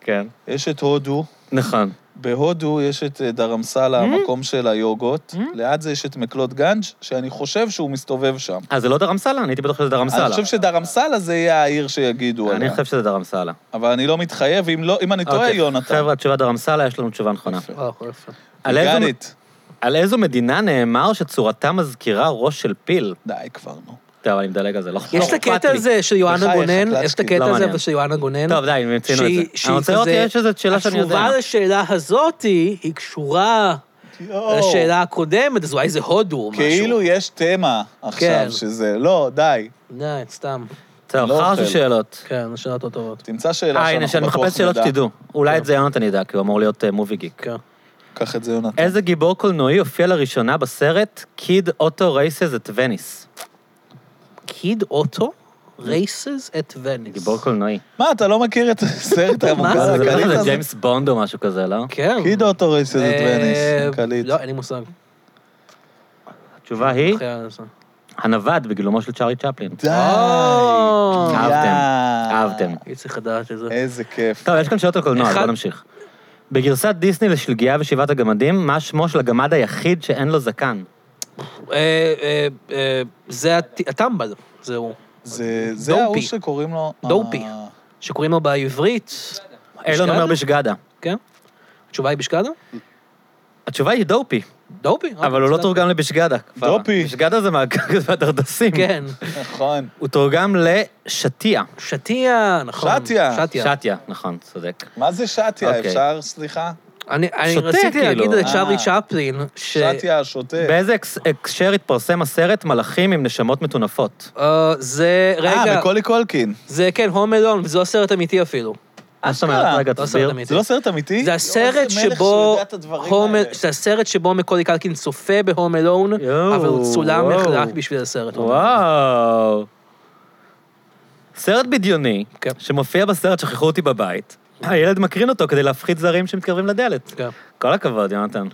S1: כן.
S3: יש את הודו,
S1: נכון.
S3: בהודו יש את אה,
S1: Mm-hmm.
S3: דרמסלה, המקום של היוגות, ליד זה יש את מקלות גנג', שאני חושב שהוא מסתובב שם.
S1: אה, זה לא דרמסלה? אני הייתי בטוח שזה דרמסלה.
S3: אני חושב שדרמסלה זה יהיה העיר שיגידו
S1: אני
S3: עליה,
S1: חושב שזה דרמסלה.
S3: אבל אני לא מתחייב, אם לא- אם אני טועה,
S1: אוקיי.
S3: יונתן.
S1: חבר'ה, התשובה דרמסלה, יש לנו תשובה נכונה.
S3: יפה.
S2: וואו, יפה.
S1: על איזו-
S3: גנית.
S1: על איזו מדינה נאמר שצורתה מזכירה ראש של פיל?
S3: די כבר, נו.
S1: טוב, אני מדלג על זה, לא לא
S2: יש את
S1: אכפת
S2: הקטע
S1: לי.
S2: הזה של
S3: בחייך,
S2: יואנה גונן,
S3: קלצ'קי.
S2: יש את
S1: לא
S2: הקטע הזה
S1: מעניין.
S2: אבל של יואנה גונן.
S1: טוב, די, מיצינו את
S2: שהיא-
S1: זה.
S2: שהיא
S1: אני רוצה לראות
S2: כזה-
S1: יש איזו שאלה שאני יודע.
S2: התשובה לשאלה הזאת היא היא קשורה
S3: יואו.
S2: לשאלה הקודמת, אז אולי זה הודו או משהו.
S3: כאילו יש תמה עכשיו
S2: כן.
S3: שזה, לא, די.
S2: די, סתם.
S1: טוב,
S3: לא
S1: חרש
S3: אוכל.
S1: שאלות.
S2: כן, שאלות לא טובות.
S3: תמצא שאלה
S1: אה, הנה, שאני
S3: שאנחנו בטוח
S1: מחפש שאלות
S3: נדע. כן.
S1: שתדעו. אולי את זה יונתן ידע, כי הוא אמור להיות מובי גיק.
S2: כן.
S3: קח את זה, יונתן.
S1: איזה גיבור קולנועי הופיע לראשונה בסרט "Kid Auto Races at Venice"?
S2: קיד אוטו? רייסס את וניס.
S1: גיבור קולנועי.
S3: מה, אתה לא מכיר את הסרט המוכר
S2: זה?
S1: זה לא
S3: הקליט
S1: זה
S3: הזה?
S1: ג'יימס בונד או משהו כזה, לא?
S2: כן.
S3: קיד אוטוריס איזה דווניס,
S2: אה,
S3: קליט.
S2: לא, אין לי מושג.
S1: התשובה היא
S2: אחי, אני עושה.
S1: הנווד בגילומו של צ'ארלי צ'פלין.
S3: די.
S2: אה,
S1: אהבתם,
S3: יא.
S1: אהבתם.
S2: הייתי צריך לדעת את זה.
S3: איזה כיף.
S1: טוב, יש כאן שאלות על קולנוע, אז
S2: אחד-
S1: בוא נמשיך. בגרסת דיסני לשלגיה ושבעת הגמדים, מה שמו של הגמד היחיד שאין לו זקן?
S2: אה, אה, אה, זה הט- הטמבל, זה הוא.
S3: זה זה
S2: דופי.
S3: ההוא שקוראים לו...
S2: דופי.
S3: אה,
S2: שקוראים לו בעברית,
S1: אילון אומר בשגדה.
S2: כן? התשובה היא בשקדה?
S1: התשובה היא דופי,
S2: דופי. אה,
S1: אבל הוא לא
S2: בסדר.
S1: תורגם לבשגדה. כבר.
S3: דופי.
S1: בשגדה זה מהדרדסים.
S2: כן.
S3: נכון.
S1: הוא תורגם לשתיה.
S2: שתיה, נכון.
S3: שתיה.
S2: שתיה.
S1: שתיה, נכון, צודק.
S3: מה זה שטיה?
S1: אוקיי.
S3: אפשר, סליחה?
S2: אני אני
S1: שותה,
S2: רציתי
S1: כאילו.
S2: להגיד
S1: אה.
S2: לצ'ארלי צ'פלין, ש...
S3: שטיה השוטה.
S1: באיזה הקס- הקשר התפרסם הסרט מלאכים עם נשמות מטונפות?
S2: אה, זה,
S3: אה,
S2: רגע,
S3: מקולי קולקין.
S2: זה כן, הום אלון, וזה לא סרט אמיתי אפילו.
S1: מה זאת אומרת?
S3: אשכרה.
S1: רגע,
S2: לא סרט
S1: תסביר.
S2: אמיתי.
S3: זה לא סרט אמיתי?
S2: זה
S3: יואו,
S2: הסרט
S3: איזה מלך
S2: שבו...
S3: שיודע את הדברים
S2: הום-
S3: האלה.
S2: זה הסרט שבו מקולי קלקין צופה בהום אלון,
S1: יואו,
S2: אבל הוא צולם
S1: וואו.
S2: רק בשביל הסרט.
S1: וואו. סרט בדיוני,
S2: כן.
S1: שמופיע בסרט שכחו אותי בבית. הילד מקרין אותו כדי להפחית זרים שמתקרבים לדלת.
S2: כן.
S1: כל הכבוד, יונתן. לא-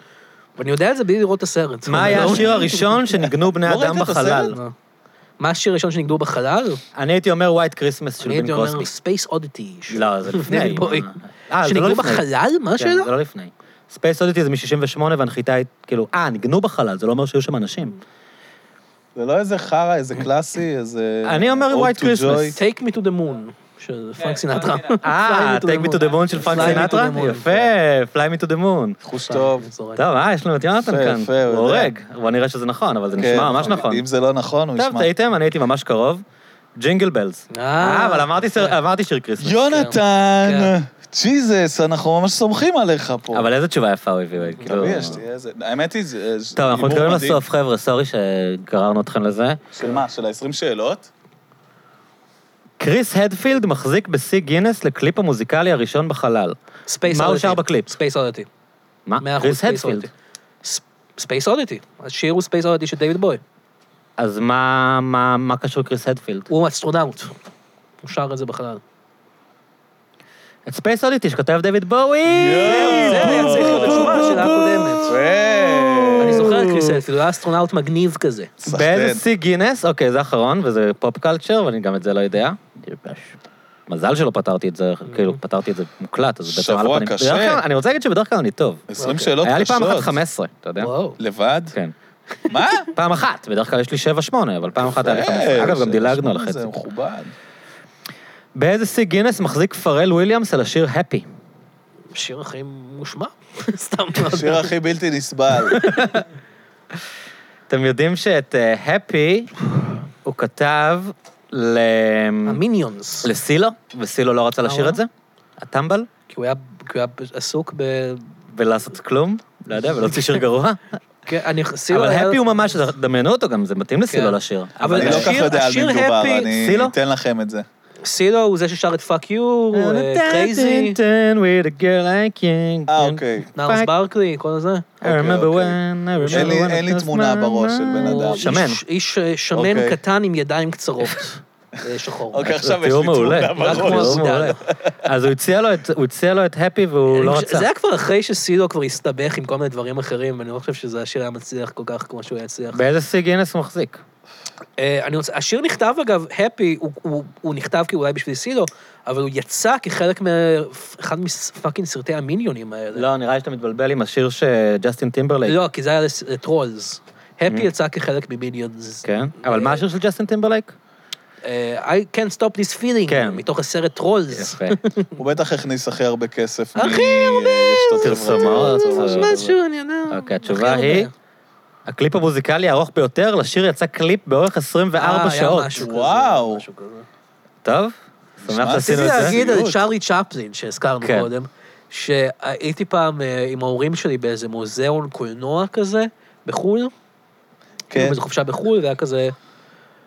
S2: ואני יודע את זה בלי לראות את הסרט.
S1: מה
S2: הום
S1: היה
S2: אלון.
S1: השיר הראשון שניגנו בני
S3: לא ראית
S1: אדם
S3: את הסרט?
S1: בחלל?
S2: לא. מה השיר הראשון שנגדו בחלל?
S1: אני הייתי אומר "White Christmas" של
S2: אני הייתי
S1: כאילו בן
S2: אומר
S1: קרוסבי.
S2: ספייס אודיטי.
S1: לא, זה לפני.
S2: בואי.
S1: אה, זה לא
S2: שנגדו
S1: לפני.
S2: בחלל? מה
S1: כן,
S2: השאלה?
S1: זה לא לפני. ספייס אודיטי זה מ-68 והנחיתה היא, כאילו, אה, ניגנו בחלל, זה לא אומר שהיו שם אנשים.
S3: זה לא איזה חרא, איזה קלאסי, איזה...
S1: אני אומר
S3: Ode
S1: White
S3: to
S1: Christmas.
S3: Joy.
S2: Take me to the moon, של פרנק סינטרה.
S1: אה,
S2: Fly me to the
S1: Take me to the moon של פרנק
S2: Fly me to the
S1: סינטרה?
S2: moon. כן,
S1: יפה, Fly me to the moon.
S3: חוש טוב.
S2: טוב.
S1: טוב, אה, יש לנו את יונתן
S3: יפה,
S1: כאן.
S3: יפה, הוא
S1: הוא
S3: יודע.
S1: הורג. בוא נראה שזה נכון, אבל זה
S3: כן,
S1: נשמע ממש נכון.
S3: אם זה לא נכון, הוא
S1: טוב,
S3: ישמע.
S1: טעיתם, אני הייתי ממש קרוב. ג'ינגל בלז.
S2: אה,
S1: אה, אבל אמרתי סיר- אמרתי שיר קריסמס.
S3: יונתן, ג'יזס, אנחנו ממש סומכים עליך פה.
S1: כן. אבל איזה תשובה יפה הוא הביא, כאילו...
S3: תביא, יש לי איזה... האמת היא, זה... זה
S1: טוב, אנחנו
S3: דיבור
S1: מתקרבים
S3: מדהים.
S1: לסוף, חבר'ה, סורי שגררנו אתכם לזה.
S3: של מה? של ה-20 שאלות?
S1: קריס הדפילד מחזיק בשיא גינס לקליפ המוזיקלי הראשון בחלל.
S2: ספייס
S1: מה הוא
S2: אודיטי.
S1: שר בקליפ?
S2: ספייס אודיטי.
S1: מה?
S2: מאה אחוז
S1: קריס
S2: ספייס
S1: הדפילד.
S2: אודיטי. ס- ספייס אודיטי. השיר הוא ספייס אודיטי של דיוויד בוי.
S1: אז מה- מה מה קשור קריס הדפילד?
S2: הוא אסטרונאוט. הוא שר את זה בחלל.
S1: את ספייס אודיטי שכתב דויד בואי!
S3: יואו!
S2: זה היה צריך להיות התשובה של הקודמת.
S3: אה,
S2: אני
S3: יפה.
S2: זוכר את קריס הדפילד, הוא היה אסטרונאוט מגניב כזה.
S3: סחטיין.
S1: באיזה שיא גינס? אוקיי, זה אחרון, וזה פופ קלצ'ר, ואני גם את זה לא יודע. מזל שלא פתרתי את זה, כאילו, פתרתי את זה מוקלט, אז בעצם
S3: שבוע
S1: על הפנים.
S3: קשה.
S1: בדרך כלל- אני רוצה להגיד שבדרך כלל אני טוב.
S3: 20 שאלות קשות.
S1: היה לי פעם אחת 15, אתה יודע?
S2: וואו.
S3: לבד?
S1: כן.
S3: מה? אה,
S1: פעם אחת, בדרך כלל יש לי 7-8, אבל פעם אחת היה לי 15. אגב, גם דילגנו על החצי.
S3: זה מכובד.
S1: באיזה שיא גינס מחזיק פרל וויליאמס על השיר הפי?
S2: שיר הכי מושמע. סתם. לא יודע.
S3: השיר הכי בלתי נסבל.
S1: אתם יודעים שאת הפי הוא כתב ל...
S2: המיניונס.
S1: לסילו, וסילו לא רצה לשיר את זה? הטמבל?
S2: כי הוא היה- כי הוא היה עסוק ב...
S1: ולעשות כלום? לא יודע, ולהוציא שיר גרוע?
S2: כן, אני חסיר...
S1: אבל הפי הוא ממש, דמיינו אותו גם, זה מתאים לסילו
S2: כן.
S1: לשיר.
S2: אבל
S3: אני לא
S2: השיר-
S3: כל כך יודע על מי
S2: השיר
S3: מדובר,
S2: happy-
S3: אני
S1: סילו?
S3: אתן לכם את זה.
S2: סילו הוא זה ששר את אה, פאק יו,
S1: אה,
S2: קרייזי,
S3: אה, אוקיי.
S2: נארס ברקלי, כל זה.
S1: I remember
S3: אוקיי.
S1: when, I remember
S3: אין לי-
S1: when
S3: אין לי
S1: it was
S3: תמונה
S1: my
S3: בראש של בן
S1: mind.
S3: אדם.
S1: שמן.
S2: איש- איש אה, שמן
S3: אוקיי.
S2: קטן עם ידיים קצרות. אה, שחור.
S3: אוקיי,
S1: זה
S3: עכשיו יש לי
S1: תיאור מעולה.
S3: תמונה
S2: רק כמו
S3: בראש.
S1: תיאור מעולה. אז הוא הציע לו את- הוא הציע לו את הפי והוא לא
S2: אני חושב-
S1: רצה.
S2: זה היה כבר אחרי שסילו כבר הסתבך עם כל מיני דברים אחרים, ואני לא חושב שזה השיר היה מצליח כל כך כמו שהוא היה הצליח.
S1: באיזה שיא גינס הוא מחזיק?
S2: אה, אני רוצה, השיר נכתב אגב, הפי, הוא, הוא, הוא נכתב כאילו אולי בשביל סילו, אבל הוא יצא כחלק מאחד מפאקינג סרטי המיניונים האלה.
S1: לא, נראה לי שאתה מתבלבל עם השיר שג'סטין טימברלייק.
S2: לא, כי זה היה לס- לטרולס. הפי יצא כחלק ממיניונס.
S1: Mm-hmm. כן? אבל מה השיר של ג'סטין טימברלייק?
S2: אה, I can't stop this feeling,
S1: כן.
S2: מתוך הסרט טרולס.
S1: יפה.
S3: הוא בטח הכניס הכי הרבה כסף.
S2: הכי
S3: הרבה!
S1: פרסומות.
S2: משהו, אני יודע.
S1: אוקיי, התשובה היא... הקליפ המוזיקלי הארוך ביותר, לשיר יצא קליפ באורך
S2: אה,
S1: 24 שעות.
S3: וואו.
S1: טוב? שמח
S3: נשמע
S1: שעשינו
S2: רציתי
S1: את זה.
S2: להגיד על
S3: סיוט.
S2: צ'ארלי צ'פלין שהזכרנו
S1: כן.
S2: קודם, שהייתי פעם אה, עם ההורים שלי באיזה מוזיאון קולנוע כזה, בחו"ל, היינו
S1: כאילו,
S3: כן.
S2: באיזה חופשה בחו"ל, והיה כזה...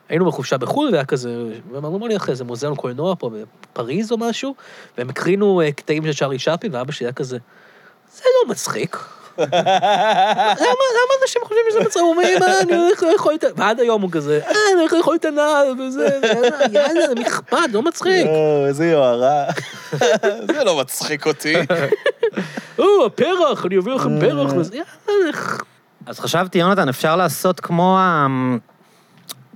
S2: היינו בחופשה בחו"ל, והיה כזה... והם אמרו לי אחרי איזה מוזיאון קולנוע פה בפריז או משהו, והם הקרינו אה, קטעים של צ'ארלי צ'פלין, ואבא שלי היה כזה, זה לא מצחיק. למה, למה אנשים חושבים שזה מצחיק? הוא אומר, "מה, אני לא הולך לאכול את ה... ועד היום הוא כזה, אה, אני הולך לאכול את הנעל, וזה, יאללה, למי אכפת, לא מצחיק.
S3: יואו, איזה יוהרה. זה לא מצחיק אותי.
S2: או, הפרח, אני אביא לכם פרח, וזה, יאללה, לך."
S1: אז חשבתי, יונתן, אפשר לעשות כמו ה...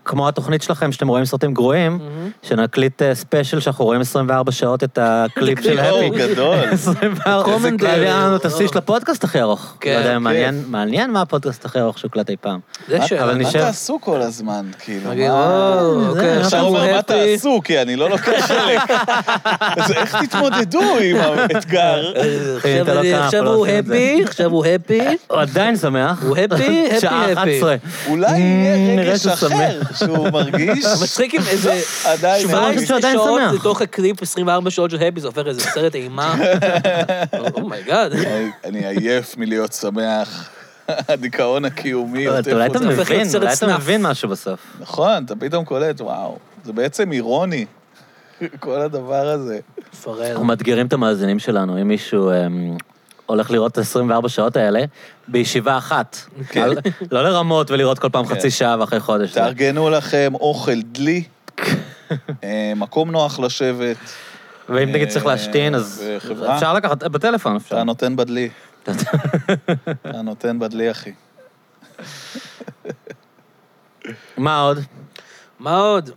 S1: כמו התוכנית שלכם, שאתם רואים סרטים גרועים, שנקליט אה, ספיישל שאנחנו רואים 24 שעות את הקליפ של
S3: יואו,
S1: הפי.
S3: גדול.
S1: 24
S2: איזה
S1: קומנדרי.
S2: קליפ.
S1: היה לנו את השיא של הפודקאסט הכי ארוך.
S2: Oh. כן,
S1: לא יודע,
S2: כן.
S1: מעניין- מעניין מה הפודקאסט הכי ארוך שהוקלט אי פעם.
S2: זה
S3: מה-
S2: שאלה.
S1: אבל
S3: מה
S1: נשאר-
S3: תעשו כל הזמן? כאילו,
S2: נגיד,
S3: מה...
S2: "וואו, אוקיי,
S1: זה,
S3: עכשיו
S2: עכשיו
S3: הוא
S2: הוא
S3: אומר, מה
S2: happy."
S3: תעשו? כי אני לא לוקח חלק. אז איך תתמודדו עם האתגר?
S1: אחי, אתה
S2: עכשיו
S1: לא
S2: אני-
S1: כאן, אנחנו
S2: עכשיו
S1: לא
S2: הוא
S1: עושים את זה.
S2: הפי, עכשיו הוא הפי.
S1: הוא עדיין שמח.
S2: הוא happy, happy,
S1: שעה
S2: happy.
S1: 11.
S3: אולי יהיה
S1: Mm, נראה
S3: רגש
S1: שהוא
S3: אחר שהוא מרגיש.
S2: מצחיק עם איזה
S3: עדיין,
S1: לא חושב שהוא
S2: 17
S1: עדיין
S2: שעות
S1: שמח.
S2: לתוך הקליפ, 24 שעות של הפי, זה הופך איזה סרט אימה. Oh אומייגאד.
S3: אני- אני עייף מלהיות שמח. הדיכאון הקיומי
S1: אבל
S3: יותר
S1: אולי אתה
S3: חוזר.
S2: הופך
S1: מבין,
S2: להיות סרט
S1: אולי אתה
S2: סנאף.
S1: מבין משהו בסוף.
S3: נכון, אתה פתאום קולט, וואו. זה בעצם אירוני, כל הדבר הזה.
S2: פרל.
S1: אנחנו מאתגרים את המאזינים שלנו, אם מישהו אמ, הולך לראות את 24 שעות האלה, בישיבה אחת.
S3: אוקיי.
S1: אל- לא לרמות ולראות כל
S3: כן.
S1: פעם חצי שעה ואחרי חודש.
S3: תארגנו לכם אוכל דלי, אה, מקום נוח לשבת,
S1: ואם נגיד צריך
S3: אה,
S1: להשתין, אז
S3: וחברה.
S1: אפשר לקחת, בטלפון אפשר.
S3: אתה נותן בדלי. אתה נותן בדלי, אחי.
S1: מה עוד?
S2: מה עוד?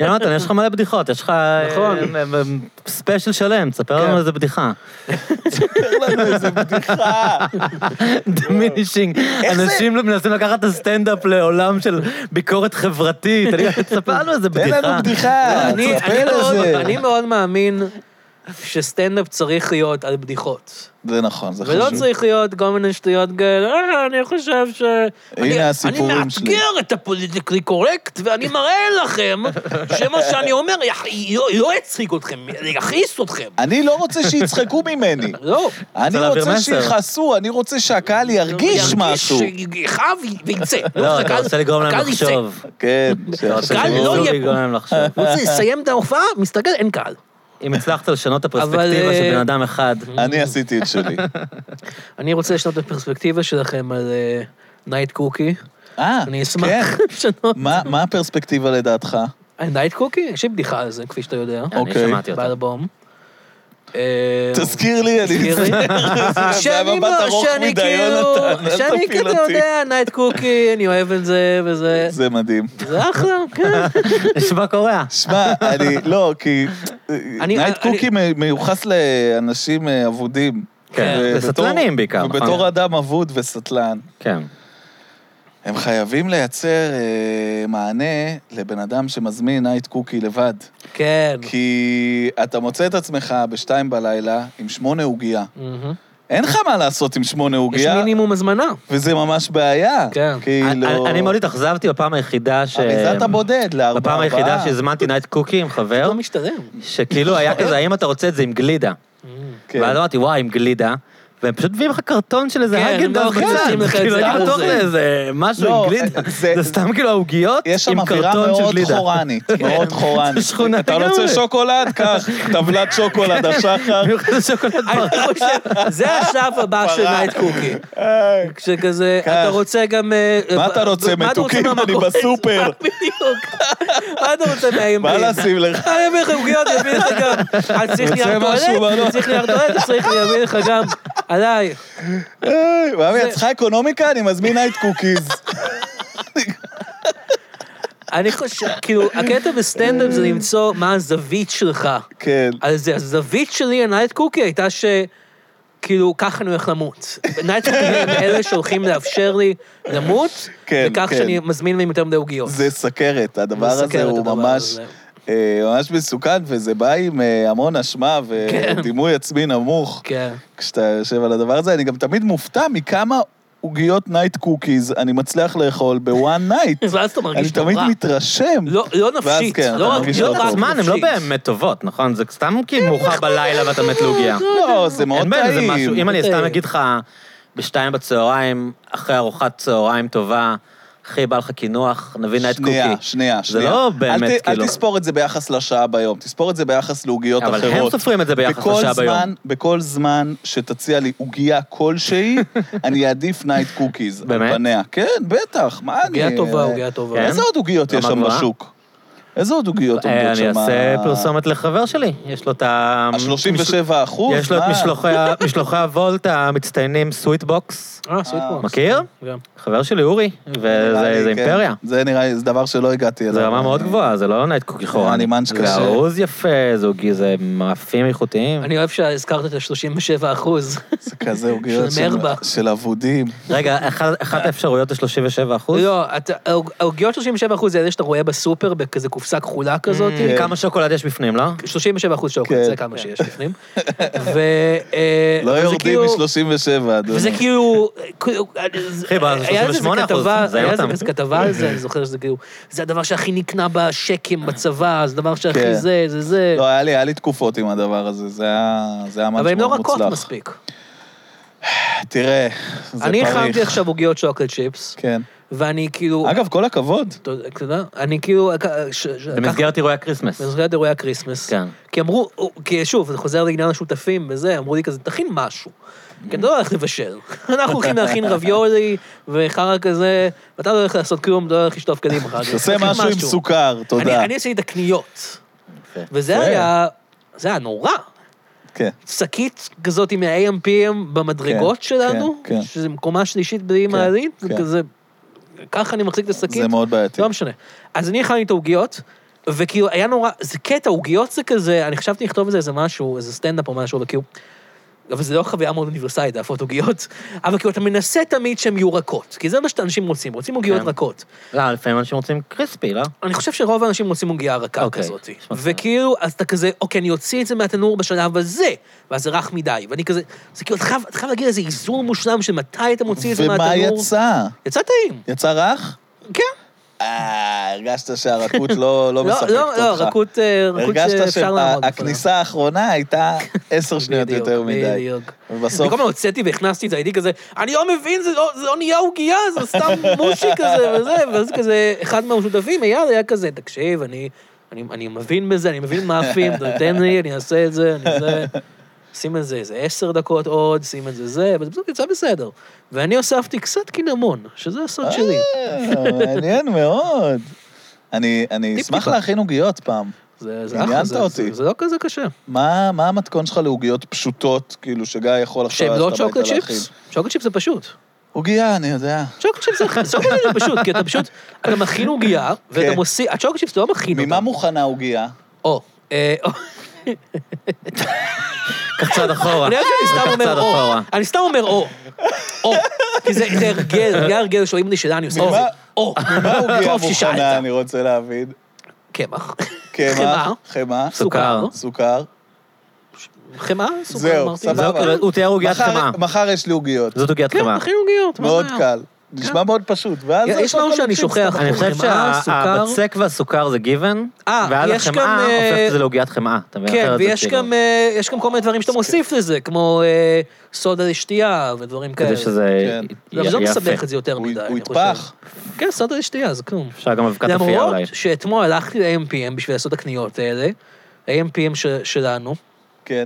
S1: יונתן, יש לך מלא בדיחות, יש לך...
S2: נכון.
S1: אה, אה, אה, ספיישל שלם, תספר
S2: כן.
S1: לנו איזה בדיחה.
S3: תספר לנו איזה בדיחה.
S1: דמינישינג.
S3: זה-
S1: אנשים מנסים לקחת את הסטנדאפ לעולם של ביקורת חברתית. אני- תספר לנו איזה
S3: תן
S1: בדיחה.
S3: לנו בדיחה,
S2: לא, אני-
S3: תספר
S2: אני מאוד-
S3: לזה.
S2: אני מאוד מאמין שסטנדאפ צריך להיות על בדיחות.
S3: זה נכון, זה
S2: ולא
S3: חשוב.
S2: צריך להיות כל מיני שטויות כאלה, "אה, אני חושב ש...
S3: הנה
S2: אני-
S3: הסיפורים שלי."
S2: אני מאתגר את הפוליטיקלי קורקט, ואני מראה לכם שמה שאני אומר יח- לא- לא יצחיק אתכם, יכעיס אתכם.
S3: אני לא רוצה שיצחקו ממני.
S2: לא.
S3: אני
S1: להעביר
S3: רוצה
S1: מסר.
S3: שיכעסו, אני רוצה שהקהל ירגיש משהו.
S2: יכאב ויצא.
S1: לא, אתה
S2: הקהל-
S1: רוצה לגרום להם
S2: הקהל יצא.
S1: לחשוב.
S3: כן,
S2: הקהל
S3: שיחשבו.
S2: לא
S1: רוצה
S2: יהיה-
S1: לגרום להם לחשוב.
S2: הוא רוצה לסיים את ההופעה, מסתכל, אין קהל.
S1: אם הצלחת לשנות את הפרספקטיבה
S2: אבל,
S1: של בן
S2: אה,
S1: אדם אחד,
S3: אני עשיתי את שלי.
S2: אני רוצה לשנות את הפרספקטיבה שלכם על נייט קוקי.
S3: אה,
S2: אני אשמח
S3: כן.
S2: לשנות.
S3: מה מה הפרספקטיבה לדעתך?
S2: נייט קוקי? יש לי בדיחה על זה, כפי שאתה יודע.
S1: אני
S3: אוקיי.
S1: אה, שמעתי אותה.
S2: באלבום. אה,
S3: תזכיר לי, אני...
S2: תזכיר לי. שאני
S3: שאני
S2: לא, שאני כאילו, שאני כאילו יודע, נייט קוקי, אני אוהב את זה, וזה,
S3: זה מדהים.
S2: זה אחלה, כן.
S1: נשמע קורע.
S3: שמע, אני, לא, כי
S2: אני-
S3: נייט
S2: אני-
S3: קוקי מ- מיוחס לאנשים אה, אבודים.
S1: כן,
S3: ו-
S1: וסטלנים
S3: בתור-
S1: בעיקר, נכון.
S3: ובתור אדם אבוד וסטלן.
S1: כן.
S3: הם חייבים לייצר אה, מענה לבן אדם שמזמין נייט קוקי לבד.
S2: כן.
S3: כי אתה מוצא את עצמך בשתיים בלילה עם שמונה עוגייה.
S2: מהמם.
S3: אין לך מה לעשות עם שמונה
S2: יש
S3: עוגייה,
S2: מינימום הזמנה.
S3: וזה ממש בעיה.
S2: כן.
S3: כאילו...
S1: אני- אני מאוד התאכזבתי בפעם היחידה ש...
S3: אריזת הבודד לארבע
S1: בפעם היחידה שהזמנתי נייט קוקי עם חבר,
S2: לא משתלם.
S1: שכאילו היה כזה, האם אתה רוצה את זה עם גלידה?
S2: אה,
S3: כן.
S1: ואז אמרתי, וואי, עם גלידה. והם פשוט מביאים לך קרטון של איזה
S2: כן,
S1: הגנדל
S2: לא, כן, נותנים
S1: בצד.
S2: לך את
S1: כאילו,
S2: זה
S1: הייתי
S2: על
S1: בטוח
S2: זה.
S1: לאיזה משהו
S3: לא,
S1: עם גלידה.
S3: זה-
S1: זה סתם כאילו העוגיות
S3: יש שם
S1: עם
S3: אווירה
S1: קרטון של
S3: מאוד
S1: גלידה.
S3: חורנית,
S2: כן.
S3: מאוד חורנית.
S1: שכונה
S3: אתה
S1: לגמרי.
S3: רוצה שוקולד? קח, טבלת שוקולד, השחר.
S1: במיוחד השוקולד בר.
S2: אני לא חושב, זה השלב הבא של נייט קוקי. כשכזה,
S3: כך.
S2: אתה רוצה גם... אה,
S3: כן. מה אתה
S2: ב-
S3: רוצה,
S2: מה אתה
S3: מתוקים? אני
S2: מהמכולת?
S3: בסופר.
S2: בדיוק. מה אתה רוצה מהאם?
S3: מה לשים לך?
S2: אני אביא לך עוגיות, אני אביא לך גם. אז צריך
S3: רוצה
S2: נייר
S3: משהו, מה לא?
S2: טואלט, צריך נייר טואלט, אז צריך להביא לך גם עליי.
S3: היי, מאמי, את צריכה אקונומיקה? אני מזמין נייט קוקיז.
S2: אני חושב, כאילו, הקטע בסטנדאפ זה למצוא מה הזווית שלך.
S3: כן.
S2: אז זה- הזווית שלי לנייט קוקי הייתה ש... כאילו, ככה אני הולך למות. נייט קוקי הם אלה שהולכים לאפשר לי למות,
S3: כן,
S2: וכך
S3: כן.
S2: שאני מזמין להם יותר מדי עוגיות.
S3: זה סכרת, הדבר
S2: זה
S3: הזה
S2: סכרת,
S3: הוא
S2: הדבר
S3: ממש...
S2: הזה.
S3: אה, ממש מסוכן, וזה בא עם אה, המון אשמה
S2: כן.
S3: ודימוי עצמי נמוך.
S2: כן.
S3: כשאתה יושב על הדבר הזה, אני גם תמיד מופתע מכמה עוגיות נייט קוקיז אני מצליח לאכול בוואן נייט.
S2: ואז אתה מרגיש
S3: אני תמיד
S2: נורא.
S3: מתרשם.
S2: לא לא
S3: ואז
S2: נפשית,
S3: כן, אתה
S2: לא רק
S3: מרגיש
S2: לא
S3: לא
S2: רק
S3: טוב.
S2: נפשית.
S1: זמן, הן לא באמת טובות, נכון? זה סתם כי מאוחר בלילה ואתה מת לעוגיה.
S3: לא, זה מאוד
S1: אין בהן איזה משהו.
S3: טעים. אה.
S1: אם אני
S2: לא
S1: סתם
S2: טעים.
S1: אגיד לך, בשתיים בצהריים, אחרי ארוחת צהריים טובה, אחי, בא לך קינוח, נביא נייט קוקי.
S3: שנייה, שנייה,
S1: זה
S3: שנייה.
S1: לא
S3: אל
S1: באמת,
S3: ת-
S1: כאילו.
S3: אל תספור את זה ביחס לשעה ביום, תספור את זה ביחס לעוגיות אחרות.
S1: אבל הם סופרים את זה ביחס
S3: בכל
S1: לשעה ביום.
S3: זמן, בכל זמן שתציע לי עוגייה כלשהי, אני אעדיף נייט קוקיז. על
S1: באמת?
S3: פניה. כן, בטח, מה אני...
S2: עוגיה טובה, עוגיה טובה.
S1: כן?
S3: איזה עוד עוגיות יש
S1: רמה
S3: שם
S1: גבוהה?
S3: בשוק? איזה עוד עוגיות
S1: אה,
S3: עומדות
S1: אני
S3: שם?
S1: אעשה פרסומת לחבר שלי, יש לו את ה...
S3: ה-37 אחוז?
S1: יש לו את
S3: מה?
S1: משלוחי ה- משלוחי הוולט המצטיינים סוויט בוקס.
S2: אה, סוויט בוקס. כן.
S1: מכיר?
S2: גם.
S1: חבר שלי אורי,
S3: נראה לי,
S1: וזה זה
S3: כן.
S1: אימפריה.
S3: זה נראה לי, זה דבר שלא הגעתי אליו.
S1: זה רמה מאוד
S3: אני-
S1: גבוהה, לא. זה לא נייט קוקי חורני.
S3: אני מאנש
S1: זה
S3: קשה.
S1: ארוז יפה, זה עוגי- זה מאפים איכותיים.
S2: אני אוהב שהזכרת את ה-37 אחוז.
S3: זה כזה עוגיות
S2: של
S3: של-
S2: מרבה.
S3: של אבודים.
S1: רגע, אחת- אחת האפשרויות זה 37 אחוז?
S2: לא, אתה- העוג- העוגיות 37 אחוז זה אלה שאתה רואה בסופר בכזה קופסה כחולה כזאת.
S3: כן.
S1: כמה שוקולד יש בפנים,
S2: אה,
S1: לא?
S2: 37 אחוז שוקולד,
S3: כן.
S2: זה כמה שיש בפנים. ו- אה,
S3: לא
S2: וזה
S3: יורדים
S2: כאילו-
S3: מ-37, אדוני.
S2: וזה כאילו... כאילו,
S1: אחי, ב-
S2: היה איזה
S1: 38%
S2: כתבה-
S1: זה היה
S2: היה איזה
S1: אותם.
S2: איזה כתבה על זה, אני זוכר שזה כאילו... זה הדבר שהכי נקנה בשקם בצבא, זה הדבר
S3: כן.
S2: שהכי זה, זה זה.
S3: לא, היה לי, היה לי תקופות עם הדבר הזה, זה היה זה היה ממש
S2: אבל הן לא
S3: מאוד
S2: רכות
S3: מוצלח.
S2: מספיק.
S3: תראה, זה פריך.
S2: אני הכנתי עכשיו עוגיות שוקולד צ'יפס,
S3: כן.
S2: ואני כאילו...
S3: אגב, כל הכבוד.
S2: אתה יודע- אתה יודע, אני כאילו... ש- ש-
S1: במסגרת אירועי הקריסמס.
S2: במסגרת אירועי הקריסמס.
S1: כן.
S2: כי אמרו, כי שוב, זה חוזר לעניין השותפים וזה, אמרו לי כזה, תכין משהו. כי אתה לא הולך לבשל. אנחנו הולכים להכין רביולי וחרא כזה, ואתה לא הולך לעשות כלום, אתה לא הולך לשטוף כלים אחר כך.
S3: תעשה
S2: תכין
S3: משהו עם סוכר,
S2: אני-
S3: תודה.
S2: אני עשיתי את הקניות.
S1: יפה.
S2: וזה
S3: יפה.
S2: היה, זה היה נורא.
S3: כן.
S2: שקית כזאת עם ה-AMPM במדרגות
S3: כן,
S2: שלנו,
S3: כן, כן.
S2: שזה קומה שלישית בלי מעלית, זה
S3: כן.
S2: כזה ככה אני מחזיק את השקית.
S3: זה מאוד בעייתי.
S2: לא משנה. אז אני הכנתי את העוגיות, וכאילו היה נורא, זה קטע, עוגיות זה כזה, אני חשבתי לכתוב איזה איזה משהו, איזה סטנדאפ או משהו, וכאילו... אבל זה לא חוויה מאוד אוניברסלית, לעפות עוגיות, אבל כאילו אתה מנסה תמיד שהן יהיו רכות, כי זה מה שאנשים רוצים, רוצים עוגיות
S1: כן.
S2: רכות.
S1: לא, לפעמים אנשים רוצים קריספי, לא?
S2: אני חושב שרוב האנשים רוצים עוגיה רכה
S1: אוקיי,
S2: כזאת.
S1: נשמע בסדר.
S2: וכאילו, אז אתה כזה, אוקיי, אני אוציא את זה מהתנור בשלב הזה, ואז זה רך מדי, ואני כזה, זה כאילו, אתה חייב אתה חייב להגיע לאיזה איזון מושלם של מתי אתה מוציא את זה מהתנור.
S3: ומה יצא?
S2: יצא טעים,
S3: יצא רך?
S2: כן.
S3: אה, הרגשת שהרכות לא לא מספקת אותך.
S2: לא, לא, רכות אה, רכות
S3: הרגשת
S2: שאפשר לעמוד
S3: שהכניסה האחרונה הייתה עשר שניות
S2: בדיוק,
S3: יותר מדי.
S2: בדיוק.
S3: ובסוף,
S2: וכל הזמן הוצאתי והכנסתי את זה, הייתי כזה, אני לא מבין, זה לא- זה לא נהיה עוגייה, זה סתם מושי כזה וזה, ואז כזה, אחד מהמשותפים, אייל היה כזה, תקשיב, אני, אני, אני מבין בזה, אני מבין מאפים, תן לי, אני אעשה את זה, אני זה, שים את זה איזה עשר דקות עוד, שים את זה זה, וזה בסוף יצא בסדר. ואני הוספתי קצת קינמון, שזה הסוד שלי.
S3: אה, מעניין מאוד. אני אני אשמח
S2: טיפ-טיפה.
S3: להכין עוגיות פעם.
S2: זה, זה אחלה,
S3: עניינת
S2: זה, זה,
S3: אותי.
S2: זה לא כזה קשה.
S3: מה מה המתכון שלך לעוגיות פשוטות, כאילו, שגיא יכול עכשיו
S2: שהם לא
S3: ללכת הביתה
S2: צ'וקלד
S3: להכין?
S2: צ'יפס, צ'וקלד צ'יפס זה פשוט.
S3: עוגיה, אני יודע.
S2: צ'וקו צ'יפס זה- צ'וקו צ'יפס זה פשוט, כי אתה פשוט, אתה מכין עוגייה, ואתה
S3: כן.
S2: מוסיף, הצ'וקו צ'יפס לא מכין אותה.
S3: ממה מוכנה עוגיה?
S2: או, אה, או,
S1: קח צעד אחורה.
S2: אני אוהב שאני סתם
S1: לקח צעד
S2: אומר או,
S1: אחורה.
S2: אני סתם אומר או, או, כי זה זה הרגל, זה היה הרגל שואלים אותי שאלה, אני עושה את זה,
S3: ממה-
S2: או,
S3: מה עוגיה
S2: טוב
S3: מוכנה,
S2: ששאלת,
S3: אני רוצה להבין?
S2: קמח,
S3: קמח,
S2: חמאה,
S3: חמאה,
S2: סוכר,
S3: סוכר.
S2: חמאה, סוכר,
S3: זהו,
S2: אמרתי,
S3: סבבה.
S2: כן,
S1: זהו, הוא תיאר עוגיית
S3: מחר-
S1: חמאה.
S3: מחר יש לי עוגיות.
S1: זאת עוגיית
S2: כן,
S1: חמאה.
S2: מכין עוגיות, מה
S3: מאוד
S2: הבעיה?
S3: קל. נשמע מאוד פשוט. ואז
S2: כן. יש
S3: הכל
S2: משהו שאני
S3: מוצאים
S2: שוכח.
S3: סתם.
S1: אני חושב
S2: חמאה, סוכר.
S1: שהבצק והסוכר זה גיוון,
S2: אה,
S1: ואז
S2: יש גם,
S1: החמאה
S2: אה,
S1: הופכת את זה לעוגיית חמאה. אתה מבין?
S2: כן,
S1: אחרת זה
S2: ויש
S1: כאילו-
S2: גם, אה, יש גם כל מיני דברים שאתה
S3: כן.
S2: מוסיף לזה, כמו אה, סודה לשתייה ודברים כאלה.
S1: כדי שזה
S3: כן.
S2: אה, לא,
S1: יהיה
S2: זה לא מסבך
S1: יפה.
S2: את זה יותר
S3: הוא-
S2: מדי.
S3: הוא
S2: אני חושב.
S3: יטפח.
S2: כן, סודה לשתייה, זה כלום.
S1: אפשר גם אבקת אפייה
S2: למרות
S1: אולי.
S2: שאתמול הלכתי ל-MPM בשביל לעשות את הקניות האלה, ה-MPM ש- שלנו,
S3: כן.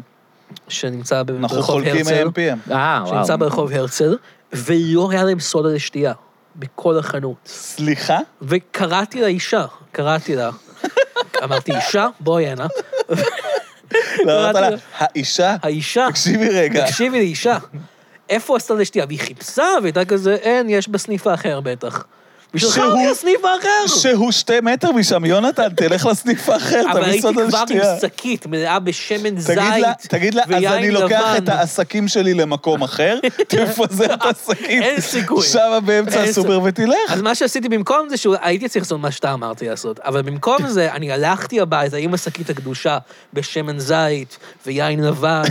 S2: שנמצא ב-
S3: אנחנו
S2: ברחוב
S3: חולקים
S2: הרצל,
S3: AMPM.
S1: אה,
S2: שנמצא
S1: וואו.
S2: ברחוב הרצל, ולא היה להם סודה לשתייה, בכל החנות.
S3: סליחה?
S2: וקראתי לאישה, קראתי לה, אמרתי, אישה, בואי הנה.
S3: לא, אמרת לה,
S2: קראתי
S3: האישה?
S2: האישה,
S3: תקשיבי רגע.
S2: תקשיבי לי, אישה, איפה הסודה לשתייה? והיא חיפשה, והייתה כזה, אין, יש בסניף האחר בטח. והיא שלחה
S3: שהוא-
S2: אותי לסניף האחר!
S3: שהוא שתי מטר משם, יונתן, תלך לסניף האחר,
S2: אבל
S3: תביא
S2: הייתי
S3: סוד על
S2: כבר עם
S3: שתייה.
S2: שקית מלאה בשמן זית
S3: תגיד לה, תגיד לה, אז אני
S2: ויין
S3: לוקח
S2: לבן."
S3: את העסקים שלי למקום אחר, תפזר את העסקים.
S2: אין סיכוי.
S3: שמה באמצע
S2: אין
S3: הסופר ותלך.
S2: אז מה שעשיתי במקום זה שהייתי צריך לעשות מה שאתה אמרתי לעשות, אבל במקום זה אני הלכתי הביתה עם השקית הקדושה בשמן זית ויין לבן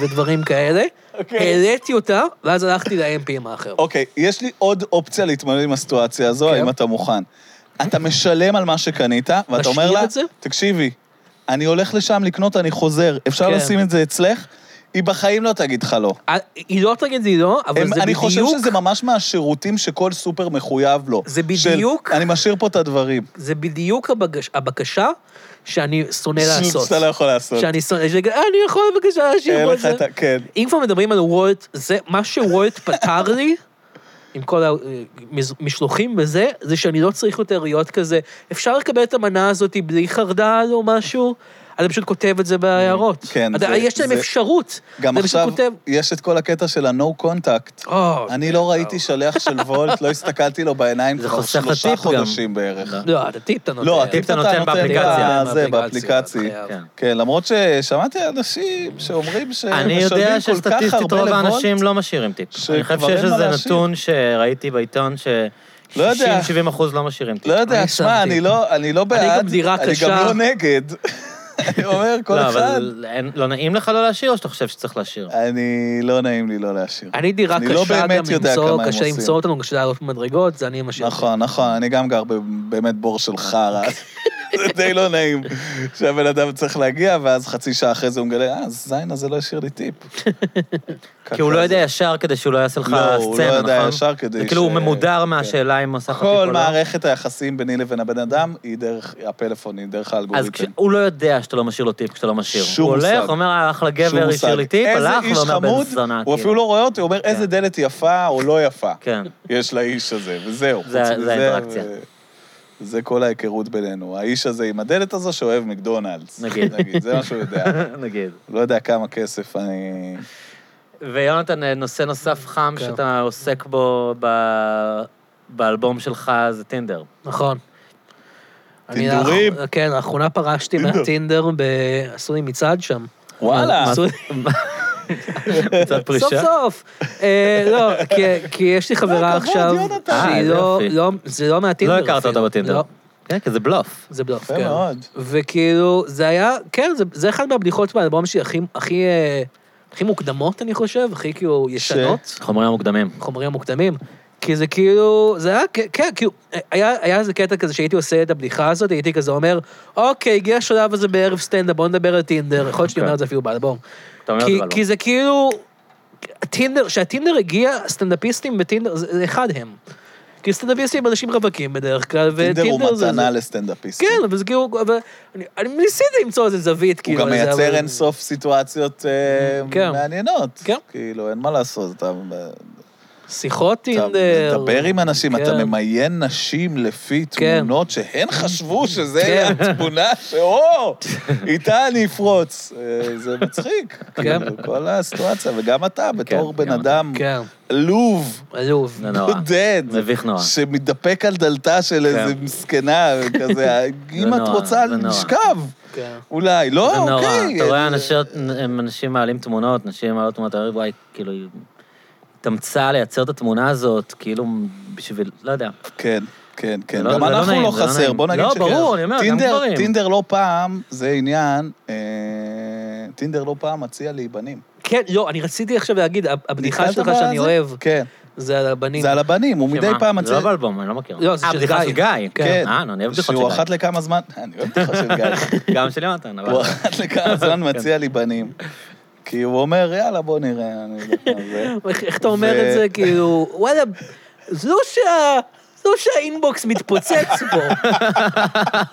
S2: ודברים כאלה,
S3: אוקיי.
S2: העליתי אותה, ואז הלכתי ל-MPM האחר.
S3: אוקיי, יש לי עוד אופציה להתמודד עם הסיטואציה הזו,
S2: כן.
S3: האם אתה מוכן. אתה משלם על מה שקנית, ואתה אומר
S2: משאיר
S3: לה,
S2: את זה?
S3: תקשיבי, אני הולך לשם לקנות, אני חוזר, אפשר
S2: כן.
S3: לשים את זה אצלך? היא בחיים לא תגיד לך לא.
S2: אה, היא לא תגיד לי לא, אבל
S3: הם,
S2: זה
S3: אני חושב
S2: בדיוק,
S3: שזה ממש מהשירותים שכל סופר מחויב לו.
S2: זה
S3: של,
S2: בדיוק-
S3: אני משאיר פה את הדברים.
S2: זה בדיוק הבגש- הבקשה שאני שונא לעשות.
S3: שאתה לא יכול לעשות.
S2: שאני שונא, שאני- "אה, אני יכול בבקשה
S3: אין
S2: להשאיר את
S3: לך
S2: זה.
S3: את ה... כן.
S2: אם כבר מדברים על וולט, זה מה שוולט פתר לי, עם כל המשלוחים וזה, זה שאני לא צריך יותר להיות כזה, אפשר לקבל את המנה הזאת בלי חרדל או משהו? אתה פשוט כותב את זה בהערות.
S3: כן,
S2: אתה-
S3: זה-
S2: יש להם
S3: זה-
S2: אפשרות.
S3: גם
S2: אתה פשוט
S3: עכשיו
S2: כותב,
S3: יש את כל הקטע של ה-No contact.
S2: "אה,
S3: אני לא ראיתי שלח של וולט, לא הסתכלתי לו בעיניים
S1: זה
S3: כבר
S1: חוסך את
S3: שלושה
S1: הטיפ גם.
S3: חודשים בערך.
S2: לא, את הטיפ אתה נותן.
S3: לא, הטיפ
S1: אתה נותן באפליקציה.
S3: זה, באפליקציה.
S2: חייב.
S1: כן.
S3: כן, למרות ששמעתי אנשים שאומרים שהם
S1: אני
S3: משלמים אה, כל כך הרבה
S1: יודע שסטטיסטית רוב
S3: לבונט.
S1: האנשים לא משאירים טיפ. אני חושב
S3: שכבר אין
S1: שיש
S3: מה
S1: איזה
S3: להשאיר.
S1: נתון שראיתי בעיתון ש...
S3: לא יודע.
S1: 60-70 אחוז לא משאירים טיפ.
S3: לא יודע,
S2: אני
S3: שמע,
S2: שמתי.
S3: אני לא, אני לא בעד,
S2: גם דירה
S3: אני
S2: קשה.
S3: גם לא נגד. אני אומר, כל
S1: לא,
S3: אחד.
S1: אבל אין- לא נעים לך לא להשאיר, או שאתה חושב שצריך להשאיר?
S3: אני, לא נעים לי לא להשאיר.
S2: אני דירה
S3: אני לא
S2: קשה
S3: באמת
S2: גם
S3: יודע כמה
S2: למצוא,
S3: הם
S2: קשה
S3: עושים.
S2: למצוא אותנו, קשה לעלות במדרגות, זה אני משאיר.
S3: נכון, נכון, אני גם גר ב- באמת בור של חרא. זה די לא נעים שהבן אדם צריך להגיע, ואז חצי שעה אחרי זה הוא מגלה, אה, הזין הזה לא השאיר לי טיפ.
S1: כי הוא לא יודע ישר כדי שהוא לא יעשה לך
S3: לא,
S1: סצנה,
S3: הוא
S1: נכון?
S3: לא יודע ישר כדי
S1: זה כאילו הוא
S3: ש-
S1: ממודר
S3: כן.
S1: מהשאלה אם עושה לך טיפ או
S3: כל
S1: לא.
S3: מערכת היחסים ביני לבין הבן אדם היא דרך הפלאפון, היא דרך
S1: אז
S3: האלגוריתם.
S1: כש- הוא לא יודע שאתה לא משאיר לו טיפ כשאתה לא משאיר.
S3: שום
S1: הוא הולך,
S3: מושג.
S1: אומר, "אה, אחלה
S3: שום
S1: גבר, השאיר
S3: מושג.
S1: לי טיפ,
S3: איזה
S1: הלך,
S3: איש
S1: ואומר, בן
S3: חמוד,
S1: זונה.
S3: הוא
S1: כאילו."
S3: אפילו לא רואה אותי, הוא אומר, איזה
S1: כן.
S3: דלת יפה או לא יפה.
S1: כן.
S3: יש לאיש הזה, וזהו.
S1: זה-
S3: חוץ
S1: זה
S3: מזה,
S1: האינטראקציה.
S3: ו- זה כל ההיכרות בינינו. האיש הזה עם הדלת הזו שאוהב מקדונלדס.
S1: נגיד.
S3: נגיד, זה מה שהוא יודע.
S1: כן, נגיד.
S3: לא יודע כמה כסף אני...
S1: ויונתן, אה, נושא נוסף חם
S2: כן.
S1: שאתה עוסק בו ב- באלבום שלך זה טינדר.
S2: נכון. אני
S3: טינדורים.
S2: לאח- כן, לאחרונה פרשתי מהטינדר, ב- עשו לי מצעד שם.
S3: וואלה.
S2: עשו לי-
S1: קצת
S2: סוף
S1: פרישה. לא
S2: סוף. אה, לא, כי- כי יש לי חברה
S3: לא, כבוד,
S2: עכשיו,
S3: יונתן.
S1: אה,
S2: שהיא
S1: זה
S2: לא,
S1: יופי.
S2: לא- זה לא מהטינדר
S1: לא הכרת אותה
S2: אפילו.
S1: בטינדר.
S2: לא,
S1: כן, כי זה בלוף.
S2: זה בלוף,
S3: יפה
S2: כן.
S3: מאוד.
S2: וכאילו, זה היה, כן, זה, זה אחד מהבדיחות באלבום שלי הכי, הכי, אה, הכי מוקדמות, אני חושב, הכי כאילו ישנות, ש...
S1: חומרים מוקדמים.
S2: חומרים מוקדמים. כי זה כאילו, זה היה, כ- כן, כאילו, היה, היה איזה קטע כזה שהייתי עושה את הבדיחה הזאת, הייתי כזה אומר, אוקיי, הגיע השלב הזה בערב סטנדאפ, בוא נדבר על טינדר, יכול להיות שאני
S1: כן.
S2: אומר את זה אפילו באלבום.
S1: אתה אומר את
S2: כי-
S1: זה לא. באלבום.
S2: כי זה כאילו, הטינדר, כשהטינדר הגיע, סטנדאפיסטים בטינדר, זה זה אחד הם. כי סטנדאפיסטים הם אנשים רווקים בדרך כלל, וטינדר זה...
S3: טינדר הוא
S2: זה-
S3: מתנה לסטנדאפיסטים.
S2: כן, אבל זה כאילו, אבל אני, אני ניסיתי למצוא איזה זווית,
S3: הוא
S2: כאילו.
S3: גם
S2: על זה,
S3: מייצר
S2: אבל-
S3: אין סוף סיטואציות אה,
S2: כן.
S3: מעניינות.
S2: כן.
S3: כאילו, אין מה לעשות, אתה...
S2: שיחות
S3: אתה
S2: טינדר.
S3: מדבר עם אנשים, אתה
S2: כן.
S3: ממיין נשים לפי
S2: כן.
S3: תמונות שהן חשבו שזה
S2: כן.
S3: התמונה שאו, איתה אני אפרוץ. אה, זה מצחיק.
S2: כן.
S3: כאילו, כל הסיטואציה, וגם אתה, בתור
S1: כן,
S3: בן
S1: גם
S3: אדם
S2: כן,
S3: עלוב,
S2: עלוב.
S3: כן.
S1: זה נורא.
S3: בודד,
S1: מביך נורא.
S3: שמתדפק על דלתה של איזה מסכנה, כזה, אם את
S1: נורא,
S3: רוצה,
S1: זה נורא.
S3: נשכב.
S2: כן.
S3: אולי, לא,
S1: זה נורא.
S3: אוקיי.
S1: אתה רואה אנשים, הם אנשים מעלים תמונות, נשים מעלות תמונות, אתה אומר, וואי, כאילו, היא התאמצה לייצר את התמונה הזאת, כאילו, בשביל, לא יודע.
S3: כן, כן, כן.
S1: לא-
S3: גם
S1: זה לא
S3: אנחנו
S1: נעים,
S3: לא
S1: זה לא
S3: חסר,
S1: נעים.
S3: בוא נגיד
S1: לא,
S3: שכן.
S1: ברור, אני אומר, גם
S3: טינדר-
S1: גברים.
S3: טינדר לא פעם, זה עניין, אה, טינדר לא פעם מציע להיבנים.
S2: כן, לא, אני רציתי עכשיו להגיד, הב- הבדיחה
S3: נתקלת
S2: שלך
S3: בזה?
S2: שאני אוהב,
S3: כן,
S2: זה על הבנים.
S3: זה על הבנים, הוא מדי
S1: שמה?
S3: פעם
S1: זה
S3: מציע...
S1: לא באלבום, אני לא מכיר.
S2: לא, זה
S1: אה,
S2: של
S1: בדיחה
S2: גיא.
S1: של גיא.
S2: כן.
S1: אה, נו, אני אוהב בדיחות
S3: שהוא
S1: של
S3: אחת לכמה זמן, אני אוהב אותך של גיא,
S1: גיא. גם של יונתן, אבל... כן.
S3: הוא אחת לכמה זמן מציע להיבנים. כי הוא אומר, יאללה, בוא נראה, אני לא יודע מה זה.
S2: איך- איך אתה אומר
S3: ו-
S2: את זה, כאילו, וואלה, זה לא שה... זה לא שהאינבוקס מתפוצץ פה.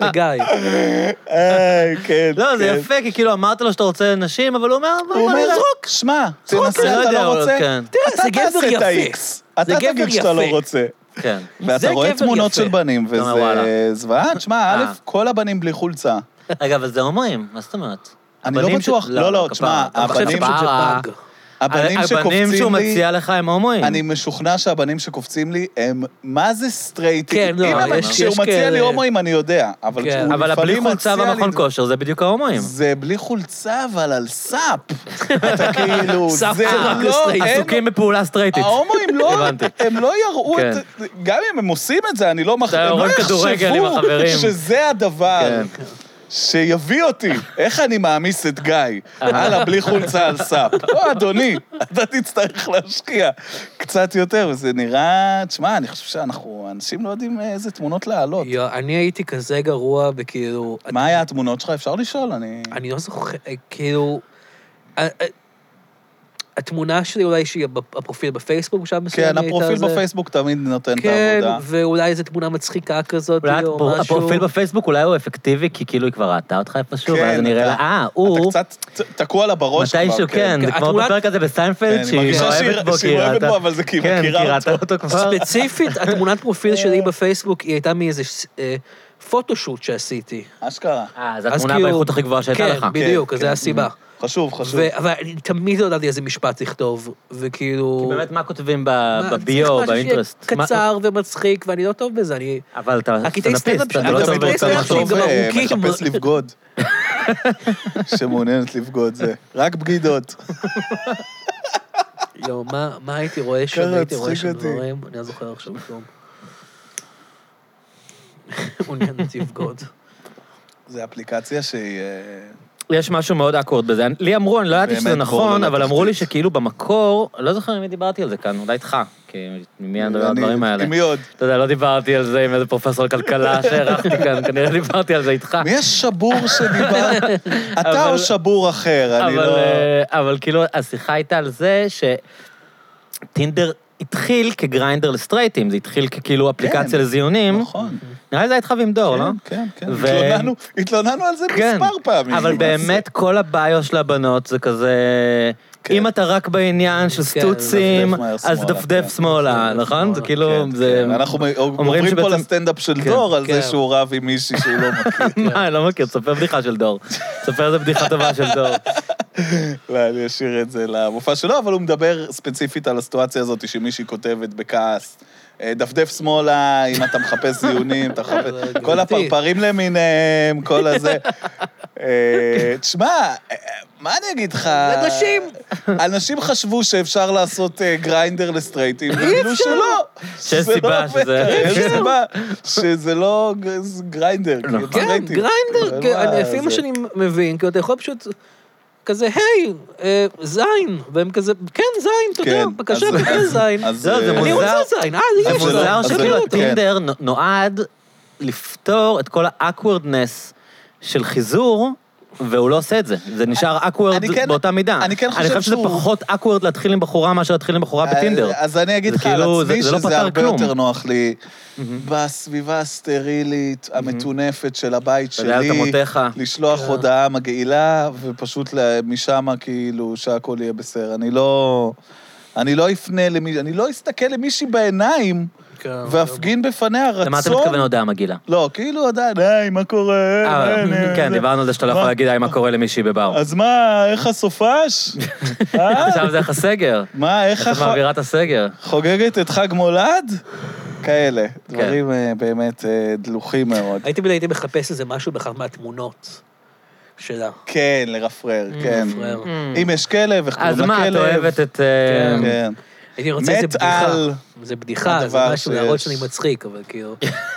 S2: זה גיא.
S3: אה, כן,
S1: לא, זה
S3: כן.
S1: יפה, כי כאילו אמרת לו שאתה רוצה נשים, אבל הוא אומר,
S3: הוא
S1: בוא
S3: אומר,
S1: נראה.
S3: זרוק, שמע,
S1: אני
S3: תנסה,
S1: לא
S3: אתה
S1: יודע,
S3: לא
S1: אבל
S3: רוצה.
S1: כן.
S2: תראה,
S3: אתה
S2: זה גבר
S3: תעשה את
S2: יפה.
S3: ה-X.
S2: זה
S3: אתה
S2: גבר
S3: תגיד שאתה לא
S2: יפה.
S3: רוצה.
S1: כן.
S3: ואתה
S2: זה
S3: רואה
S2: גבר
S3: תמונות
S2: יפה.
S3: של בנים,
S1: אתה אומר, וואלה.
S3: וזה זוועה. תשמע,
S1: אה.
S3: א', כל הבנים בלי חולצה.
S1: רגע, אבל זה הומואים, מה זאת אומרת?
S3: אני לא
S1: הבנים ש-
S3: בטוח, לא, לא, תשמע,
S1: כפרה. אני חושב
S3: הבנים-
S1: שזה
S2: שבאג.
S1: באג.
S3: הבנים
S1: הבנים שהוא
S3: שקופצים לי,
S1: מציע לך הם הומואים.
S3: אני משוכנע שהבנים שקופצים לי הם מה זה סטרייטים.
S2: כן, לא,
S3: אם הם-
S2: יש-
S3: כשהוא
S2: יש
S3: מציע לי
S2: כאלה.
S3: הומואים, אני יודע, אבל
S2: כן.
S3: כשהוא
S1: אבל הבלי
S3: לפעמים
S1: חולצה
S3: מציע לי
S1: והמכון
S3: דבר-
S1: כושר זה בדיוק ההומואים.
S3: זה בלי חולצה, אבל על סאפ. אתה כאילו,
S2: סאפ
S3: זה
S2: זה רק
S3: לא,
S2: לסטרייט.
S3: אין-
S1: עסוקים בפעולה סטרייטית.
S3: ההומואים לא,
S1: הבנתי. כן.
S3: הם לא יראו את... גם אם הם עושים את זה, אני לא מח...
S1: אתה
S3: הם לא
S1: רואה כדורגל עם
S3: יחשבו
S1: החברים.
S3: שזה הדבר
S1: כן.
S3: שיביא אותי. איך אני מעמיס את גיא?
S1: אה.
S3: הלאה, בלי חולצה על סאפ. לא, אדוני, אתה תצטרך להשקיע קצת יותר. זה נראה... תשמע, אני חושב שאנחנו... אנשים לא יודעים איזה תמונות להעלות.
S2: יו, אני הייתי כזה גרוע בכאילו...
S3: מה היה התמונות שלך? אפשר לשאול? אני...
S2: אני לא זוכר, כאילו... ה- ה- התמונה שלי אולי שהיא בפ- הפרופיל בפייסבוק בשלב מסוים
S3: כן,
S2: הייתה
S3: הפרופיל
S2: זה.
S3: בפייסבוק תמיד נותן את
S2: כן,
S3: העבודה.
S2: ואולי איזו תמונה מצחיקה כזאת
S1: אולי
S2: או
S1: הפרו-
S2: משהו.
S1: הפרופיל בפייסבוק אולי הוא אפקטיבי, כי כאילו היא כבר ראתה אותך איפשהו,
S3: כן,
S1: ואז נראה
S3: אתה-
S1: לה, אה,
S3: אתה
S1: הוא,
S3: קצת ת- תקוע לה בראש כבר.
S1: מתישהו, כן, זה
S2: כן,
S1: כמו
S2: התמונת-
S1: בפרק הזה
S3: כן,
S1: בסטיינפלד,
S3: היא
S1: שהיא
S3: מרגישה
S1: אוהבת
S3: שהיא-
S1: בו, כי
S3: שהיא
S1: היא
S3: אוהבת
S1: ראתה-
S3: בו, אבל זה כי היא
S1: כן,
S3: מכירה
S1: כי היא ראתה
S3: אותו.
S1: אותו כבר.
S2: ספציפית, התמונת פרופיל שלי
S3: אה.
S2: בפייסבוק היא הייתה מאיזה אה, פוטושוט שעשיתי.
S3: כן. אשכרה.
S1: אה, זו
S2: אז
S1: התמונה
S2: כאילו-
S1: באיכות הכי גבוהה שהייתה לך.
S2: כן, בדיוק,
S3: כן,
S2: אז זו
S3: כן.
S2: הסיבה.
S3: חשוב, חשוב.
S2: ו- אבל אני תמיד לא ידעתי איזה משפט לכתוב, וכאילו...
S1: כי באמת, מה כותבים ב-
S2: מה, צריך
S1: בביו,
S2: משהו שיהיה
S1: באינטרסט? מה-
S2: קצר ומצחיק, ואני לא טוב בזה, אני...
S1: אבל אתה
S2: הקטעי סטנדאפ
S1: סטנדאפיסט,
S2: שלי-
S1: אתה לא
S2: אגב,
S1: צריך
S2: הקטעי
S1: בעצם
S2: סטנדאפ שלי
S1: לחשוב.
S2: גם ארוכים.
S3: מחפש לבגוד. שמעוניינת לבגוד זה. רק בגידות.
S2: לא, מה- מה הייתי רואה שם?
S3: ככה,
S2: הייתי רואה
S3: הצחיק
S2: שם
S3: אותי.
S2: דברים? אני לא זוכר עכשיו כלום. מעוניינת לבגוד.
S3: זה אפליקציה שהיא... אה,
S1: יש משהו מאוד אקוורד בזה. אני- לי אמרו, אני לא ידעתי
S3: באמת
S1: שזה נכון,
S3: גורם
S1: אבל אמרו לי
S3: לתחתית.
S1: שכאילו במקור, לא זוכר עם מי דיברתי על זה כאן, אולי איתך, כי מי אני מדבר על
S3: אני-
S1: הדברים האלה.
S3: עם מי עוד?
S1: אתה יודע, לא דיברתי על זה עם איזה פרופסור לכלכלה שהערכתי כאן, כנראה דיברתי על זה איתך.
S3: מי השבור שדיבר? אתה או
S1: אבל-
S3: שבור אחר? אני
S1: אבל,
S3: לא...
S1: אה, אבל כאילו, השיחה הייתה על זה שטינדר התחיל כגריינדר לסטרייטים, זה התחיל ככאילו אפליקציה לזיונים.
S3: כן, נכון.
S1: נראה לי זה היה איתך ועם דור, לא?
S3: כן, כן, כן.
S1: אה, ו-
S3: התלוננו- התלוננו על זה
S1: כן,
S3: מספר פעמים.
S1: אבל
S3: מה זה?
S1: באמת כל הביו של הבנות זה כזה...
S3: כן.
S1: אם אתה רק בעניין של סטוצים,
S3: דפדף מהר
S1: אז
S3: שמאלה,
S1: דפדף
S3: כן.
S1: שמאלה, נכון? זה
S2: כן,
S1: כאילו, זה...
S3: כן, אנחנו עוברים פה
S1: שבעצם-
S3: לסטנדאפ של
S1: כן,
S3: דור על זה
S2: כן.
S3: שהוא רב עם מישהי שהוא לא מכיר.
S1: מה, אני לא מכיר, תספר בדיחה של דור. תספר איזה בדיחה טובה של דור.
S3: לא, אני אשאיר את זה למופע שלו, אבל הוא מדבר ספציפית על הסיטואציה הזאת שמישהי כותבת בכעס. אה, דפדף שמאלה, אם אתה מחפש זיונים, אתה מחפש...
S2: זה
S3: כל
S2: גאותי.
S3: הפרפרים למיניהם, כל הזה. אה, תשמע, אה, מה אני אגיד לך?
S2: אנשים!
S3: אנשים חשבו שאפשר לעשות אה, גריינדר לסטרייטים, וגילו שלא.
S1: שיש
S3: שזה לא
S1: סיבה
S3: עובד,
S1: שזה-
S3: יש
S1: כן.
S3: סיבה שזה לא ג- זה גריינדר. כאילו,
S1: נכון.
S2: כן,
S3: סטרייטים.
S2: גריינדר,
S3: אבל
S2: כן,
S3: מה,
S2: אני- לפי מה
S3: אה, זה-
S2: שאני מבין, כאילו, אתה יכול פשוט כזה, היי, אה, זין, והם כזה, כן, זין, תודה,
S3: כן,
S2: בבקשה,
S3: אז-
S2: תקבל זין.
S3: אז,
S1: לא, זה
S3: אה,
S2: אני
S1: מוזר.
S2: רוצה זין, אה, לי
S1: זה
S2: יש
S1: מוזר לא-
S3: אז
S2: זין,
S1: שכאילו
S2: תקבל אותו.
S3: כן.
S1: הטינדר נו- נועד לפתור את כל האקוורד-נס של חיזור. והוא לא עושה את זה, זה נשאר אקוורד
S3: אני כן-
S1: באותה מידה.
S3: אני כן חושב
S1: אני חושב שזה
S3: שהוא- אה,
S1: פחות אקוורד להתחיל עם בחורה מאשר להתחיל עם בחורה אה, בטינדר.
S3: אז אני אגיד
S1: זה
S3: לך על
S1: כאילו, זה-
S3: עצמי
S1: זה לא
S3: שזה
S1: פתר
S3: הרבה
S1: כלום.
S3: יותר נוח לי בסביבה הסטרילית, המטונפת של הבית
S1: אתה יודע,
S3: שלי,
S1: אתה מותך.
S3: לשלוח
S2: כן.
S3: הודעה מגעילה, ופשוט ל- משם כאילו שהכל יהיה בסדר. אני לא... אני לא אפנה למי... אני לא אסתכל למישהי בעיניים
S2: כן,
S3: ואפגין בפניה רצון...
S1: למה אתה מתכוון הודעה מגעילה?
S3: לא, כאילו עדיין, היי, מה קורה?
S1: אה,
S3: אין, אין,
S1: כן,
S3: זה."
S1: דיברנו על זה שאתה לא
S3: מה?
S1: יכול להגיד "היי, מה קורה למישהי בבר.
S3: אז מה, איך הסופש? אה?
S1: עכשיו זה איך הסגר,
S3: מה, איך
S1: איך את
S3: הח...
S1: מעבירה את הסגר.
S3: חוגגת את חג מולד? כאלה. דברים אה, באמת אה, דלוחים מאוד.
S2: הייתי בין- הייתי מחפש איזה משהו באחת מהתמונות שלה.
S3: כן, לרפרר, כן.
S2: מפרר.
S3: אם יש כלב, איך קוראים
S1: אז
S3: לכלב?
S1: מה, את אוהבת את... אה,
S2: כן.
S3: כן.
S2: הייתי רוצה איזה
S3: מת
S2: בדיחה.
S3: על
S2: זה בדיחה, זה
S3: הדבר
S2: משהו להראות
S3: שיש.
S2: שאני מצחיק, אבל כאילו...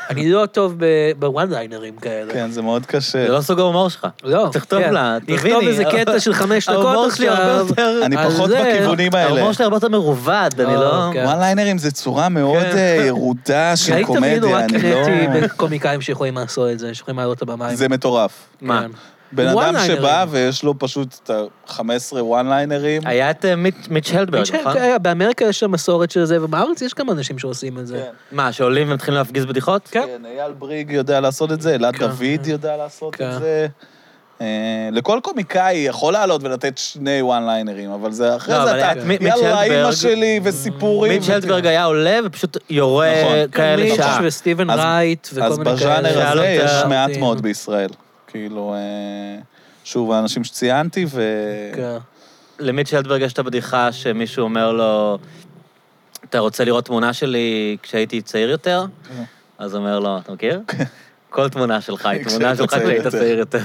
S2: אני לא טוב ב- בוואן ליינרים כאלה.
S3: כן, זה מאוד קשה.
S1: זה לא סוג ההומור שלך.
S2: לא,
S1: תכתוב
S2: כן.
S1: לה,
S2: לכתוב
S1: תביני,
S2: איזה קטע של חמש דקות
S1: ההומור שלי הרבה
S2: עכשיו.
S1: יותר...
S3: אני
S2: על
S3: פחות
S2: זה-
S3: בכיוונים האלה.
S1: ההומור שלי הרבה יותר מרובד, אני
S2: אה,
S1: לא...
S2: אוקיי.
S3: וואן ליינרים זה צורה מאוד
S1: כן.
S3: אה, ירודה של
S2: אני תמיד נורא
S3: קומדיה, אני לא...
S2: קינאתי בקומיקאים שיכולים לעשות את זה, שיכולים לעלות לבמה. עם-
S3: זה מטורף.
S2: כן.
S1: מה?
S3: בן
S2: וואן
S3: אדם
S2: ליינרים.
S3: שבא ויש לו פשוט את ה-15 וואן ליינרים.
S1: היה את אה, מיט- מיץ'
S2: אני
S1: הלברג,
S2: חושב
S1: נכון?
S2: שהיה- באמריקה יש שם מסורת של זה, ובארץ יש כמה אנשים שעושים את זה.
S3: כן.
S1: מה, שעולים ומתחילים להפגיז בדיחות?
S2: כן.
S3: כן, אייל בריג יודע לעשות את זה, אלעד
S2: כן.
S3: דוד יודע לעשות
S2: כן.
S3: את זה. אה, לכל קומיקאי יכול לעלות ולתת שני וואן ליינרים, אבל זה אחרי
S1: לא,
S3: זה
S1: אבל
S3: אתה,
S1: את מי- מיץ'
S3: יאללה,
S1: הלברג-
S3: אימא שלי וסיפורים.
S1: מיץ' הלברג היה עולה ופשוט יורה
S3: כן. נכון.
S1: כאלה
S2: מיץ'
S1: שעה.
S2: וסטיבן
S3: אז-
S2: רייט וכל מיני
S3: אז
S2: כאלה. כן.
S3: בז'אנר הזה
S1: שאלות,
S3: יש
S1: אה,
S3: מעט
S2: אותי.
S3: מאוד בישראל. כאילו, אה, שוב, האנשים שציינתי, ו...
S2: כן.
S1: למיץ' הלברג יש את הבדיחה שמישהו אומר לו, אתה רוצה לראות תמונה שלי כשהייתי צעיר יותר?
S2: אה.
S1: אז הוא אומר לו, אתה מכיר?
S2: כן.
S1: כל תמונה שלך היא תמונה
S3: כשהיית
S1: שלך
S3: צעיר
S1: כשהיית
S3: יותר."
S1: צעיר יותר.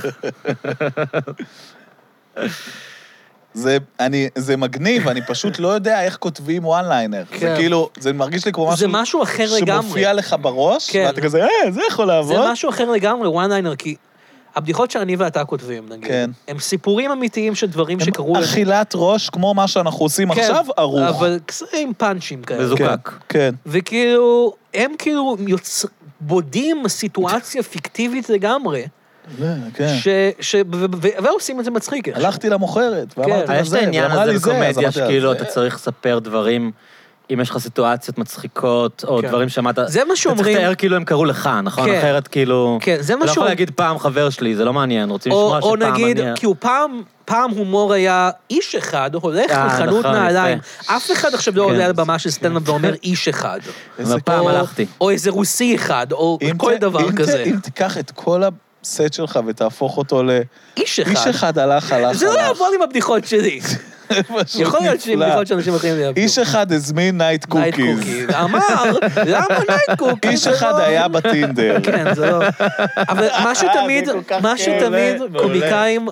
S3: זה, אני, זה מגניב, אני פשוט לא יודע איך כותבים וואן ליינר. זה
S2: כן.
S3: כאילו, זה מרגיש לי כמו
S2: זה
S3: משהו
S2: משהו אחר לגמרי.
S3: שמופיע לך בראש,
S2: כן.
S3: ואתה כזה, אה, זה יכול
S2: זה
S3: לעבוד.
S2: משהו אחר לגמרי, וואן ליינר, כי הבדיחות שאני ואתה כותבים, נגיד,
S3: כן.
S2: הם סיפורים אמיתיים של דברים שקרו
S3: הם אכילת ראש, כמו מה שאנחנו עושים
S2: כן,
S3: עכשיו, ערוך.
S2: אבל כס- עם פאנצ'ים כאלה.
S1: וזו- זוקק.
S3: כן.
S2: וכאילו, הם כאילו יוצ... בודים סיטואציה פיקטיבית לגמרי,
S3: כן, כן.
S2: ש... ש... ו... ו... ועושים את זה מצחיק. איכשהו.
S3: הלכתי
S2: כן.
S3: למוכרת, ואמרתי לה
S1: יש את
S3: זה,
S1: העניין
S3: ואמרה
S1: הזה
S3: לי זה, אז
S1: בקומדיה,
S3: אמרתי לה,
S1: שכאילו
S3: "זה".
S1: אתה צריך לספר דברים, אם יש לך סיטואציות מצחיקות, או
S2: כן.
S1: דברים שמעת...
S2: זה מה
S1: אתה צריך
S2: שאומרים,
S1: לתאר כאילו הם קראו לך, נכון?
S2: כן.
S1: אחרת כאילו...
S2: כן, זה מה
S1: אתה לא יכול
S2: שהוא-
S1: להגיד פעם חבר שלי, זה לא מעניין, רוצים
S2: או,
S1: לשמוע
S2: או
S1: שפעם אני...
S2: נגיד, כאילו פעם, פעם הומור היה איש אחד, הולך
S1: אה,
S2: לחנות
S1: נכון,
S2: נעליים. אף אחד עכשיו לא
S1: כן.
S2: עולה על במה של סטנדאפ ואומר איש אחד.
S3: איזה
S1: הפעם
S2: או-
S1: הלכתי.
S2: או איזה רוסי אחד, או
S3: אם
S2: כל
S3: ת-
S2: דבר
S3: אם ת-
S2: כזה.
S3: אם תיקח את כל הסט שלך ותהפוך אותו ל...
S2: איש אחד.
S3: איש אחד הלך, הלך,
S2: זה לא
S3: הלך.
S2: יעבוד עם הבדיחות שלי.
S3: פשוט
S2: יכול להיות שעם
S3: נפלא.
S2: בדיחות שאנשים אחרים יעבדו.
S3: איש אחד הזמין נייט
S2: נייט
S3: קוקיז.
S2: אמר, למה נייט קוקיז?
S3: איש
S2: זה לא-
S3: אחד היה בטינדר.
S2: כן, זה לא... אבל משהו
S3: אה, זה
S2: תמיד,
S3: כל כך
S2: משהו
S3: מעולה,
S2: תמיד,
S3: מעולה.
S2: קומיקאים,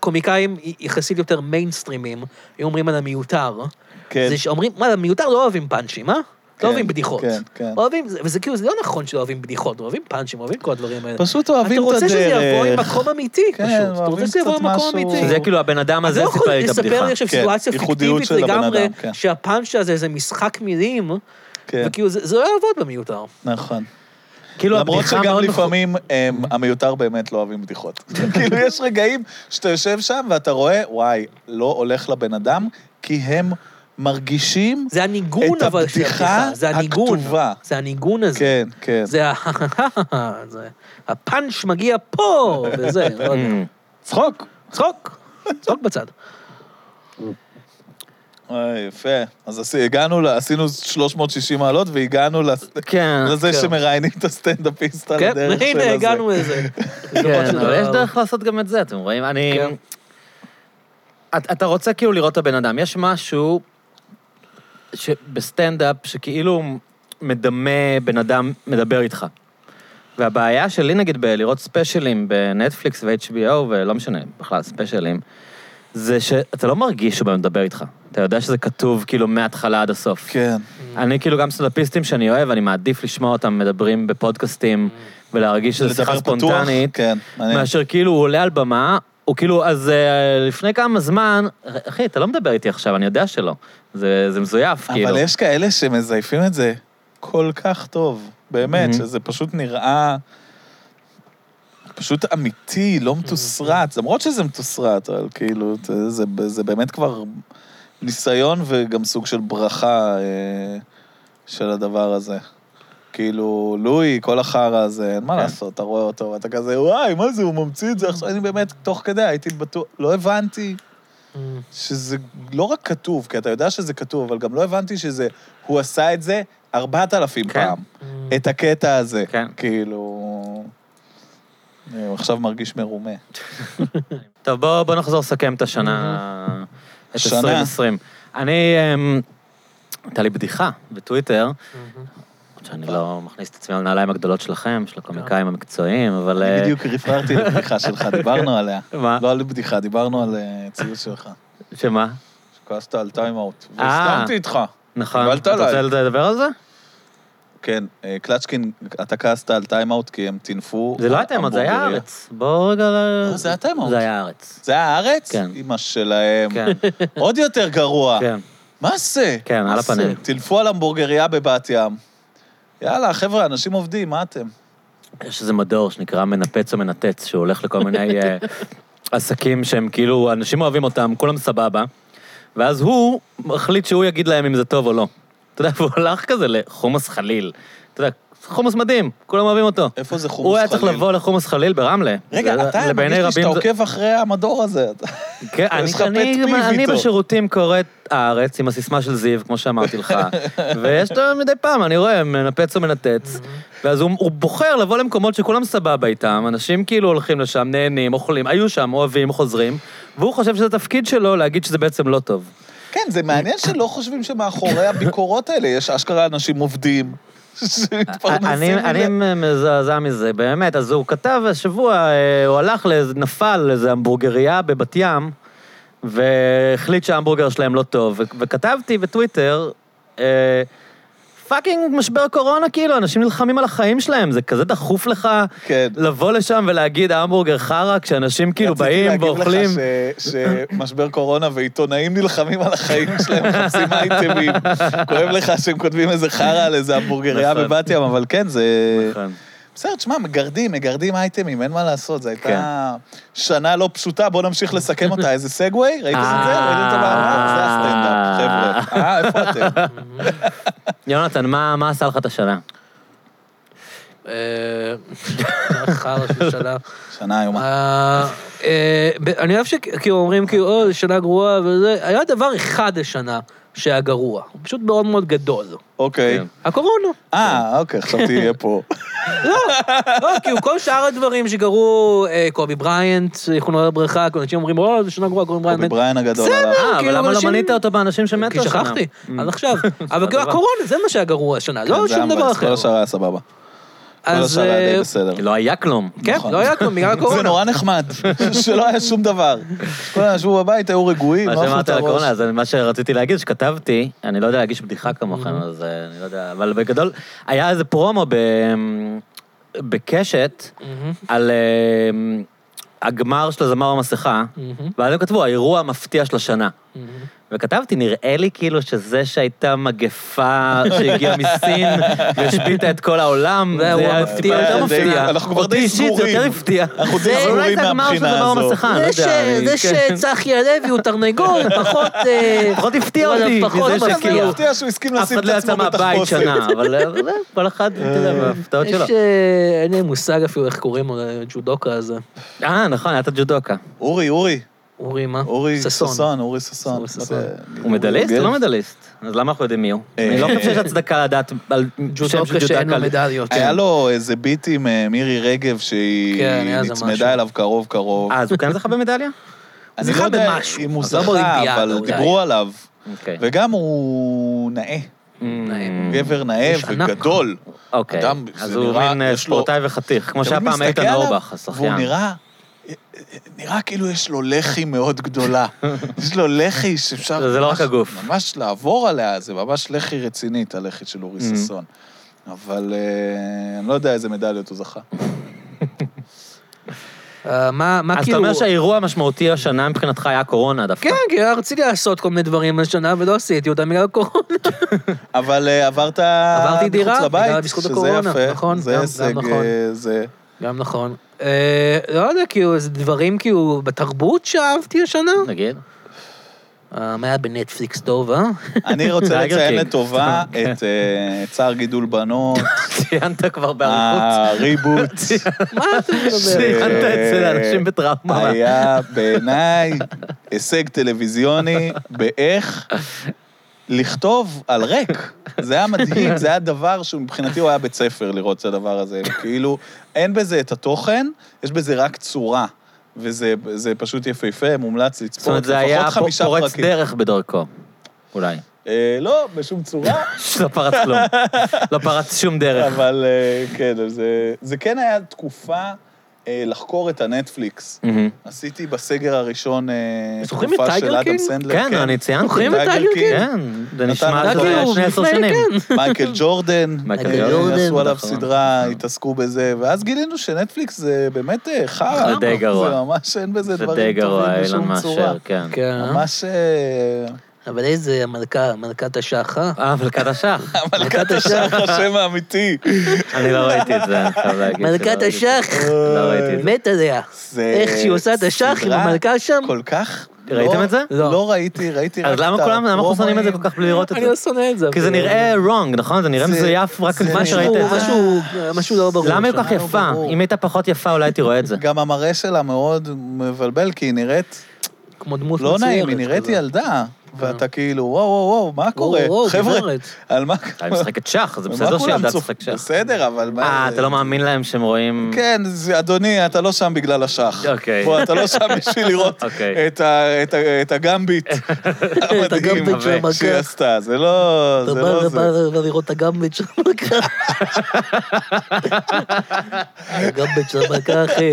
S2: קומיקאים יחסית יותר מיינסטרימים, היו אומרים על המיותר.
S3: כן.
S2: זה שאומרים, מה, המיותר לא אוהבים פאנצ'ים, אה? לא אוהבים בדיחות.
S3: כן, כן.
S2: אוהבים, זה- וזה כאילו, זה לא נכון שלא אוהבים בדיחות, אוהבים פאנצ'ים, אוהבים כל הדברים האלה.
S3: פשוט אוהבים את
S2: אתה רוצה שזה יבוא עם
S3: הדרך.
S2: מקום אמיתי,
S3: כן,
S2: פשוט. אתה
S3: אוהבים
S2: רוצה שזה יבוא
S3: קצת
S2: עם מקום
S3: משהו-
S2: אמיתי.
S1: שזה כאילו הבן אדם
S2: אתה
S1: הזה
S2: לא יכול
S1: סיפר לי את
S2: לספר
S1: הבדיחה.
S2: לי עכשיו
S3: כן,
S2: סיטואציה
S3: ייחודיות
S2: פיקטיבית
S3: של הבן
S2: לגמרי,
S3: אדם, כן.
S2: שהפאנץ' הזה זה משחק מילים,
S3: כן,
S2: וכאילו זה זה לא יעבוד במיותר.
S3: נכון.
S1: כאילו
S3: למרות
S1: הבדיחה
S3: שגם
S1: מאוד מכו-
S3: לפעמים הם, המיותר באמת לא אוהבים בדיחות. כאילו, יש רגעים שאתה יושב שם ואתה רואה, וואי, לא הולך לבן אדם, כי הם מרגישים...
S2: זה הניגון
S3: את
S2: אבל של
S3: הבדיחה
S2: הבדיחה, זה הניגון.
S3: הכתובה.
S2: זה הניגון הזה.
S3: כן, כן.
S2: זה ה... זה- הפאנץ' מגיע פה, וזה, לא יודע.
S1: Mm.
S3: צחוק.
S2: צחוק, צחוק בצד.
S3: אוי, אה, יפה. אז עשי- הגענו, ל- עשינו 360 מעלות והגענו לס-
S1: כן.
S3: לזה
S2: כן.
S3: שמראיינים את הסטנדאפיסט על
S2: כן,
S3: הדרך של הזה.
S2: הנה, הגענו לזה. בסופו
S1: כן, אבל
S2: של דבר.
S1: יש דרך לעשות גם את זה, אתם רואים? אני...
S2: כן.
S1: את- אתה רוצה כאילו לראות את הבן אדם. יש משהו ש- בסטנדאפ שכאילו מדמה בן אדם מדבר איתך. והבעיה שלי, נגיד, בלראות ספיישלים בנטפליקס ו-HBO, ולא משנה, בכלל, ספיישלים, זה שאתה לא מרגיש שהוא באמת מדבר איתך. אתה יודע שזה כתוב כאילו מההתחלה עד הסוף.
S3: כן.
S1: אני כאילו גם סטנדאפיסטים שאני אוהב, אני מעדיף לשמוע אותם מדברים בפודקאסטים ולהרגיש שזו שיחה
S3: לדבר פתוח,
S1: ספונטנית,
S3: כן, מעניין.
S1: מאשר כאילו הוא עולה על במה, הוא כאילו, אז אה, לפני כמה זמן, אחי, אתה לא מדבר איתי עכשיו, אני יודע שלא. זה זה מזויף, כאילו.
S3: אבל יש כאלה שמזייפים את זה כל כך טוב, באמת,
S1: Mhm.
S3: שזה פשוט נראה פשוט אמיתי, לא מתוסרט, למרות שזה מתוסרט, אבל כאילו, זה- זה- זה באמת כבר ניסיון וגם סוג של ברכה אה, של הדבר הזה. כאילו, לואי, כל החרא הזה, אין מה
S1: כן.
S3: לעשות, אתה רואה אותו, ואתה כזה, וואי, מה זה, הוא ממציא את זה עכשיו, אני באמת, תוך כדי הייתי בטוח, לא הבנתי.
S1: Mm.
S3: שזה לא רק כתוב, כי אתה יודע שזה כתוב, אבל גם לא הבנתי שזה, הוא עשה את זה 4,000
S1: כן.
S3: פעם, את הקטע הזה.
S1: כן.
S3: כאילו... אה, הוא עכשיו מרגיש מרומה.
S1: טוב, בואו בוא נחזור לסכם את השנה, את
S3: שנה.
S1: 2020. אני, אמ, הייתה לי בדיחה בטוויטר, שאני לא מכניס את עצמי לנעליים הגדולות שלכם, של הקומיקאים המקצועיים, אבל...
S3: כן. אני
S1: אה,
S3: בדיוק רפררתי לבדיחה שלך, דיברנו עליה.
S1: כן. מה?
S3: לא על בדיחה, דיברנו על אה, ציוץ שלך.
S1: שמה?
S3: שכעסת על טיים-אוט.
S1: אה.
S3: והסכמתי איתך.
S1: נכון.
S3: קיבלת
S1: אתה רוצה
S3: עליי.
S1: לדבר על זה?
S3: כן, אה, קלצ'קין, אתה כעסת על טיים-אוט כי הם טינפו...
S1: זה לא היה תימות, זה היה
S3: המבורגריה.
S1: הארץ. בואו רגע... ל-
S3: לא, אה, זה היה תימות.
S1: זה היה הארץ.
S3: זה היה הארץ?
S1: כן.
S3: אימא שלהם.
S1: כן,
S3: עוד יותר גרוע.
S1: כן,
S3: מה זה?
S1: כן, על הפנים.
S3: טילפו על המבורגריה בבת ים. יאללה, חבר'ה, אנשים עובדים, מה אתם?
S1: יש איזה מדור שנקרא מנפץ או מנתץ, שהוא הולך לכל מיני אה, עסקים שהם כאילו, אנשים אוהבים אותם, כולם סבבה, ואז הוא מחליט שהוא יגיד להם אם זה טוב או לא. אתה יודע, והוא הלך כזה לחומוס חליל. אתה יודע, חומוס מדהים, כולם אוהבים אותו.
S3: איפה זה חומוס חליל?
S1: הוא היה צריך לבוא לחומוס חליל ברמלה.
S3: רגע,
S1: זה-
S3: אתה
S1: לבעיני
S3: מרגיש לי שאתה
S1: רבים זה-
S3: עוקב אחרי המדור הזה. אתה-
S1: כן, אני,
S3: יש לך
S1: אני,
S3: pet peeve
S1: אני, אני
S3: איתו.
S1: בשירותים קורא את הארץ עם הסיסמה של זיו, כמו שאמרתי לך, ויש לו מדי פעם, אני רואה, מנפץ ומנתץ, ואז הוא, הוא בוחר לבוא למקומות שכולם סבבה איתם, אנשים כאילו הולכים לשם, נהנים, אוכלים, היו שם, אוהבים, חוזרים, והוא חושב שזה התפקיד שלו להגיד שזה בעצם לא טוב.
S3: כן, זה מעניין שלא חושבים שמאחורי הביקורות האלה יש אשכרה אנשים עובדים.
S1: אני,
S3: שמתפרנסים
S1: אני
S3: מזה.
S1: מזעזע מזה, באמת. אז הוא כתב השבוע, אה, הוא הלך, לאיזה- נפל לאיזה המבורגריה בבת ים, והחליט שההמבורגר שלהם לא טוב. ו- וכתבתי בטוויטר, אה, פאקינג משבר קורונה, כאילו, אנשים נלחמים על החיים שלהם, זה כזה דחוף לך
S3: כן.
S1: לבוא לשם ולהגיד ההמבורגר חרא, כשאנשים כאילו באים ואוכלים.
S3: רציתי להגיד לך ש- שמשבר קורונה ועיתונאים נלחמים על החיים שלהם, מחפשים אייטמים. כואב לך שהם כותבים איזה חרא על איזה המבורגריה
S1: נכון.
S3: בבת ים, אבל כן, זה...
S1: נכון.
S3: בסדר, תשמע, מגרדים, מגרדים אייטמים, אין מה לעשות, זו הייתה
S1: כן.
S3: שנה לא פשוטה, בוא נמשיך לסכם אותה. איזה סגווי? ראיתם את זה?
S1: אה.
S3: ראיתם את המאמר? זה הסטנדאפ, חבר'ה. אה, איפה אתם?
S1: יונתן, מה מה עשה לך את השנה?
S2: אה, חרא של שנה.
S3: שנה איומה.
S2: אה, אה, ב- אני אוהב שכאילו אומרים כאילו, או, זו שנה גרועה וזה, היה דבר אחד השנה שהיה גרוע, הוא פשוט מאוד מאוד גדול.
S3: אוקיי.
S1: כן.
S2: הקורונה.
S3: אה, אוקיי, חשבתי יהיה פה.
S2: לא, כאילו כל שאר הדברים שקרו, אה, קובי בריינט, זיכרונו לברכה, כאילו, אנשים אומרים, או, זו שנה גרועה, קובי בריינט.
S3: קובי בריין הגדול עליו.
S1: אה, אבל
S2: כאילו,
S1: למה לא
S2: אנשים-
S1: מנית אותו באנשים שמתו
S2: כי
S1: השנה?
S2: שכחתי, אז עכשיו. אבל כאילו
S1: הדבר.
S2: הקורונה, זה מה שהיה גרוע השנה,
S3: כן,
S2: לא
S3: זה
S2: שום
S3: היה
S2: דבר
S3: מבאס, כל
S2: אחר.
S3: השאר היה סבבה. כל
S2: אז...
S3: השאר היה
S2: אה,
S3: די בסדר.
S1: לא היה כלום.
S2: כן,
S3: נכון.
S2: לא היה כלום, בגלל
S3: זה
S2: הקורונה.
S3: נורא נחמד, שלא היה שום דבר. כולם ישבו בבית, היו רגועים,
S1: מה
S3: לא אכלו את
S1: שאמרת על הקורונה,
S3: הראש.
S1: זה מה שרציתי להגיד, שכתבתי, אני לא יודע להגיש בדיחה כמוכם, אז אה, אני לא יודע, אבל בגדול, היה איזה פרומו ב- אמ, בקשת
S2: מהמם,
S1: על אה, הגמר של הזמר המסכה,
S2: מהמם,
S1: ואז הם כתבו, האירוע המפתיע של השנה.
S2: מהמם.
S1: וכתבתי, נראה לי כאילו שזה שהייתה מגפה שהגיעה מסין והשביתה את כל העולם,
S2: זה אירוע
S1: היה
S2: מפתיע.
S1: טיפה יותר
S2: די-
S1: מפתיע.
S3: אנחנו כבר די
S1: אותי אישית זה
S3: סגורים.
S1: יותר הפתיע.
S3: אנחנו די
S1: זה- אולי
S3: סגורים
S1: זה הגמר של
S3: מהבחינה
S1: הזמר
S3: הזו.
S1: המסכה, אני לא
S2: אה, זה
S1: יודע.
S2: ש-
S1: אני-
S2: זה
S1: כן.
S2: שצחי הלוי הוא תרנגול, פחות... אה,
S1: פחות הפתיע
S2: וואלה,
S1: אותי,
S2: פחות
S1: מזה
S2: מפתיע.
S3: אבל
S1: שכאילו-
S3: הוא מפתיע שהוא הסכים
S1: אף
S3: לשים
S1: אחד
S3: את
S1: לא יצא
S3: עצמו
S1: מהבית
S3: בתחפושת. אה,
S1: שנה, אבל אבל זה, כל אחד, אתה יודע, בהפתעות שלו.
S2: יש... אה, אין לי מושג אפילו איך קוראים לו, ג'ודוקה הזה.
S1: אה, נכון, היה את הג'ודוקה.
S3: אורי, אורי,
S2: אורי, מה?
S3: אורי
S2: ששון.
S3: ששון, אורי ששון.
S2: אורי ששון.
S1: הוא מדליסט או לא מדליסט? אז למה אנחנו יודעים מי הוא?
S3: אה.
S1: אני לא חושב שיש הצדקה לדעת על שם של
S2: ג'ודוקה שאין לו
S1: ג'ודוקה.
S2: מדליות.
S1: כן.
S3: היה לו איזה ביט עם אה, מירי רגב
S2: כן,
S3: שהיא
S2: היה איזה משהו.
S3: נצמדה אליו קרוב קרוב.
S1: אה, אז הוא כן זכה במדליה?
S3: אני לא
S2: זכה
S3: יודע
S2: במשהו,
S3: אם הוא
S2: אבל לא
S3: זכה,
S2: באולימפיאדה,
S3: אבל
S2: אולי.
S3: דיברו עליו.
S1: אוקיי. Mm.
S3: וגם הוא נאה, גבר נאה
S2: איש ענק.
S3: וגדול.
S1: אוקיי.
S3: אדם,
S1: אז
S3: זה
S1: הוא
S3: נראה,
S1: מין אה,
S3: יש לו-
S1: ספורטאי וחתיך, כמו
S3: אתה
S1: שהיה
S3: תמיד
S1: פעם
S3: מסתכל
S1: איתן
S3: עליו,
S1: אורבך, השחיין.
S3: והוא נראה, נראה כאילו יש לו לחי מאוד גדולה. יש לו לחי שאפשר...
S1: זה לא
S3: ממש-
S1: רק הגוף.
S3: ממש לעבור עליה, זה ממש לחי רצינית, הלחי של אורי
S1: Mhm.
S3: ששון. אבל אה, אני לא יודע איזה מדליות הוא זכה.
S2: אה, מה מה
S1: אז אתה
S2: כאילו...
S1: אומר שהאירוע המשמעותי השנה מבחינתך היה קורונה דווקא.
S2: כן, כי רציתי לעשות כל מיני דברים השנה, ולא עשיתי אותם בגלל הקורונה.
S3: אבל אה, עברת
S2: עברתי דירה,
S3: מחוץ לבית,
S2: בגלל- בזכות
S3: שזה
S2: הקורונה,
S3: יפה,
S2: נכון,
S3: זה
S2: גם- גם
S3: הישג,
S2: נכון.
S3: אה, זה...
S2: גם נכון. אה, לא יודע, כאילו, זה דברים כאילו בתרבות שאהבתי השנה.
S1: נגיד.
S2: אה, מה היה בנטפליקס טוב, אה?
S3: אני רוצה
S1: טייגר
S3: לציין
S1: קינג.
S3: לטובה את אה, צער גידול בנות,
S1: ציינת כבר
S3: אה,
S1: באריכות.
S3: הריבוט.
S2: מה אתה מדבר?
S1: ציינת את זה לאנשים בטראומה.
S3: אה, היה בעיניי הישג טלוויזיוני באיך לכתוב על ריק. זה היה מדהים, זה היה דבר שמבחינתי הוא היה בית ספר לראות את הדבר הזה. כאילו, אין בזה את התוכן, יש בזה רק צורה. וזה זה פשוט יפהפה, מומלץ לצפות.
S1: זאת אומרת, זה היה
S3: לפחות חמישה
S1: פורץ
S3: פרקים.
S1: דרך בדרכו, אולי.
S3: אה, לא, בשום צורה.
S1: לא פרץ כלום. לא פרץ שום דרך.
S3: אבל אה, כן, אז, אה, זה כן היה תקופה אה, לחקור את הנטפליקס.
S1: מהמם.
S3: עשיתי בסגר הראשון אה,
S2: זוכרים את
S3: תקופה
S2: טייגר
S3: של אדם
S2: קינג?
S3: סנדלר.
S1: כן, אני ציינתי.
S2: זוכרים את
S3: טייגר
S2: טייגר
S3: קינג?
S2: קינג?
S1: כן, זה נשמע
S3: נתן-
S1: זה
S3: היה
S1: לפני עשר
S2: כאילו לפני,
S1: שנים.
S2: כן.
S3: מייקל ג'ורדן,
S1: מייקל
S3: אה,
S1: ג'ורדן,
S3: עשו עליו
S1: נכון.
S3: סדרה, התעסקו בזה, ואז גילינו שנטפליקס זה באמת אה, חרא.
S1: זה די גרוע.
S3: זה ממש, אין בזה
S1: זה די
S3: דברים
S1: גרוע,
S3: טובים
S1: אילן
S3: בשום צורה.
S1: מאשר, כן.
S2: כן.
S3: ממש... אה,
S2: אבל איזה מלכה, מלכת השח, אה?
S1: אה, מלכת השח.
S3: מלכת השח, השם האמיתי.
S1: אני לא ראיתי את זה, אני חייב להגיד. שלא
S2: מלכת
S1: ראיתי את זה.
S2: השח!
S1: לא ראיתי את זה.
S2: מת עליה.
S3: זה
S2: איך שהיא עושה את השח עם
S3: סדרה
S2: המלכה שם?
S3: כל כך...
S1: ראיתם
S3: לא-
S1: את זה?
S2: לא.
S3: לא ראיתי, ראיתי רק
S1: אז
S3: את
S1: למה כולם, למה אנחנו שונאים את זה כל כך בלי לראות את
S2: אני לא
S1: זה?
S2: שונא את זה.
S1: כי זה
S2: אפילו.
S1: נראה wrong, נכון? זה נראה
S3: זה-
S1: מזויף רק
S3: זה
S1: לפני
S3: נראה-
S1: שראית את זה.
S2: משהו, משהו לא ברור.
S1: למה היא
S2: שם.
S1: כל כך
S3: לא
S1: יפה?
S3: ברור. כן.
S1: אם היא הייתה פחות יפה, אולי הייתי רואה את זה.
S3: גם המראה שלה מאוד מבלבל, כי היא נראית
S2: כמו דמות
S3: לא
S2: מצוירת.
S3: נעים, היא נראית
S2: כזה.
S3: ילדה, ואתה כאילו, וואו, וואו, וואו, מה
S2: וואו,
S3: קורה?
S2: וואו,
S3: חבר'ה,
S2: גברת.
S3: על מה...
S1: היא משחקת שח, זה
S3: מה
S1: בסדר
S3: כולם
S1: שילדה
S3: צופ-
S1: תשחק שח.
S3: בסדר, אבל... מה-
S1: אה, אתה לא מאמין להם שהם רואים...
S3: כן, זה- אדוני, אתה לא שם בגלל השח.
S1: אוקיי.
S3: בוא, אתה לא שם בשביל לראות
S1: אוקיי.
S3: את ה- את ה- את הגמביט המדהים
S2: הגמביט של המכה.
S3: שהיא עשתה. זה לא...
S2: אתה
S3: זה
S2: בא-
S3: לא
S2: אתה
S3: זה.
S2: בא- בא לראות את הגמבט של המכה. הגמבט של המכה, אחי.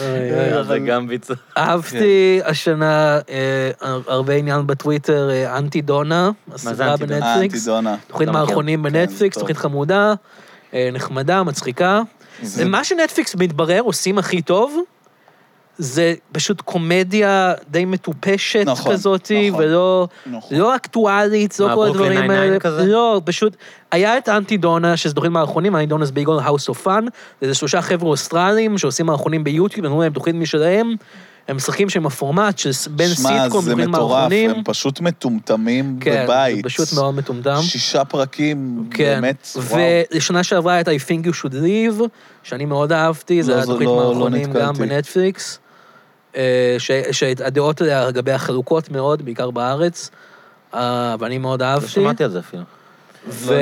S2: אוי, אוי.
S1: אה, זה גם ביצוע.
S2: אהבתי השנה אה, הרבה עניין בטוויטר, אה, אנטי דונה, הסדרה
S1: אנטי דונה?
S3: אה,
S2: בנטפליקס.
S3: אנטידונה.
S2: תוכנית
S1: לא מכיר.
S2: מערכונים בנטפליקס,
S3: כן, טוב.
S2: תוכנית חמודה, אה, נחמדה, מצחיקה.
S3: זה-
S2: מה שנטפליקס מתברר עושים הכי טוב, זה פשוט קומדיה די מטופשת
S3: נכון,
S2: כזאת,
S3: נכון.
S2: ולא
S3: נכון.
S2: לא אקטואלית, לא
S1: מה,
S2: כל
S1: ברוקלין
S2: הדברים
S1: ניין-ניין
S2: האלה.
S1: כזה?
S2: לא, פשוט, היה את אנטי דונה, שזה תוכנית מערכונים, אנטי דונה זה בעיקרון House of Fun, זה שלושה חבר'ה אוסטרלים שעושים מערכונים ביוטיוב, הם אומרים להם תוכנית משלהם, הם משחקים שהם הפורמט של בין סיטקום,
S3: זה
S2: תוכנית
S3: מטורף,
S2: מערכונים.
S3: הם פשוט מטומטמים
S2: כן,
S3: בבית.
S2: זה פשוט מאוד מטומטם.
S3: שישה פרקים,
S2: כן,
S3: באמת, וואו.
S2: ולשנה שעברה הייתה I think you should leave, שאני מאוד אהבתי,
S3: לא,
S2: זה היה
S3: זו-
S2: תוכנית
S3: לא- לא
S2: מערכונים גם
S3: נתקלתי.
S2: בנטפליקס, אה, ש- שהדעות עליה לגביה חלוקות מאוד, בעיקר בארץ, אה, ואני מאוד
S1: לא
S2: אהבתי.
S1: שמעתי על זה אפילו.
S2: ו-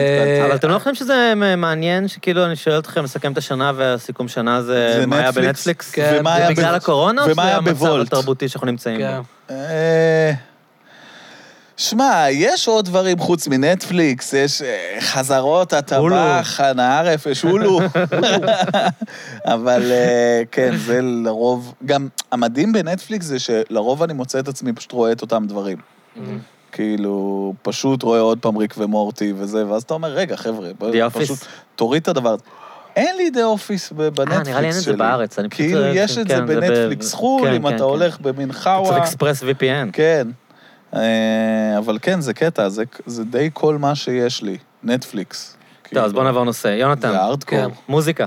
S1: אבל אתם לא חושבים שזה מ- מעניין שכאילו אני שואל אתכם לסכם את השנה והסיכום שנה זה
S3: זה
S1: מה היה
S3: נטפליקס?
S1: בנטפליקס?
S2: כן,
S1: זה
S2: ומה היה
S1: בגלל
S3: בוולט?
S1: הקורונה או
S3: ומה
S1: שזה
S3: היה
S1: המצב
S3: בוולט?
S1: התרבותי שאנחנו נמצאים
S2: כן.
S1: בו?
S3: אה, שמע, יש עוד דברים חוץ מנטפליקס, יש אה, חזרות, הטבח, חנה ערף, יש הולו. אבל אה, כן, זה לרוב... גם המדהים בנטפליקס זה שלרוב אני מוצא את עצמי פשוט רואה את אותם דברים. כאילו, פשוט רואה עוד פעם ריק ומורטי וזה, ואז אתה אומר, רגע, חבר'ה, בוא-
S1: The Office.
S3: פשוט תוריד את הדבר הזה. אין לי דה אופיס בנטפליקס שלי.
S1: אה, נראה לי אין את זה בארץ, אני פשוט-
S3: כאילו, יש את זה
S1: כן, זה ב-
S3: בנטפליקס חו"ל,
S1: כן,
S3: אם
S1: כן,
S3: אתה
S1: כן.
S3: הולך במין
S1: צריך
S3: חאווה.
S1: אקספרס VPN.
S3: כן. אה, אבל כן, זה קטע, זה, זה די כל מה שיש לי, נטפליקס.
S1: טוב, אז בוא נעבור נושא. יונתן,
S3: זה הארדקור.
S2: כן.
S1: מוזיקה.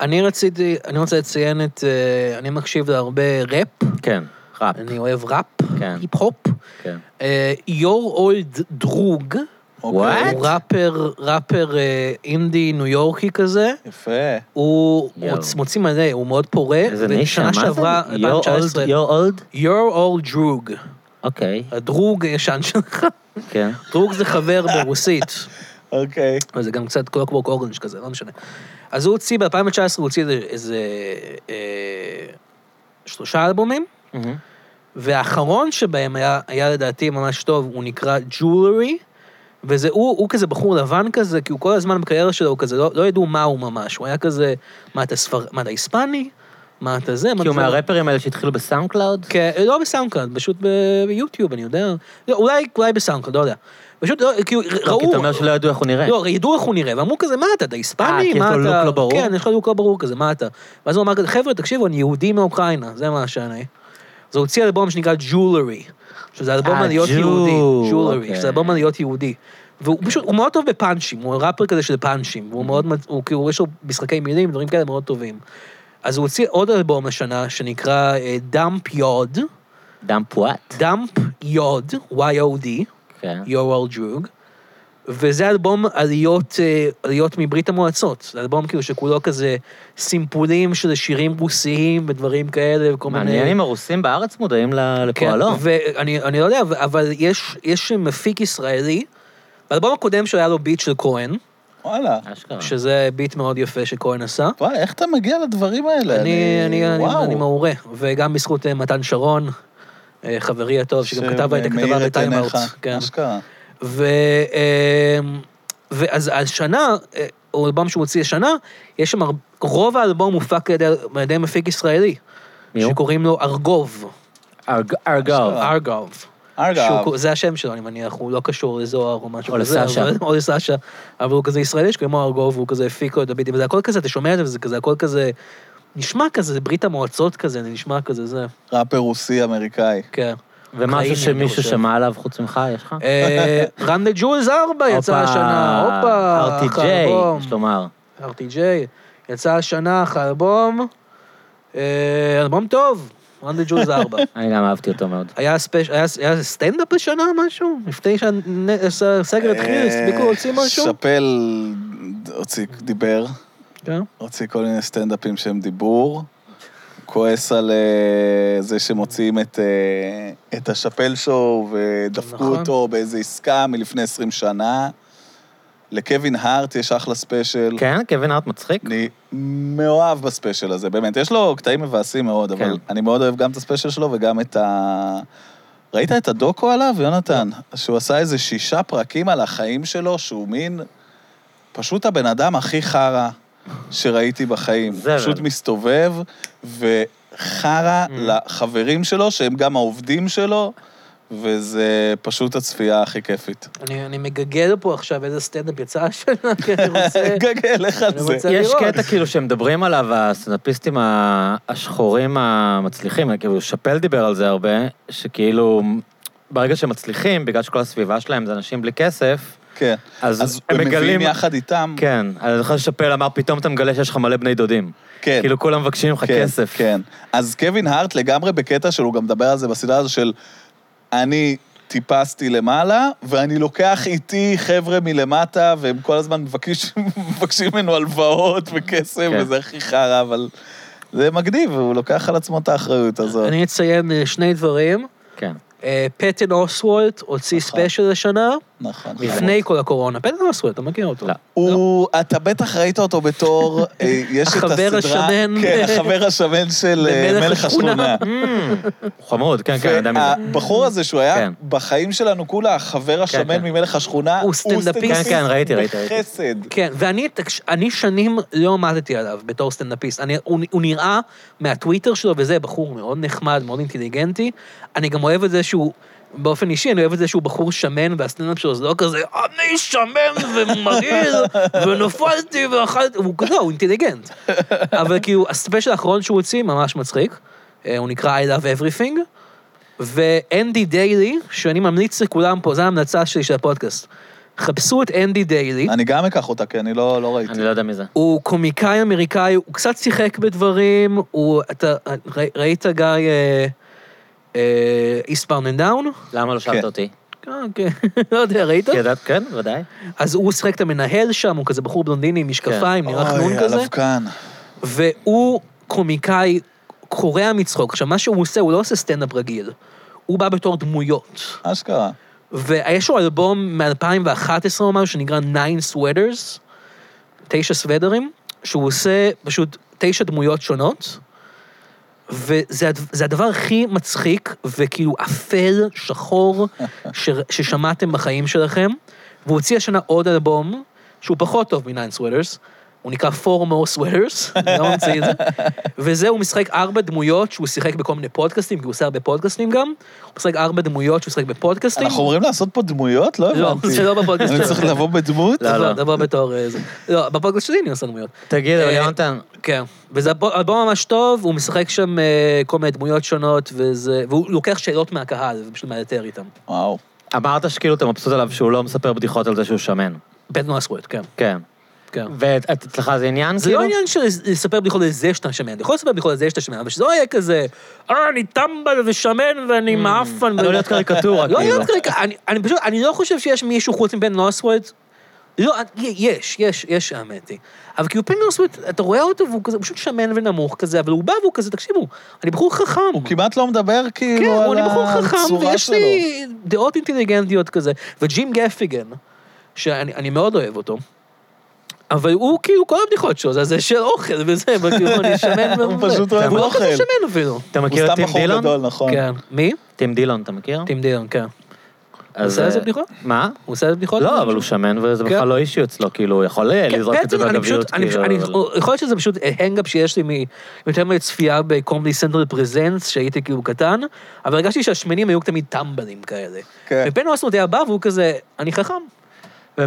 S2: אני רציתי, אני רוצה לציין את, אה, אני מקשיב להרבה ראפ,
S1: כן, ראפ,
S2: אני אוהב ראפ,
S1: כן.
S2: היפ-הופ. אה,
S1: כן.
S2: יור אולד דרוג,
S3: אוקיי.
S2: הוא ראפר, ראפר אה, אינדי ניו יורקי כזה.
S3: יפה.
S2: הוא
S1: יואו.
S2: מוצ- מוציא מלא, הוא מאוד פורה.
S1: איזה נישה, מה
S2: ושנה שעברה,
S1: זה? You're old,
S2: 2019,
S1: you're old?
S2: You're all דרוג.
S1: אוקיי,
S2: הדרוג הישן שלך.
S1: כן.
S2: דרוג זה חבר ברוסית.
S3: אוקיי.
S2: אבל זה גם קצת קלוקוורק אורנג' כזה, לא משנה. אז הוא הוציא, ב-2019 הוא הוציא איזה- איזה אה, שלושה אלבומים,
S1: מהמם.
S2: והאחרון שבהם היה, היה לדעתי ממש טוב, הוא נקרא Jewelry, וזה, הוא, הוא כזה בחור לבן כזה, כי הוא כל הזמן בקריירה שלו, הוא כזה, לא, לא ידעו מה הוא ממש, הוא היה כזה, מה אתה ספר... מה אתה היספני? מה אתה זה? מה
S1: כי הוא
S2: אתה-
S1: מהרפרים האלה שהתחילו בסאונד קלאוד?
S2: כן, לא בסאונדקלאד, פשוט ב- ביוטיוב, אני יודע. לא, אולי, אולי בסאונדקלאד, לא יודע. פשוט, לא, כאילו, ראו...
S1: כי אתה אומר שלא ידעו איך הוא נראה.
S2: לא, הרי ידעו איך הוא נראה, ואמרו כזה, מה אתה, אתה
S1: כן. אה, כי
S2: היספני?
S1: יש
S2: מה
S1: לו
S2: אתה...
S1: לוק לא ברור?
S2: כן, יש לו לוק לא ברור כזה, מה אתה? ואז הוא אמר כזה, חבר'ה, תקשיבו, אני יהודי מאוקראינה, זה מה שאני. אז הוא הוציא אלבום שנקרא ג'ולרי, שזה אלבום
S1: אה,
S2: על להיות
S1: Jewel,
S2: יהודי. ג'ולרי,
S1: אוקיי.
S2: שזה אלבום על להיות יהודי. והוא פשוט, הוא מאוד טוב בפאנצ'ים, הוא ראפר כזה של פאנצ'ים, והוא מאוד, מצ- הוא כאילו, יש לו משחקי מילים, דברים כאלה מאוד טובים. אז הוא הוציא עוד אלבום השנה, שנקרא אה, דאמפ יוד,
S1: דם פואט.
S2: דאמפ יוד, Y-O-D,
S1: כן.
S2: יואל ג'רוג, וזה אלבום עליות, אה, עליות מברית המועצות. זה אלבום כאילו שכולו כזה סימפולים של שירים רוסיים ודברים כאלה וכל מיני...
S1: מעניין אם הרוסים בארץ מודעים ל-
S2: כן,
S1: לפועלו.
S2: ואני אני לא יודע, ו- אבל יש, יש מפיק ישראלי, באלבום הקודם שהיה לו ביט של כהן,
S3: וואלה.
S1: אשכרה.
S2: שזה ביט מאוד יפה שכהן עשה.
S3: וואי, איך אתה מגיע לדברים האלה?
S2: אני, אני, אני,
S3: וואו.
S2: אני מעורה, וגם בזכות אה, מתן שרון, אה, חברי הטוב, שגם כתב את הכתבה
S3: שמאיר אה, את
S2: בטיים
S3: עיניך.
S2: אאוטס. כן.
S3: אשכרה.
S2: ו... אמ, ואז השנה, אה, או אלבום שהוא הוציא השנה, יש שם, הר- רוב האלבום הופק על ידי- על ידי מפיק ישראלי.
S1: מי הוא?
S2: שקוראים לו ארגוב.
S1: ארג- ארגוב.
S3: אשכרה.
S2: ארגוב. שהוא
S3: אגב,
S2: קו- זה השם שלו, אני מניח, הוא לא קשור לזוהר או משהו
S1: או
S2: כזה.
S1: לסשה.
S2: אבל- או לסשה. אבל הוא כזה ישראלי שקוראים לו ארגוב, והוא כזה הפיק לו את הביטים, וזה הכל כזה, אתה שומע את זה, וזה כזה, הכל כזה, נשמע כזה, ברית המועצות כזה, זה נשמע כזה, זה,
S3: ראפר רוסי אמריקאי.
S2: כן.
S1: ומשהו
S2: אוקראיני, אני
S1: שמישהו
S2: חושב.
S1: שמע עליו חוץ ממך, יש לך?
S2: אה, רן דה ג'ולס 4 יצא
S1: הופה,
S2: השנה, הופה,
S1: RTJ,
S2: חלבום.
S1: יש לומר.
S2: RTJ, יצא השנה, אחרי אלבום, אה, אלבום טוב, רנדה ג'וז 4.
S1: אני גם אהבתי אותו מאוד.
S2: היה ספייש, היה, היה סטנדאפ השנה משהו? לפני
S3: אה,
S2: שהסגר כן, התחיל, הספיקו להוציא משהו?
S3: שאפל הוציא, דיבר,
S2: כן.
S3: הוציא כל מיני סטנדאפים שהם דיבור. כועס על אה, זה שמוציאים את, אה, את השאפל שואו ודפקו
S2: נכון.
S3: אותו באיזו עסקה מלפני 20 שנה. לקווין הארט יש אחלה ספיישל.
S1: כן, קווין הארט מצחיק.
S3: אני מאוהב בספיישל הזה, באמת. יש לו קטעים מבאסים מאוד,
S1: כן.
S3: אבל אני מאוד אוהב גם את הספיישל שלו וגם את ה... ראית את הדוקו עליו, יונתן? שהוא עשה איזה שישה פרקים על החיים שלו, שהוא מין... פשוט הבן אדם הכי חרא שראיתי בחיים.
S1: זבל.
S3: פשוט מסתובב וחרא
S1: Mm.
S3: לחברים שלו, שהם גם העובדים שלו, וזה פשוט הצפייה הכי כיפית.
S2: אני, אני מגגל פה עכשיו איזה סטנדאפ יצא השנה, כי אני רוצה...
S3: גגל לך על
S2: אני
S3: זה.
S2: רוצה-
S1: יש
S2: לראות.
S1: קטע כאילו שמדברים עליו, הסטנדאפיסטים ה- השחורים המצליחים, כאילו שאפל דיבר על זה הרבה, שכאילו ברגע שהם מצליחים, בגלל שכל הסביבה שלהם זה אנשים בלי כסף,
S3: כן.
S1: אז
S3: אז
S1: הם
S3: הם
S1: מגלים...
S3: מביאים יחד איתם.
S1: כן, אני זוכר ששאפל אמר, פתאום אתה מגלה שיש לך מלא בני דודים.
S3: כן.
S1: כאילו כולם מבקשים ממך
S3: כן,
S1: כסף.
S3: כן. אז קווין הארט לגמרי בקטע שלו, הוא גם מדבר על זה בסדרה הזו של אני טיפסתי למעלה, ואני לוקח איתי חבר'ה מלמטה, והם כל הזמן מבקש- מבקשים ממנו הלוואות וכסף,
S1: כן.
S3: וזה הכי חרא, אבל זה מגניב, והוא לוקח על עצמו את האחריות הזאת.
S2: אני אציין אה, שני דברים.
S1: כן.
S2: אה, פטן אוסוולט הוציא
S3: נכון.
S2: ספיישל השנה,
S3: נכון.
S2: לפני כל הקורונה. פטן אוסוולט, אתה מכיר אותו.
S1: לא.
S3: הוא, אתה בטח ראית אותו בתור, אה, יש את הסדרה...
S2: החבר השמן.
S3: כן, החבר השמן של אה,
S2: במלך
S3: מלך
S2: השכונה.
S3: השכונה.
S1: הוא חמוד, כן, כן, אדם מזה.
S3: והבחור הזה שהוא היה
S1: כן.
S3: בחיים שלנו כולה, החבר השמן
S1: כן.
S3: ממלך השכונה,
S2: הוא סטנדאפיסט.
S1: כן, כן, ראיתי, ראיתי, ראיתי.
S3: בחסד.
S2: כן, ואני תקש- אני שנים לא מתתי עליו בתור סטנדאפיסט. אני- הוא הוא נראה מהטוויטר שלו וזה, בחור מאוד נחמד, מאוד אינטליגנטי. אני גם אוהב את זה שהוא, באופן אישי, אני אוהב את זה שהוא בחור שמן, והסטנדאפ שלו זה לא כזה, אני שמן ומגעיל, ונפלתי ואכלתי, הוא כזה, לא, הוא אינטליגנט. אבל כאילו, הספיישל האחרון שהוא הוציא ממש מצחיק. אה, הוא נקרא I Love Everything. ואנדי דיילי, שאני ממליץ לכולם פה, זו ההמלצה שלי של הפודקאסט. חפשו את אנדי דיילי.
S3: אני גם אקח אותה, כי אני לא לא ראיתי.
S1: אני לא יודע מי זה.
S2: הוא קומיקאי אמריקאי, הוא קצת שיחק בדברים, הוא, אתה, ר, ראית גיא אה, איספרן אנד דאון?
S1: למה לא שאלת
S3: כן.
S1: אותי?
S2: כן, לא יודע, ראית?
S1: כי ידעת, כן, ודאי.
S2: אז הוא שיחק את המנהל שם, הוא כזה בחור בלונדיני עם משקפיים, נראה חנון
S3: כן. אוי,
S2: כזה,
S3: עליו כאן.
S2: והוא קומיקאי קורע מצחוק. עכשיו, מה שהוא עושה, הוא לא עושה סטנדאפ רגיל, הוא בא בתור דמויות.
S3: אשכרה.
S2: ויש לו אלבום מ-2011 או משהו שנקרא Nine Sweaters, תשע סוודרים, שהוא עושה פשוט תשע דמויות שונות, וזה הד- זה הדבר הכי מצחיק וכאילו אפל, שחור, ש, ששמעתם בחיים שלכם. והוא הוציא השנה עוד אלבום, שהוא פחות טוב מ-9 Sweaters, הוא נקרא Four More Sweaters, אני לא ממציא את זה. וזה, הוא משחק ארבע דמויות שהוא שיחק בכל מיני פודקאסטים, כי הוא עושה הרבה פודקאסטים גם. הוא משחק ארבע דמויות שהוא שיחק בפודקאסטים.
S3: אנחנו אמורים לעשות פה דמויות? לא
S2: לא,
S3: הבנתי.
S2: זה לא בפודקאסט
S3: אני
S2: שלנו.
S3: צריך לבוא בדמות?
S1: לא, לא.
S2: לא, דבר בתור אה, זה. לא, בפודקאסט שלי אני עושה דמויות.
S4: תגיד, אבל
S2: אה,
S4: יונתן,
S2: כן, וזה אלבום- אלבום ממש טוב, הוא משחק שם אה, כל מיני דמויות שונות, וזה- והוא לוקח שאלות מהקהל, ופשוט מאלתר איתם.
S3: וואו.
S4: אמרת שכאילו אתה מבסוט עליו שהוא לא מספר בדיחות על זה שהוא שמן.
S2: בתנועה סוויט, כן,
S4: כן.
S2: כן.
S4: ואצלך זה עניין,
S2: זה
S4: כאילו?
S2: לא עניין של לספר בדיחות על זה שאתה שמן, אתה יכול לספר בדיחות על זה שאתה שמן, אבל שזה לא יהיה כזה, אה, אני טמבל ושמן ואני מעפן.
S4: לא להיות קריקטורה,
S2: לא
S4: כאילו.
S2: להיות קריקטורה, אני- אני פשוט, אני לא חושב שיש מישהו חוץ מבן נוסוויט. לא, יש, יש, יש, האמת היא. אבל כאילו בן נוסוויט, אתה רואה אותו והוא כזה, הוא פשוט שמן ונמוך כזה, אבל הוא בא והוא כזה, תקשיבו, אני בחור חכם.
S3: הוא כמעט לא מדבר
S2: כן,
S3: כאילו
S2: הוא
S3: על
S2: אני בחור חכם,
S3: הצורה
S2: ויש
S3: שלו.
S2: לי דעות אינטליגנטיות כזה. וג'ים גפיגן, שאני אני מאוד אוהב אותו, אבל הוא כאילו, כל הבדיחות שלו זה זה של אוכל וזה, וכאילו, אני שמן.
S3: הוא
S2: וזה.
S3: פשוט אוהב
S2: והוא לא
S3: אוכל.
S2: כזה שמן אפילו.
S4: אתה
S3: הוא
S4: מכיר את
S3: סתם
S4: טים
S3: בחור
S4: דילון?
S3: גדול, נכון.
S2: כן. מי?
S4: טים דילון, אתה מכיר?
S2: טים דילון, כן.
S4: אז,
S2: עושה
S4: אה,
S2: איזה בדיחות?
S4: מה?
S2: הוא עושה בדיחות?
S4: לא, אבל הוא שמן וזה
S2: כן.
S4: בכלל לא אישיו אצלו, כאילו, הוא יכול אה,
S2: כן,
S4: לזרוק את זה
S2: בעצם אני פשוט,
S4: בגביות,
S2: אני פשוט,
S4: כאילו.
S2: אני-
S4: אבל-
S2: יכול להיות שזה פשוט הנגאפ שיש לי מ- יותר מצפייה בקומדי סנטרל פרזנס, שהייתי כאילו קטן, אבל הרגשתי שהשמנים היו תמיד טמבלים כאלה.
S3: כן.
S2: ובן אוסמוט היה בא והוא כזה, אני חכם. אה.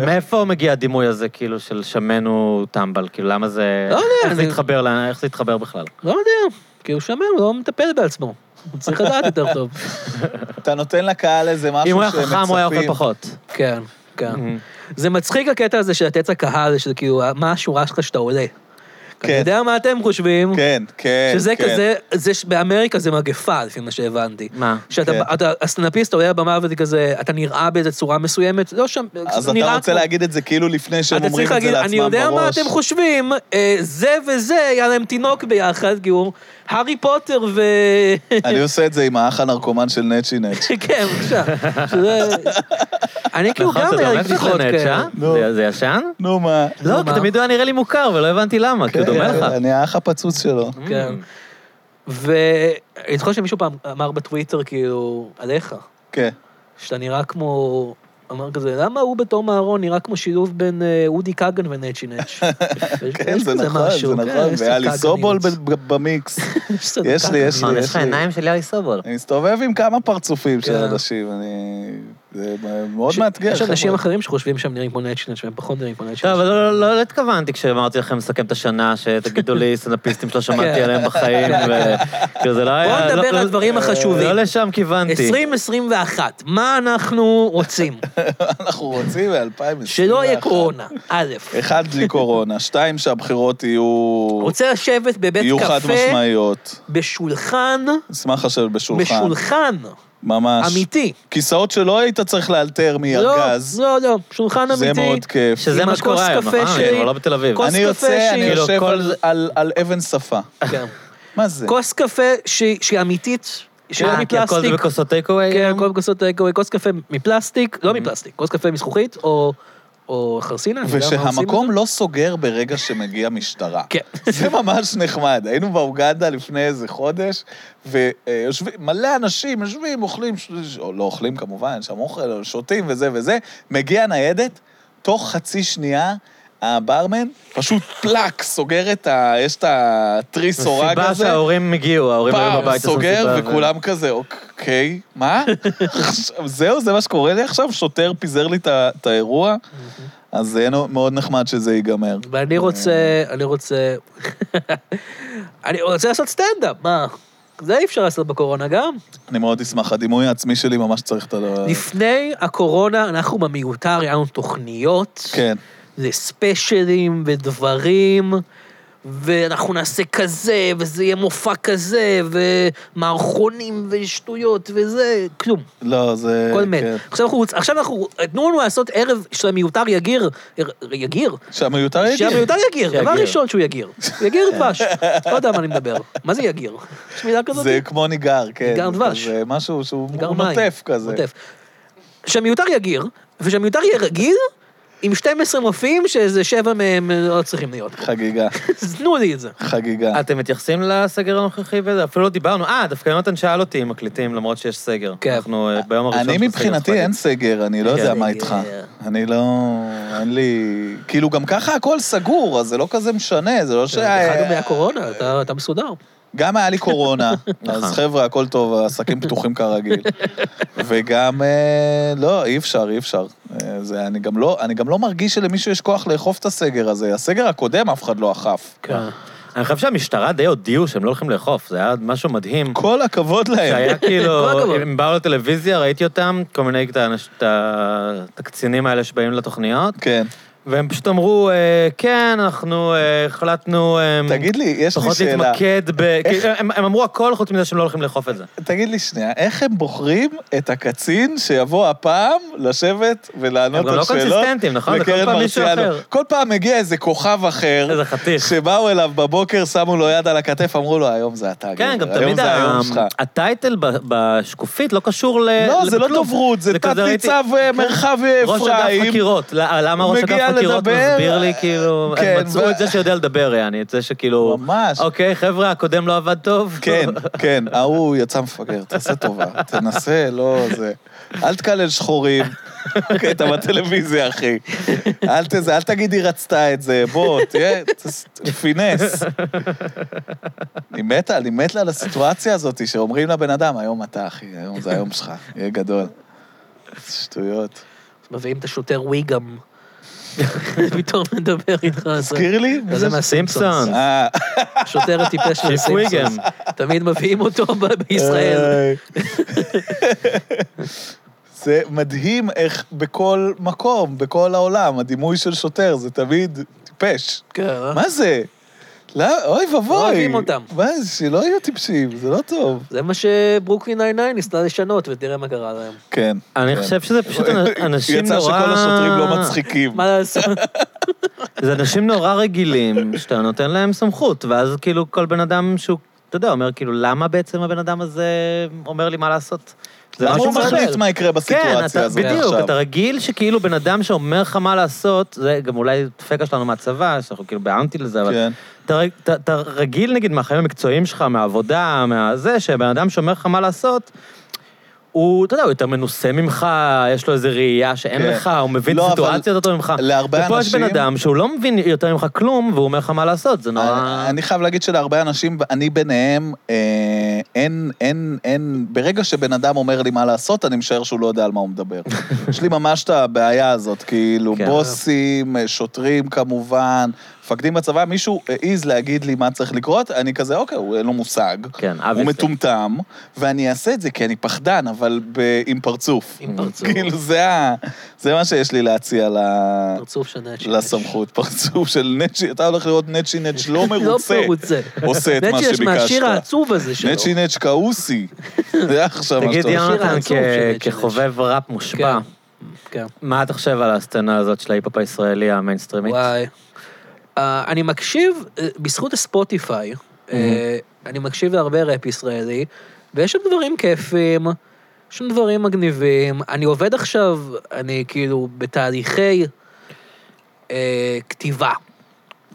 S4: ומאיפה מגיע הדימוי הזה, כאילו, של שמן הוא טמבל? כאילו, למה זה...
S2: לא יודע,
S4: איך זה
S2: אני-
S4: התחבר, ל- איך זה התחבר בכלל?
S2: לא יודע, כי הוא שמן, הוא לא מטפל בעצמו. הוא צריך לדעת יותר טוב.
S3: אתה נותן לקהל איזה משהו
S4: אם הוא היה
S3: שהם מצפים.
S4: חכם, הוא היה אוכל פחות.
S2: כן, כן. זה מצחיק הקטע הזה של לתת לקהל, של כאילו, מה השורה שלך שאתה עולה. כי אני
S3: כן.
S2: יודע מה אתם חושבים.
S3: כן, כן,
S2: שזה
S3: כן.
S2: כזה, זה ש- באמריקה זה מגפה, לפי מה שהבנתי.
S4: מה?
S2: שאתה,
S3: כן.
S2: אתה, הסטנדאפיסט עולה בבמה וזה כזה, אתה נראה באיזה צורה מסוימת, לא שם,
S3: אז אתה
S2: נראה
S3: רוצה
S2: כמו-
S3: להגיד את זה כאילו לפני שהם
S2: אתה
S3: אומרים
S2: צריך
S3: את זה
S2: להגיד,
S3: לעצמם בראש.
S2: אני יודע מה אתם חושבים, אה, זה וזה, היה להם תינוק ביחד, כי הוא הארי פוטר ו...
S3: אני עושה את זה עם האח הנרקומן של נצ'י נצ'.
S2: כן, בבקשה. שזה- אני כן. כאילו
S4: נכון,
S2: גם
S4: זה
S2: היה
S4: דומה
S2: לי
S4: קצת
S2: בדיחות
S4: לנץ',
S2: כאלה.
S4: אה?
S3: נו.
S4: זה- זה ישן?
S3: נו מה.
S4: לא,
S2: מה?
S4: כי תמיד הוא היה נראה לי מוכר, ולא הבנתי למה, כי הוא דומה לך.
S3: כן, אני האח הפצוץ שלו.
S2: כן. ואני זוכר שמישהו פעם אמר בטוויטר, כאילו, עליך,
S3: כן.
S2: שאתה נראה כמו... אמר כזה, למה הוא בתור אהרון נראה כמו שילוב בין אה, אודי כגן ונצ'י נץ'?
S3: כן, זה נכון, זה
S2: כן,
S3: נכון. ואלי סובול ב- ב- במיקס. יש לי, יש
S4: נכון,
S3: לי,
S4: יש לך
S3: יש לי.
S4: עיניים של יאלי סובול.
S3: אני מסתובב עם כמה פרצופים של
S2: כן.
S3: אנשים, אני... זה מאוד מאתגר.
S2: יש אנשים
S3: חבר'ה.
S2: אחרים שחושבים שהם נראים כמו נצ'י נץ' והם פחות נראים כמו נצ'י
S4: לא, אבל
S2: נץ'.
S4: לא- לא לא התכוונתי כשאמרתי לכם לסכם את השנה, שתגידו לי סטנדאפיסטים שלא
S2: כן.
S4: שמעתי עליהם בחיים, וכאילו זה לא היה...
S2: בואו נדבר
S4: לא-
S2: על הדברים החשובים.
S4: לא לשם כיוונתי.
S2: 2021, מה אנחנו רוצים?
S3: אנחנו רוצים ב-2021.
S2: שלא יהיה קורונה, א',
S3: אחד, בלי קורונה. שתיים, שהבחירות יהיו...
S2: רוצה לשבת בבית
S3: יהיו חד
S2: קפה,
S3: משמעיות.
S2: בשולחן,
S3: אשמח לשבת בשולחן.
S2: בשולחן,
S3: ממש.
S2: אמיתי.
S3: כיסאות שלא היית צריך לאלתר מארגז.
S2: לא, לא, לא, שולחן
S3: זה
S2: אמיתי.
S3: מאוד כיף.
S4: שזה
S2: עם
S4: מה שקורה
S2: הכוס
S4: היום,
S2: קפה
S4: נכון?
S2: שלי.
S4: אני כבר לא בתל אביב.
S2: כוס
S3: אני
S2: קפה
S3: יוצא, אני
S2: שהיא-
S3: יושב
S4: כאילו, כל
S3: על-
S4: זה-
S3: על- על אבן שפה.
S2: כן.
S3: מה זה?
S2: כוס קפה שהיא שהיא אמיתית, שהיא לא
S4: אה, כי הכל זה
S2: מפלסטיק.
S4: בכוסות טייקווי?
S2: כן,
S4: היום?
S2: כל כוסות טייקווי, כוס קפה מפלסטיק,
S4: Mm-hmm.
S2: לא מפלסטיק, כוס קפה מזכוכית או- או חרסינה. אני יודע מה עושים
S3: ושהמקום
S2: בזה.
S3: לא סוגר ברגע שמגיע משטרה.
S2: כן.
S3: זה ממש נחמד. היינו באוגנדה לפני איזה חודש, ויושבים, מלא אנשים יושבים, אוכלים, ש- ש- או לא אוכלים כמובן, יש שם אוכל, או שותים וזה וזה, מגיעה ניידת, תוך חצי שנייה... הברמן פשוט פלאק, סוגר את ה... יש את התריסורג
S4: הסיבה
S3: הזה.
S4: שההורים הגיעו, ההורים היו
S3: פעם
S4: בבית. עשו
S3: סוגר,
S4: סיבה, ו-
S3: וכולם כזה, אוקיי, מה? עכשיו, זהו, זה מה שקורה לי עכשיו? שוטר פיזר לי את ה- את האירוע? אז זה נו- מאוד נחמד שזה ייגמר.
S2: ואני רוצה, אני רוצה... אני רוצה לעשות סטנדאפ, מה? זה אי אפשר לעשות בקורונה גם.
S3: אני מאוד אשמח, הדימוי העצמי שלי ממש צריך את ה...
S2: לפני הקורונה, אנחנו במיותר, היה לנו תוכניות.
S3: כן.
S2: לספיישלים ודברים, ואנחנו נעשה כזה, וזה יהיה מופע כזה, ומערכונים ושטויות וזה, כלום,
S3: לא, זה...
S2: כל מת.
S3: כן.
S2: עכשיו אנחנו, רוצ- עכשיו אנחנו, תנו לנו לעשות ערב שהמיותר יגיר, יר- יגיר?
S3: שהמיותר יגיד.
S2: שהמיותר יגיר, דבר
S4: שיגיר.
S2: ראשון שהוא יגיר. יגיר דבש, לא יודע מה אני מדבר. מה זה יגיר? יש מילה כזאת?
S3: זה כמו ניגר, כן.
S2: ניגר דבש.
S3: זה משהו שהוא
S2: ניגר
S3: הוא
S2: מים.
S3: נוטף כזה.
S2: נוטף. שהמיותר יגיר, ושהמיותר יהיה רגיל, עם 12 מופיעים שאיזה שבע מהם לא צריכים להיות.
S3: חגיגה,
S2: אז תנו לי את זה.
S3: חגיגה.
S1: אתם מתייחסים לסגר הנוכחי וזה? אפילו לא דיברנו. אה, דווקא יונתן שאל אותי אם מקליטים, למרות שיש סגר.
S2: כן.
S1: אנחנו אה, ביום הראשון
S3: אני
S1: של הסגר
S3: מבחינתי
S1: אנחנו
S3: אין סגר, אני לא יודע
S2: כן.
S3: מה איתך.
S2: Yeah.
S3: אני לא... אין לי... כאילו, גם ככה הכל סגור, אז זה לא כזה משנה, זה לא ש...
S2: אחד גם היה קורונה, אתה- אתה מסודר.
S3: גם היה לי קורונה,
S1: נכון.
S3: אז חבר'ה, הכל טוב, העסקים פתוחים כרגיל. וגם, אה, לא, אי אפשר, אי אפשר. אה, זה, אני, גם לא, אני גם לא מרגיש שלמישהו יש כוח לאכוף את הסגר הזה. הסגר הקודם אף אחד לא אכף.
S1: אני חושב שהמשטרה די הודיעו שהם לא הולכים לאכוף, זה היה משהו מדהים.
S3: כל הכבוד
S1: זה
S3: להם.
S1: היה
S2: כל הכבוד.
S1: כאילו, הם באו לטלוויזיה, ראיתי אותם, כל מיני את האנש- את ה- את הקצינים האלה שבאים לתוכניות,
S3: כן.
S1: והם פשוט אמרו, אה, כן, אנחנו אה, החלטנו... אה,
S3: תגיד לי, יש לי
S1: פחות
S3: שאלה.
S1: להתמקד ב... כי הם הם אמרו הכל חוץ מזה שהם לא הולכים לאכוף את זה.
S3: תגיד לי שנייה, איך הם בוחרים את הקצין שיבוא הפעם לשבת
S1: הם
S3: ולענות
S1: גם
S3: על
S1: לא
S3: שאלות?
S1: קונסיסטנטים, נכון? זה כל
S3: לקרן
S1: פעם מישהו
S3: מרציאנו?
S1: אחר.
S3: כל פעם מגיע איזה כוכב אחר.
S1: איזה חתיך.
S3: שבאו אליו בבוקר, שמו לו יד על הכתף, אמרו לו, היום זה אתה,
S1: כן,
S3: גבר,
S1: גם
S3: היום
S1: תמיד
S3: זה
S1: ה-
S3: היום שלך.
S1: הטייטל ב- בשקופית לא קשור ל...
S3: לא, זה לא
S1: לכלום.
S3: דוברות, זה
S1: כזה ראיתי- כן.
S3: תת-ניצב אה, מרחב אה,
S1: ראש אגף
S3: אפרים.
S1: חקירות, ל- למה ראש
S3: מגיע
S1: אגף חקירות
S3: לדבר,
S1: מסביר לי, כאילו,
S3: כן,
S1: הם מצאו
S3: ו-
S1: את זה שיודע לדבר, יעני, את זה שכאילו...
S3: ממש.
S1: אוקיי, חבר'ה, הקודם לא עבד טוב.
S3: כן, כן, ההוא יצא מפגר, תעשה טובה, תנסה, לא זה. אל תקלל שחורים, כן, אתה בטלוויזיה, אחי. אל תזה, אל תגיד היא רצתה את זה, בוא, תהיה, תס- פינס. אני מת, אני מת לה על הסיטואציה הזאת, שאומרים לבן אדם, היום אתה, אחי, היום זה היום שלך, יהיה גדול. שטויות.
S2: מביאים את השוטר ויגם. פתאום מדבר איתך. אז-
S3: תזכיר לי? מי
S2: זה
S3: זה?
S2: מהסימפסונס.
S1: סימפסונס.
S3: אה,
S2: השוטר הטיפש של
S1: שיף
S2: הסימפסונס.
S1: ויגם.
S2: תמיד מביאים אותו ב- בישראל.
S3: אה. זה מדהים איך בכל מקום, בכל העולם, הדימוי של שוטר זה תמיד טיפש.
S2: כן,
S1: אה?
S3: מה זה? לא, אוי ואבוי.
S2: אוהבים אותם.
S3: מה זה, שלא יהיו טיפשים, זה לא טוב.
S2: זה מה שברוקלין 99 ניסתה לשנות, ותראה מה קרה להם.
S3: כן.
S1: אני
S3: כן.
S1: חושב שזה פשוט אנשים נורא...
S3: יצא שכל השוטרים לא מצחיקים.
S2: מה לעשות?
S1: זה אנשים נורא רגילים, שאתה נותן להם סמכות, ואז כאילו כל בן אדם שהוא, אתה יודע, אומר כאילו, למה בעצם הבן אדם הזה אומר לי מה לעשות? זה
S3: למה הוא
S1: משהו
S3: מחליט
S1: אחר.
S3: מה יקרה
S1: כן,
S3: בסיטואציה
S1: אתה,
S3: הזאת עכשיו?
S1: בדיוק, אתה רגיל שכאילו בן אדם שאומר לך מה לעשות, זה גם אולי פקע שלנו מהצבא, שאנחנו כאילו באנטי לזה, אבל
S3: כן.
S1: אתה, רג- אתה, אתה רגיל נגיד מהחיים המקצועיים שלך, מהעבודה, מהזה, שבן אדם שאומר לך מה לעשות, הוא, אתה יודע, הוא יותר מנוסה ממך, יש לו איזו ראייה שאין
S3: כן.
S1: לך, הוא מבין
S3: לא, אבל
S1: סיטואציות יותר ממך.
S3: להרבה
S1: ופה יש בן
S3: אנשים-
S1: אדם שהוא לא מבין יותר ממך כלום, והוא אומר לך מה לעשות, זה נורא...
S3: אני- אני חייב להגיד שלהרבה אנשים, אני ביניהם, אה, אין, אין, אין, ברגע שבן אדם אומר לי מה לעשות, אני משער שהוא לא יודע על מה הוא מדבר. יש לי ממש את הבעיה הזאת, כאילו,
S1: כן.
S3: בוסים, אה, שוטרים כמובן, מפקדים בצבא, מישהו העז להגיד לי מה צריך לקרות, אני כזה, אוקיי, הוא אין לו מושג.
S1: כן,
S3: הוא
S1: obviously.
S3: מטומטם, ואני אעשה את זה כי אני פחדן, אבל ב- עם פרצוף.
S2: עם פרצוף.
S3: כאילו, זה ה- זה מה שיש לי להציע ל...
S1: אוקיי.
S2: פרצוף של נצ'י.
S3: לסמכות, פרצוף של נצ'י, אתה הולך לראות נצ'י נצ' לא מרוצה,
S2: לא מרוצה.
S3: עושה את מה
S2: נצ'י יש מהשיר
S3: שביקשת.
S2: העצוב הזה שלו.
S3: נצ'י נצ' כעוסי, זה עכשיו מה
S1: תגיד,
S3: שאתה
S2: יונה.
S3: עושה.
S2: השיר
S1: יונתן,
S2: העצוב של
S1: כ-
S2: נצ'י
S1: כחובב ראפ מושבע,
S2: כן. כן.
S1: מה אתה חושב על הסצנה הזאת של ההיפ-הופ הישראלי המיינסטרימית?
S2: וואי. אה, אני מקשיב, אה, בזכות הספוטיפיי, אה, אני מקשיב להרבה ראפ ישראלי, ויש שם דברים כיפים, יש שם דברים מגניבים. אני עובד עכשיו, אני כאילו בתהליכי אה, כתיבה. אה,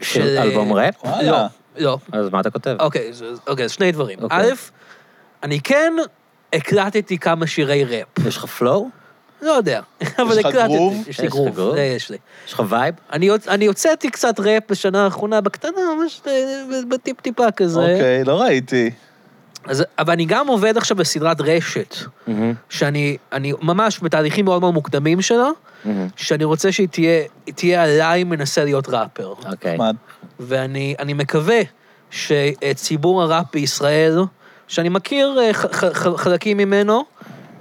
S1: של אלבום ראפ?
S2: לא,
S3: וואלה.
S2: לא.
S1: אז מה אתה כותב?
S2: אוקיי, אז- אוקיי, אז שני דברים.
S1: אוקיי.
S2: א', אני כן הקלטתי כמה שירי ראפ.
S1: יש לך פלואו?
S2: לא יודע, אבל
S3: לך
S2: הקלטתי.
S3: גרוב?
S2: יש לי
S1: יש לך
S2: גרוב.
S1: גרוב?
S2: זה יש לי.
S1: יש לך וייב?
S2: אני, יוצ- אני הוצאתי קצת ראפ בשנה האחרונה בקטנה, ממש אה, בטיפ-טיפה כזה.
S3: אוקיי, לא ראיתי.
S2: אז, אבל אני גם עובד עכשיו בסדרת רשת, שאני אני ממש בתהליכים מאוד מאוד מוקדמים שלה, שאני רוצה שהיא תהיה, היא תהיה עליי מנסה להיות ראפר.
S1: אוקיי.
S3: מה,
S2: ואני אני מקווה שציבור הראפ בישראל, שאני מכיר אה, ח, ח, ח, חלקים ממנו,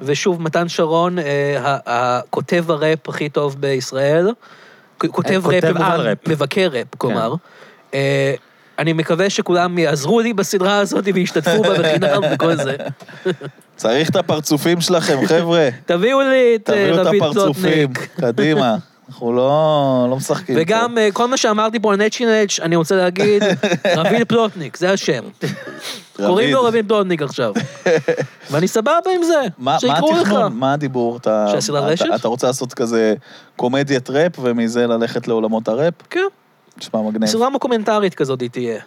S2: ושוב, מתן שרון, אה, ה- הכותב הראפ הכי טוב בישראל, כ- כותב
S1: אה,
S2: ראפ,
S1: כותב
S2: במובן-
S1: על ראפ.
S2: מבקר ראפ, כלומר. אה, אני מקווה שכולם יעזרו לי בסדרה הזאת וישתתפו בה בחינם וכל זה.
S3: צריך את הפרצופים שלכם, חבר'ה.
S2: תביאו לי את אה,
S3: תביאו את
S2: רביד
S3: הפרצופים,
S2: זלוטניק.
S3: קדימה. אנחנו לא לא משחקים.
S2: וגם אה, כל מה שאמרתי פה על נצ'י נץ', אני רוצה להגיד, רביד פלוטניק, זה השם. קוראים לו רביד דונניג עכשיו. ואני סבבה עם זה,
S3: מה, מה
S2: שיקראו לך.
S3: התכנון? מה הדיבור? אתה,
S2: שהסדרה
S3: אתה-
S2: רשת?
S3: אתה רוצה לעשות כזה קומדיית ראפ, ומזה ללכת לעולמות הראפ?
S2: כן,
S3: נשמע מגניב.
S2: סדרה מוקומנטרית כזאת היא תהיה.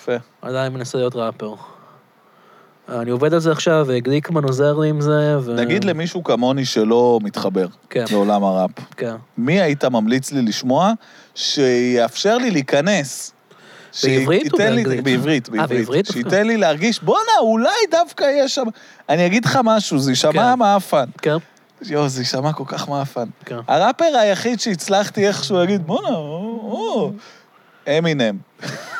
S3: יפה.
S2: עדיין מנסה להיות ראפר. אני עובד על זה עכשיו, גליקמן עוזר לי עם זה, ו...
S3: נגיד למישהו כמוני שלא מתחבר
S2: כן.
S3: לעולם הראפ,
S2: כן.
S3: מי היית ממליץ לי לשמוע שיאפשר לי להיכנס?
S2: בעברית או
S3: שייתן לי-
S2: באנגלית?
S3: בעברית,
S2: אה, בעברית
S3: בעברית.
S2: דווקא.
S3: שייתן לי להרגיש, בואנה, אולי דווקא יש שם... אני אגיד לך משהו, זה יישמע
S2: כן.
S3: מאפן.
S2: כן,
S3: יואו, זה יישמע כל כך מאפן.
S2: כן.
S3: הראפר היחיד שהצלחתי איכשהו להגיד, בואנה, או, או, אמינם.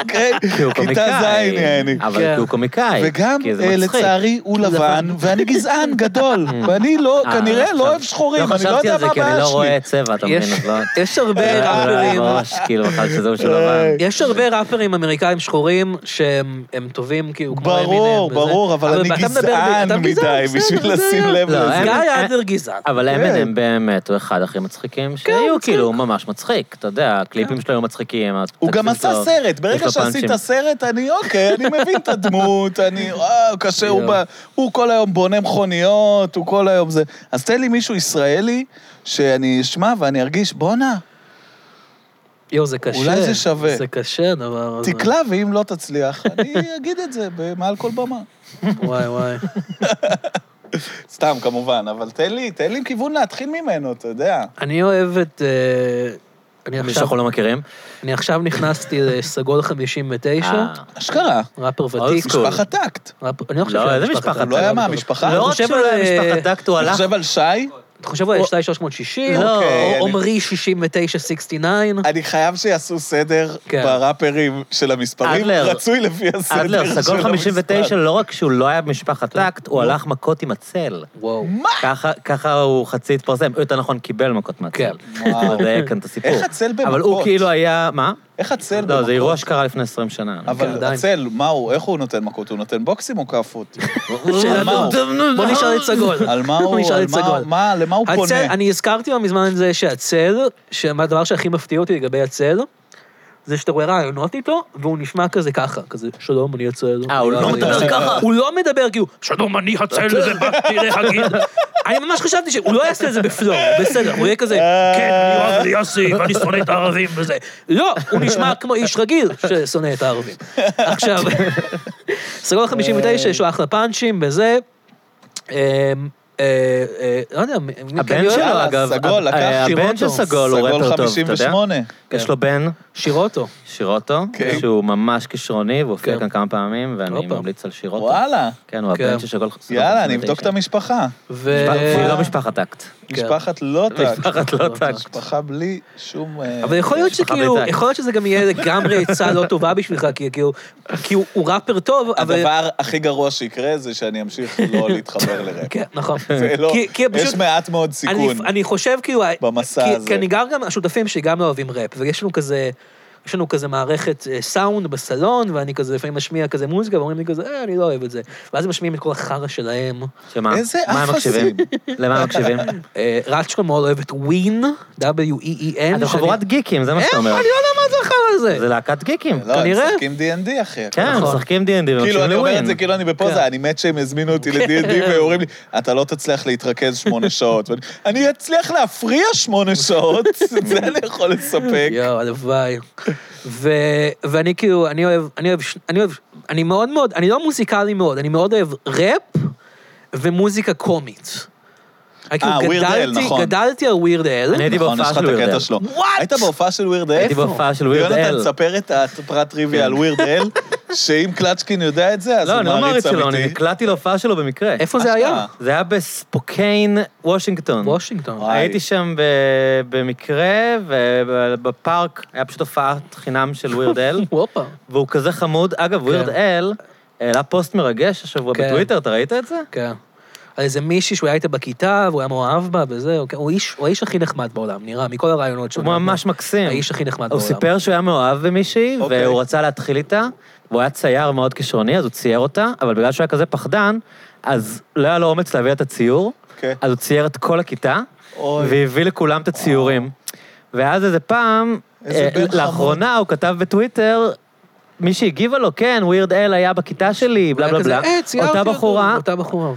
S3: אוקיי?
S1: כי הוא קומיקאי.
S3: כיתה זין, יעני.
S1: אבל
S2: כן.
S1: כי הוא קומיקאי.
S3: וגם,
S1: כי זה
S3: אה,
S1: מצחיק. נכון.
S3: לצערי, הוא לבן, ואני גזען גדול, ואני לא,
S1: אה,
S3: כנראה
S1: עכשיו-
S3: לא אוהב שחורים,
S1: לא
S3: אני לא
S1: חשבתי
S3: יודע
S1: על זה,
S3: מה
S1: כי אני
S3: הבעיה
S1: לא רואה
S3: שלי.
S1: צבע, אתה מבין?
S2: יש-
S1: אז לא...
S2: יש הרבה
S1: לא
S2: ראפרים,
S1: עלה בראש, כאילו, בכלל שזהו
S3: כן.
S1: של לבן.
S2: יש הרבה ראפרים אמריקאים שחורים שהם הם טובים, כאילו, כמו
S3: ברור,
S2: אמינם וזה.
S3: ברור, אבל אני
S2: אתה מדבר- אתה
S3: גזען
S2: גזען,
S3: מדי
S2: בסדר,
S3: בשביל
S2: זה
S3: לשים
S2: היה.
S3: לב
S1: לא,
S3: לזה.
S1: אין-
S2: גיא אדלר גזען.
S1: אבל
S3: כן.
S1: M&M באמת הוא אחד הכי מצחיקים שהיו,
S2: מצחיק.
S1: כאילו, הוא ממש מצחיק, אתה יודע, הקליפים שלו היו מצחיקים.
S3: כן. הוא גם
S1: התקציב
S3: עשה
S1: טוב,
S3: סרט,
S1: יש
S3: ברגע
S1: לו
S3: שעשית
S1: פאנצ'ים.
S3: סרט, אני אוקיי, אני מבין את הדמות, אני, וואו, קשה, הוא
S1: יואו.
S3: בא, הוא כל היום בונה מכוניות, הוא כל היום זה. אז תן לי מישהו ישראלי, שאני אשמע ואני ארגיש, בואנה,
S2: יואו, זה קשה.
S3: אולי זה שווה.
S2: זה קשה, הדבר
S1: אוקיי.
S2: הזה.
S3: תקלע, ואם לא תצליח, אני אגיד את זה ב- מעל כל במה.
S2: וואי, וואי.
S3: סתם, כמובן, אבל תן לי, תן לי כיוון להתחיל ממנו, אתה יודע.
S2: אני אוהב את... אה, אני
S1: מי
S2: עכשיו-
S1: שאנחנו לא מכירים.
S2: אני עכשיו נכנסתי לסגול 59,
S1: אה,
S3: אשכרה,
S2: ראפר ותיק.
S1: school.
S3: משפחת טקט.
S2: ראפ- אני לא חושב
S1: לא,
S2: שהיה
S1: איזה משפחת
S2: טקט,
S3: הוא לא היה מהמשפחה?
S1: לא
S2: אתה
S1: רק
S2: חושב
S1: שהוא
S2: על,
S1: היה
S2: אה,
S1: משפחת טקט, הוא
S3: אתה
S1: הלך...
S3: חושב על שי?
S2: אתה חושב על שי 360,
S1: לא,
S2: או-
S3: אוקיי, אני-
S2: עומרי 69, 69.
S3: אני חייב שיעשו סדר
S2: כן.
S3: בראפרים של המספרים,
S1: אדלר.
S3: רצוי לפי הסדר של כן. המספר.
S1: אדלר, סגול 59, לא רק שהוא לא היה במשפחת טקט,
S3: לא.
S1: הוא הלך מכות עם הצל.
S2: וואו.
S1: ככה- ככה הוא חצי התפרסם, או, יותר נכון, קיבל מכות
S2: כן.
S1: מהצל.
S3: וואו.
S1: נדייק כאן את הסיפור.
S3: איך הצל
S1: אבל הוא
S3: במכות?
S1: כאילו היה... מה?
S3: איך הצל
S1: לא,
S3: במכות?
S1: זה אירוע שקרה לפני 20 שנה.
S2: כן,
S3: אבל
S2: עדיין.
S3: הצל, מה הוא, איך הוא נותן מכות? הוא נותן בוקסים או כאפות?
S2: שאלה
S3: מה הוא?
S2: טובה.
S1: נכון.
S2: בוא נשאל את סגול.
S3: על מה הוא,
S2: בוא נשאל
S3: על
S2: את
S3: מה,
S2: סגול.
S3: מה, למה הוא
S2: הצל,
S3: פונה?
S2: אני הזכרתי לו מזמן את זה שהצל, שהדבר שהכי מפתיע אותי לגבי הצל, זה שאתה רואה רעיונות איתו, והוא נשמע כזה ככה, כזה, שלום, אני הצל.
S1: אה, הוא לא
S2: אני
S1: מדבר
S2: הצל."
S1: ככה?
S2: הוא לא מדבר כאילו, שלום, אני הצל, זה באתי להגיד. אני ממש חשבתי שהוא לא יעשה את זה בפלואו, בסדר, הוא יהיה כזה, כן, אני
S3: אה.
S2: אוהב את יוסי, ואני שונא את הערבים וזה. לא, הוא נשמע כמו איש רגיל ששונא את הערבים. עכשיו,
S3: אה,
S2: סגול 59, יש לו אחלה פאנצ'ים וזה. אמ, אה, אה, לא יודע, מי- מי-
S1: הבן
S2: אני אוהב-
S1: שלו,
S3: יאללה,
S1: אגב,
S3: סגול,
S1: הב-
S3: לקחתי
S1: הבן של
S3: אותו.
S1: סגול הוא
S3: סגול כן.
S1: רפר טוב, אתה יודע?
S3: 58.
S1: יש לו בן,
S2: שירוטו.
S1: שירוטו,
S3: כן.
S1: שהוא ממש כישרוני, והוא הופיע
S2: כן.
S1: כאן כמה פעמים, ואני
S2: הופה.
S1: ממליץ על שירוטו.
S3: וואלה,
S1: כן, הוא הבן
S2: כן. אה,
S1: של סגול.
S3: יאללה, אני אבדוק את המשפחה.
S2: ו...
S1: המשפחה. לא משפחת טקט.
S3: משפחת לוטק.
S1: משפחת לא טקט.
S3: משפחה בלי שום... אה,
S2: אבל יכול להיות
S1: משפחה
S2: שכאילו,
S1: בינתיים.
S2: יכול להיות שזה גם יהיה לגמרי עצה לא טובה בשבילך, כי כאילו, כי הוא- הוא ראפר טוב, אבל...
S3: הדבר הכי גרוע שיקרה זה שאני אמשיך לא להתחבר לרפ.
S2: כן, נכון.
S3: זה לא-
S2: כי- כי
S3: יש
S2: פשוט-
S3: מעט מאוד סיכון.
S2: אני, אני חושב כאילו... ה-
S3: במסע
S2: כי,
S3: הזה.
S2: כי אני גר גם השותפים שגם לא אוהבים ראפ, ויש לנו כזה... יש לנו כזה מערכת אה, סאונד בסלון, ואני כזה לפעמים משמיע כזה מוזיקה, ואומרים לי כזה, אה, אני לא אוהב את זה. ואז הם משמיעים את כל החרא שלהם.
S1: שמה?
S3: איזה
S1: מה הם
S3: אפסים.
S1: מקשיבים? למה הם מקשיבים?
S2: אה, רצ'קו מאוד אוהב את ווין, W-E-E-N.
S1: אתם
S2: שאני-
S1: חבורת גיקים, זה מה שאתה
S2: איך? אני
S1: אומר.
S2: לא יודע מה זה החרא הזה.
S1: זה להקת גיקים.
S3: אה, לא, הם
S2: כנראה.
S3: משחקים D&D, אחי.
S1: כן, הם
S2: נכון.
S1: משחקים D&D ומקשיבים
S3: כאילו, אני אומר את
S1: לווין.
S3: זה כאילו אני
S2: כן.
S3: בפוזה, אני מת שהם יזמינו אותי
S1: כן.
S3: ל-D&D ואומרים לי, אתה לא תצליח להתרכז שמונה שעות. ואני, אני אצליח להפריע שמונה שעות, את זה אני יכול לספק.
S2: יואו, הלוואי. ו- ואני כאילו, אני אוהב, אני אוהב, ש- אני אוהב, אני מאוד מאוד, אני לא מוזיקלי מאוד, אני מאוד אוהב ראפ ומוזיקה קומית. אני כאילו
S3: אה, Weird Al,
S2: גדלתי-
S3: נכון.
S2: גדלתי על ווירד אל.
S1: אני הייתי
S3: נכון, יש
S1: בהופעה
S3: לך
S1: של
S3: את
S1: ווירדל.
S3: הקטע שלו.
S2: What?
S3: היית בהופעה של ווירד אל?
S1: הייתי בהופעה של ווירד
S3: יונתן,
S1: אל.
S3: ספר את הפרט טריוויה על ווירד אל, שאם קלצ'קין יודע את זה, אז
S1: לא,
S3: הוא
S1: אני לא מעריץ
S3: מעריץ
S1: שלו, אני
S3: אמיתי. כן.
S1: נקלעתי להופעה שלו במקרה.
S2: איפה זה
S3: אשכרה.
S2: היה?
S1: זה היה בספוקיין, וושינגטון.
S2: וושינגטון.
S3: וואי.
S1: הייתי שם ב- במקרה, ובפארק היה פשוט הופעת חינם של ווירד אל,
S2: הופה.
S1: והוא כזה חמוד. אגב, ווירד אל העלה פוסט מרגש השבוע
S2: כן.
S1: בטוויטר, אתה ראית את זה?
S2: כן. על איזה מישהי שהוא היה איתה בכיתה, והוא היה מאוהב בה וזהו. כן, הוא האיש- הוא האיש הכי נחמד בעולם, נראה, מכל הרעיונות שלו.
S1: הוא ממש מקסים.
S2: האיש הכי נחמד
S1: הוא
S2: בעולם.
S1: סיפר שהוא היה מאוהב במישהי,
S3: אוקיי.
S1: והוא רצה להתחיל איתה, והוא היה צייר מאוד כישרוני, אז הוא צייר אותה, אבל בגלל שהוא היה כזה פחדן, אז לא היה לו אומץ להביא את הציור,
S3: אוקיי.
S1: אז הוא צייר את כל הכיתה,
S3: אוי.
S1: והביא לכולם את הציורים. ואז איזה פעם,
S3: איזה
S1: אה,
S3: בן חמוד.
S1: לאחרונה הוא כתב בטוויטר, מי שהגיבה לו, כן, ווירד אל היה בכיתה שלי, בלה בלה
S2: כזה,
S1: בלה.
S2: "אה, ציירתי
S1: אותה
S2: אותו."
S1: בחורה,
S2: אותה בחורה.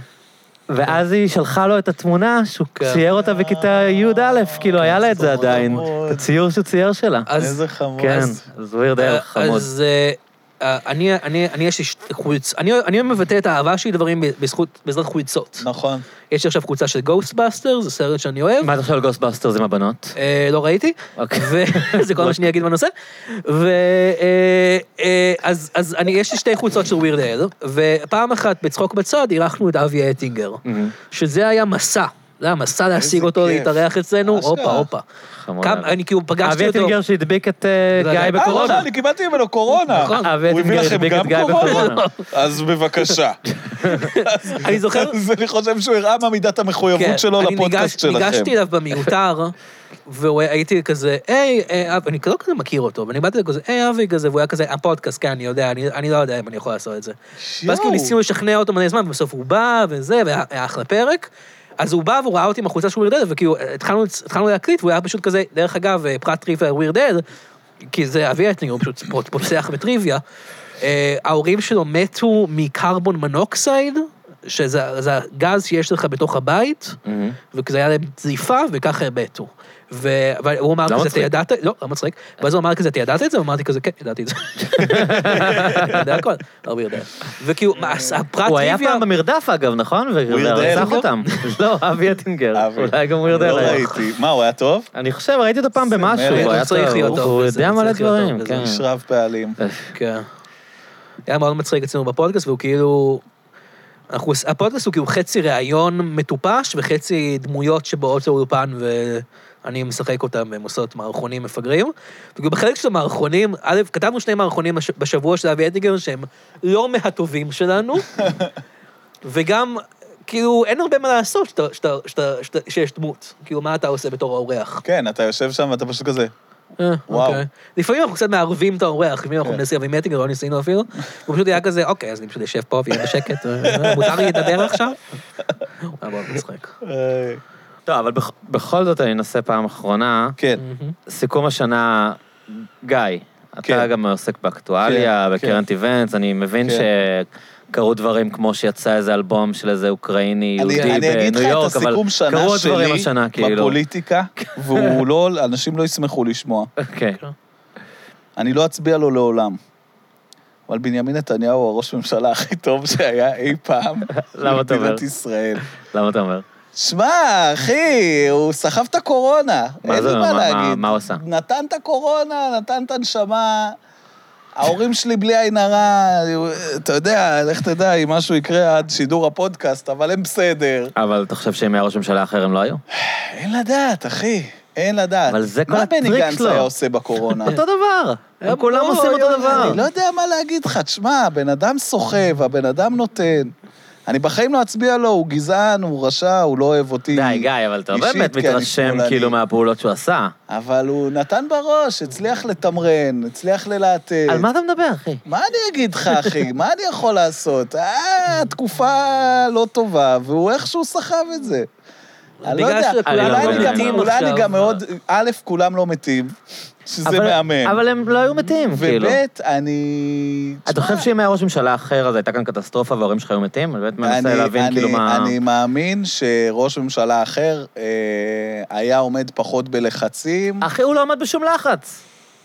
S1: ואז היא שלחה לו את התמונה שהוא
S2: כן.
S1: צייר אותה בכיתה י"א, כאילו, היה לה את זה
S3: חמוד,
S1: עדיין,
S3: חמוד.
S1: את הציור שהוא צייר שלה.
S2: אז-
S3: איזה חמוד.
S1: כן, אז ווירד אל, חמוד.
S2: אז אה, אה, אני, אני, אני יש לי ש- חולצ... אני, אני מבטא את האהבה שלי לדברים ב- בזכות, בעזרת חולצות.
S3: נכון.
S2: יש לי עכשיו חולצה של גוסטבאסטר, זה סרט שאני אוהב.
S1: מה אתה חושב על גוסטבאסטרס עם הבנות?
S2: אה, לא ראיתי,
S1: אוקיי.
S2: וזה כל מה שאני אגיד בנושא. ו... אה, אה, אז, אז אני, יש לי שתי חולצות של ווירד אל, ופעם אחת בצחוק בצד אירחנו את אבי אטינגר, שזה היה מסע, זה היה מסע להשיג אותו,
S3: כיף.
S2: להתארח אצלנו,
S3: אשכרה.
S2: הופה, הופה.
S1: חמוד.
S2: כמה-
S1: עליו.
S2: אני כאילו פגשתי
S1: אבי
S2: אותו.
S1: אטינגר שהדביק את אה,
S2: זה היה-
S1: גיא
S3: אה,
S1: בקורונה.
S3: וואלה, אני קיבלתי ממנו קורונה.
S2: נכון.
S1: אבי
S3: הוא
S1: אטינגר
S3: הביא לכם
S1: הדביק את
S3: גם
S1: אה, גיא
S3: קורונה?
S1: בקורונה.
S3: אז בבקשה.
S2: אני זוכר,
S3: אז אני חושב שהוא הראה מה מידת
S2: כן,
S3: המחויבות שלו
S2: אני ניגש-
S3: לפודקאסט שלכם.
S2: ניגשתי אליו במיותר, והייתי כזה, היי, אה, אב", אני לא כזה מכיר אותו, ואני באתי כזה, היי אבי כזה, והוא היה כזה, הפודקאסט, כן, אני יודע, אני אני לא יודע אם אני יכול לעשות את זה. ואז כאילו
S3: יואו.
S2: ניסינו לשכנע אותו מלא זמן, ובסוף הוא בא, וזה, והיה היה אחלה פרק. אז הוא בא והוא ראה אותי עם החולצה של ווירדד, וכאילו התחלנו, התחלנו להקליט, והוא היה פשוט כזה, דרך אגב, אה, פרט טריוויה ווירדד, כי זה אבי אטנינג, הוא פשוט פות- פוצח בטריוויה. אה, ההורים שלו מתו מקרבון מנוקסייד, שזה זה הגז שיש לך בתוך הבית,
S1: מהמם.
S2: וכזה היה להם זיפה, וככה הם מתו. ו- והוא אמר
S1: לא
S2: כזה, אתה
S1: מצחיק.
S2: ידעת? לא, לא מצחיק. ואז הוא אמר כזה, אתה ידעת את זה? ואמרתי כזה, כן, ידעתי את זה. אני יודע הכל. הרבה יודע. וכאילו, מה, הפרט
S1: הוא היה
S2: טריוויה...
S1: פעם במרדף אגב, נכון?
S3: ווירד אל.
S1: ורצח אותם. לא, אבי אטינגר.
S3: אבי.
S1: אולי גם ווירד
S3: לא
S1: אל היה.
S3: ראיתי. מה, הוא היה טוב?
S1: אני חושב, ראיתי אותו פעם
S3: זה
S1: במשהו,
S3: מלך.
S1: הוא היה
S2: צריך
S1: טוב,
S2: להיות טוב
S1: הוא
S2: בזה,
S1: יודע מלא
S2: צריך להיות
S1: דברים,
S2: טוב בזה.
S1: כן.
S3: שרב פעלים.
S2: כן. היה מאוד מצחיק אצלנו בפודקאסט, והוא כאילו... אנחנו, הפודקאסט הוא כאילו חצי ראיון מטופש וחצי דמויות שבאות לאולפן ואני משחק אותם, והן עושות מערכונים מפגרים. וכאילו בחלק של המערכונים, א', כתבנו שני מערכונים בש- בשבוע של אבי אדיגר שהם לא מהטובים שלנו, וגם, כאילו, אין הרבה מה לעשות שאתה- שאתה- שאתה- שאתה- שיש דמות. כאילו, מה אתה עושה בתור האורח?
S3: כן, אתה יושב שם ואתה פשוט כזה.
S2: אה,
S3: וואו.
S2: אוקיי. לפעמים אנחנו קצת מערבים את האורח, לפעמים אנחנו
S3: כן.
S2: מנסים, אבל מטינגר לא ניסינו אפילו. הוא פשוט היה כזה, אוקיי, אז אני פשוט אשב פה ויהיה בשקט, אה, מותר לי לדבר עכשיו? הוא היה מאוד מצחיק.
S3: אה,
S1: טוב, אבל בכ- בכל זאת אני אנסה פעם אחרונה.
S3: כן.
S2: מהמם.
S1: סיכום השנה, גיא, אתה
S3: כן.
S1: גם עוסק באקטואליה,
S3: כן,
S1: בקרנט איבנטס, אני מבין
S3: כן.
S1: שקרו דברים כמו שיצא איזה אלבום של איזה אוקראיני
S3: אני,
S1: יהודי
S3: אני אגיד לך
S1: בניו
S3: את
S1: יורק, אבל
S3: הסיכום שנה
S1: קרו עוד
S3: שלי
S1: דברים השנה, כאילו.
S3: בפוליטיקה, והוא לא, אנשים לא ישמחו לשמוע.
S1: כן.
S3: אני לא אצביע לו לעולם. אבל בנימין נתניהו הוא הראש ממשלה הכי טוב שהיה אי פעם.
S1: למה אתה אומר?
S3: במדינת ישראל.
S1: למה אתה אומר?
S3: שמע, אחי, הוא סחב את הקורונה.
S1: מה
S3: אין
S1: זה
S3: לי
S1: אומר?
S3: מה
S1: מה- מה-
S3: להגיד.
S1: מה הוא עשה?
S3: נתן את הקורונה, נתן את הנשמה. ההורים שלי בלי עין הרע, אתה יודע, לך תדע אם משהו יקרה עד שידור הפודקאסט, אבל הם בסדר.
S1: אבל אתה חושב שאם היה ראש ממשלה אחר הם לא היו?
S3: אין לדעת, אחי. אין לדעת.
S1: אבל זה כל הטריק
S3: מה בני גנץ
S1: שלו.
S3: היה עושה בקורונה?
S1: אותו דבר, הם
S2: הם
S1: כולם
S2: לא-
S1: עושים
S2: לא-
S1: אותו דבר.
S3: אה. אני לא יודע מה להגיד לך. תשמע, הבן אדם סוחב, הבן אדם נותן. אני בחיים לא אצביע לו, הוא גזען, הוא רשע, הוא לא אוהב אותי.
S1: די, גיא, אבל אתה
S3: אישית,
S1: באמת
S3: כי אני
S1: מתרשם
S3: שמאלני.
S1: כאילו מהפעולות שהוא עשה.
S3: אבל הוא נתן בראש, הצליח לתמרן, הצליח ללהטט.
S1: על מה אתה מדבר, אחי?
S3: מה אני אגיד לך, אחי? מה אני יכול לעשות? אה, תקופה לא טובה, והוא איכשהו סחב את זה. אני לא
S2: בגלל
S3: יודע,
S2: שכולם
S3: אולי אני גם-
S1: מתים
S3: אולי אני
S2: עכשיו.
S3: גם מאוד... א', כולם לא מתים, שזה
S1: אבל-
S3: מהמם.
S1: אבל הם לא היו מתים, כאילו.
S3: וב', אני...
S1: אתה חושב שאם היה ראש ממשלה אחר, אז הייתה כאן קטסטרופה וההורים שלך היו מתים? אני באמת מנסה
S3: אני-
S1: להבין
S3: אני-
S1: כאילו מה...
S3: אני מאמין שראש ממשלה אחר אה, היה עומד פחות בלחצים.
S1: אחי, הוא לא עמד בשום לחץ.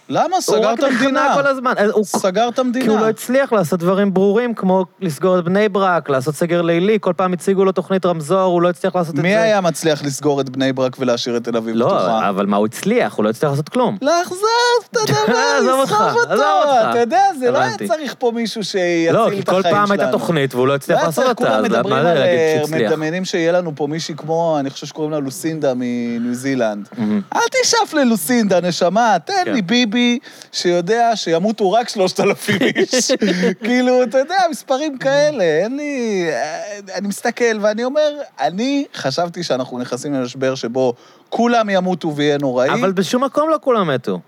S3: למה?
S1: הוא
S3: סגר
S1: רק
S3: את
S1: נכנע
S3: המדינה.
S1: כל הזמן. אז הוא-
S3: סגר את
S1: כי הוא
S3: המדינה.
S1: לא הצליח לעשות דברים ברורים, כמו לסגור את בני ברק, לעשות סגר לילי, כל פעם הציגו לו תוכנית רמזור, הוא לא הצליח לעשות את זה.
S3: מי היה מצליח לסגור את בני ברק ולהשאיר את תל אביב
S1: לא,
S3: פתוחה?
S1: אבל מה הוא הצליח? הוא לא הצליח לעשות כלום.
S3: לחזור את
S1: עזוב
S3: הדבר,
S1: אותך,
S3: לסחוב
S1: עזוב
S3: אותו.
S1: אותך.
S3: לא, אתה יודע, זה לא היה
S1: הבנתי.
S3: צריך פה מישהו שיציל את
S1: לא,
S3: החיים
S1: כי
S3: שלנו.
S1: כל פעם הייתה תוכנית והוא לא
S3: לא
S1: הצליח
S3: היה
S1: לעשות
S3: צריך,
S1: אותה,
S3: כולם
S1: אז מה
S3: מדברים
S1: זה
S3: על...
S1: להגיד
S3: אה,
S1: שהצליח?
S3: מדמיינים שיהיה לנו פה מישהי כמו, אני חושב שקוראים לה לוסינדה מניו זילנד.
S1: מהמם.
S3: אל תשאף ללוסינדה, נשמה, תן
S1: כן.
S3: לי ביבי שיודע שימותו רק שלושת אלפים איש. כאילו, אתה יודע, מספרים כאלה, אין לי... אה, אני מסתכל ואני אומר, אני חשבתי שאנחנו נכנסים למשבר שבו כולם ימותו ויהיה נוראי.
S1: אבל בשום מקום לא כולם מתו.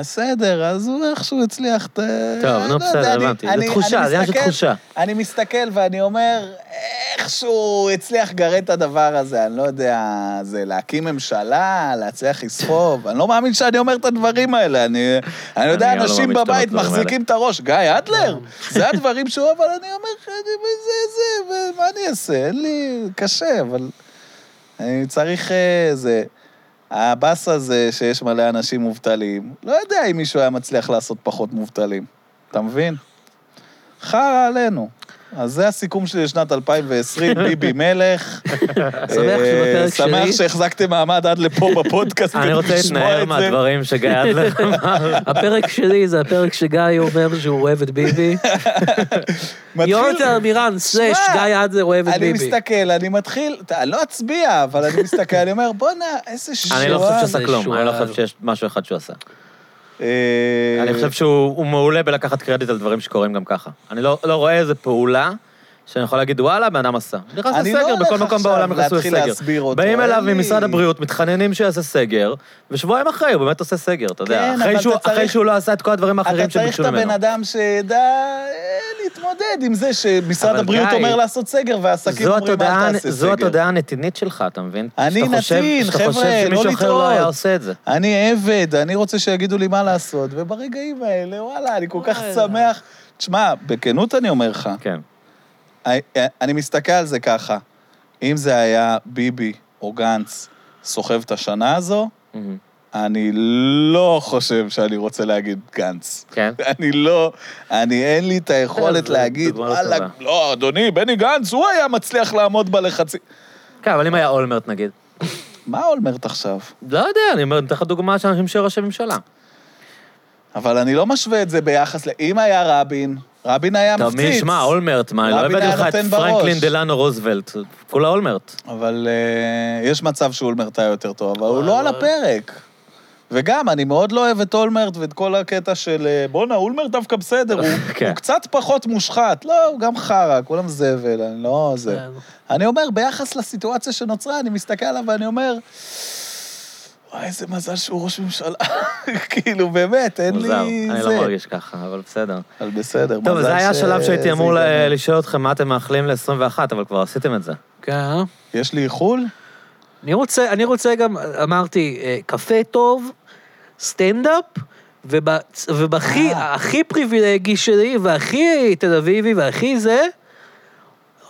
S3: בסדר, אז הוא איכשהו הצליח... ת-
S1: טוב,
S3: לא
S1: נו, בסדר,
S3: יודע, אני-
S1: הבנתי.
S3: אני-
S1: זה תחושה,
S3: אני
S1: זה עניין של
S3: מסתכל-
S1: תחושה.
S3: אני מסתכל ואני אומר, איכשהו הוא הצליח לגרד את הדבר הזה, אני לא יודע, זה להקים ממשלה, להצליח לסחוב, אני לא מאמין שאני אומר את הדברים האלה, אני, אני יודע,
S1: אני לא
S3: אנשים
S1: מאמין שאתה אומר
S3: בבית
S1: את הדברים
S3: מחזיקים את הראש, גיא אדלר, זה הדברים שהוא, אבל אני אומר לך, אני- זה, זה, ומה אני אעשה, אין לי, קשה, אבל אני צריך אה, זה. הבאסה זה שיש מלא אנשים מובטלים. לא יודע אם מישהו היה מצליח לעשות פחות מובטלים. אתה מבין? חרא עלינו. אז זה הסיכום שלי לשנת 2020, ביבי מלך.
S2: שבפרק שלי-
S3: אה, שמח שהחזקתם מעמד עד לפה בפודקאסט.
S1: אני רוצה
S3: לשמוע
S1: להתנער
S3: את זה.
S1: מהדברים שגיא אדלר אמר.
S2: הפרק שלי זה הפרק שגיא אומר שהוא אוהב את ביבי.
S3: מתחיל-
S2: יונתן אמירן, סלאש,
S3: שמע,
S2: גיא אדלר אוהב את
S3: אני
S2: ביבי.
S3: מסתכל, אני מתחיל, אתה- אני לא אצביע, אבל אני מסתכל, אני אומר, בואנה, איזה שואה.
S1: אני לא חושב
S2: זה
S1: שעשה כלום, אני לא
S2: שועל.
S1: חושב שיש משהו אחד שהוא עשה.
S3: אה,
S1: אני חושב שהוא הוא מעולה בלקחת קרדיט על דברים שקורים גם ככה. אני לא לא רואה איזה פעולה שאני יכול להגיד, וואלה, בן אדם עשה. נכנס
S3: אני לא
S1: לסגר,
S3: הולך
S1: בכל מקום
S3: עכשיו
S1: בעולם נכנסו
S3: להתחיל להסביר
S1: לסגר.
S3: אותו,
S1: באים
S3: אין
S1: אליו
S3: לי-
S1: ממשרד הבריאות, מתחננים שיעשה סגר, ושבועיים אחרי הוא באמת עושה סגר, אתה יודע.
S3: כן,
S1: אחרי
S3: אבל
S1: שהוא-
S3: אתה
S1: אחרי
S3: צריך-
S1: שהוא לא עשה את כל הדברים
S3: אתה
S1: האחרים
S3: צריך
S1: שביקשו
S3: את
S1: ממנו.
S3: הבן אדם שידע אה, להתמודד עם זה שמשרד
S1: אבל
S3: הבריאות
S1: גיא,
S3: אומר לעשות סגר, והעסקים
S1: זו
S3: אומרים
S1: התודעה-
S3: אל תעשה
S1: זו
S3: סגר.
S1: התודעה הנתינית שלך, אתה מבין?
S3: אני
S1: שאתה חושב-
S3: נתין,
S1: שאתה חושב
S3: חבר'ה, לא
S1: שמישהו אחר לא היה
S3: לטעות.
S1: עושה את זה.
S3: אני עבד, אני רוצה שיגידו לי מה לעשות, וברגעים האלה, וואלה, אני כל כך שמח. תשמע, בכנות אני אומר לך, אה,
S1: כן.
S3: אני מסתכל על זה ככה, אם זה היה ביבי או גנץ סוחב את השנה הזו, אני לא חושב שאני רוצה להגיד גנץ.
S1: כן.
S3: אני לא, אני אין לי את היכולת
S1: זו
S3: להגיד,
S1: דוגמה לא
S3: וואלה,
S1: טובה."
S3: לא, אדוני, בני גנץ, הוא היה מצליח לעמוד בלחצים.
S1: כן, אבל אם היה אולמרט נגיד.
S3: מה אולמרט עכשיו?
S1: לא יודע, אני אומר, אני אתן לך דוגמה של אנשים שהיו ראשי ממשלה.
S3: אבל אני לא משווה את זה ביחס ל... אם היה רבין, רבין היה
S1: אתה מבין,
S3: מפציץ.
S1: שמע, אולמרט, מה, אני לא
S3: רבין
S1: הבאתי
S3: היה
S1: לך את
S3: נותן
S1: פרנקלין
S3: בראש.
S1: דלאנו רוזוולט, כולה אולמרט.
S3: אבל אה, יש מצב שאולמרט היה יותר טוב, אבל הוא לא על הפרק. וגם, אני מאוד לא אוהב את אולמרט ואת כל הקטע של אה, בואנה, אולמרט דווקא בסדר, הוא-
S1: כן.
S3: הוא קצת פחות מושחת. לא, הוא גם חרא, כולם זבל, אני לא זה.
S2: כן.
S3: אני אומר, ביחס לסיטואציה שנוצרה, אני מסתכל עליו ואני אומר, וואי, איזה מזל שהוא ראש ממשלה. כאילו, באמת, אין
S1: מוזר,
S3: לי...
S1: אני
S3: זה.
S1: לא מרגיש ככה, אבל בסדר.
S3: אבל בסדר,
S1: טוב,
S3: מזל
S1: זה היה
S3: ש-
S1: השלב שהייתי
S3: זה
S1: אמור אה, ל-
S3: ייגמר.
S1: לשאול אתכם מה אתם מאחלים ל-21, אבל כבר עשיתם את זה.
S2: כן, אה?
S3: יש לי איחול?
S2: אני רוצה, אני רוצה גם, אמרתי, אה, קפה טוב, סטנדאפ, וב- ובכי,
S3: אה.
S2: הכי פריבילגי שלי, והכי תל אביבי, והכי זה,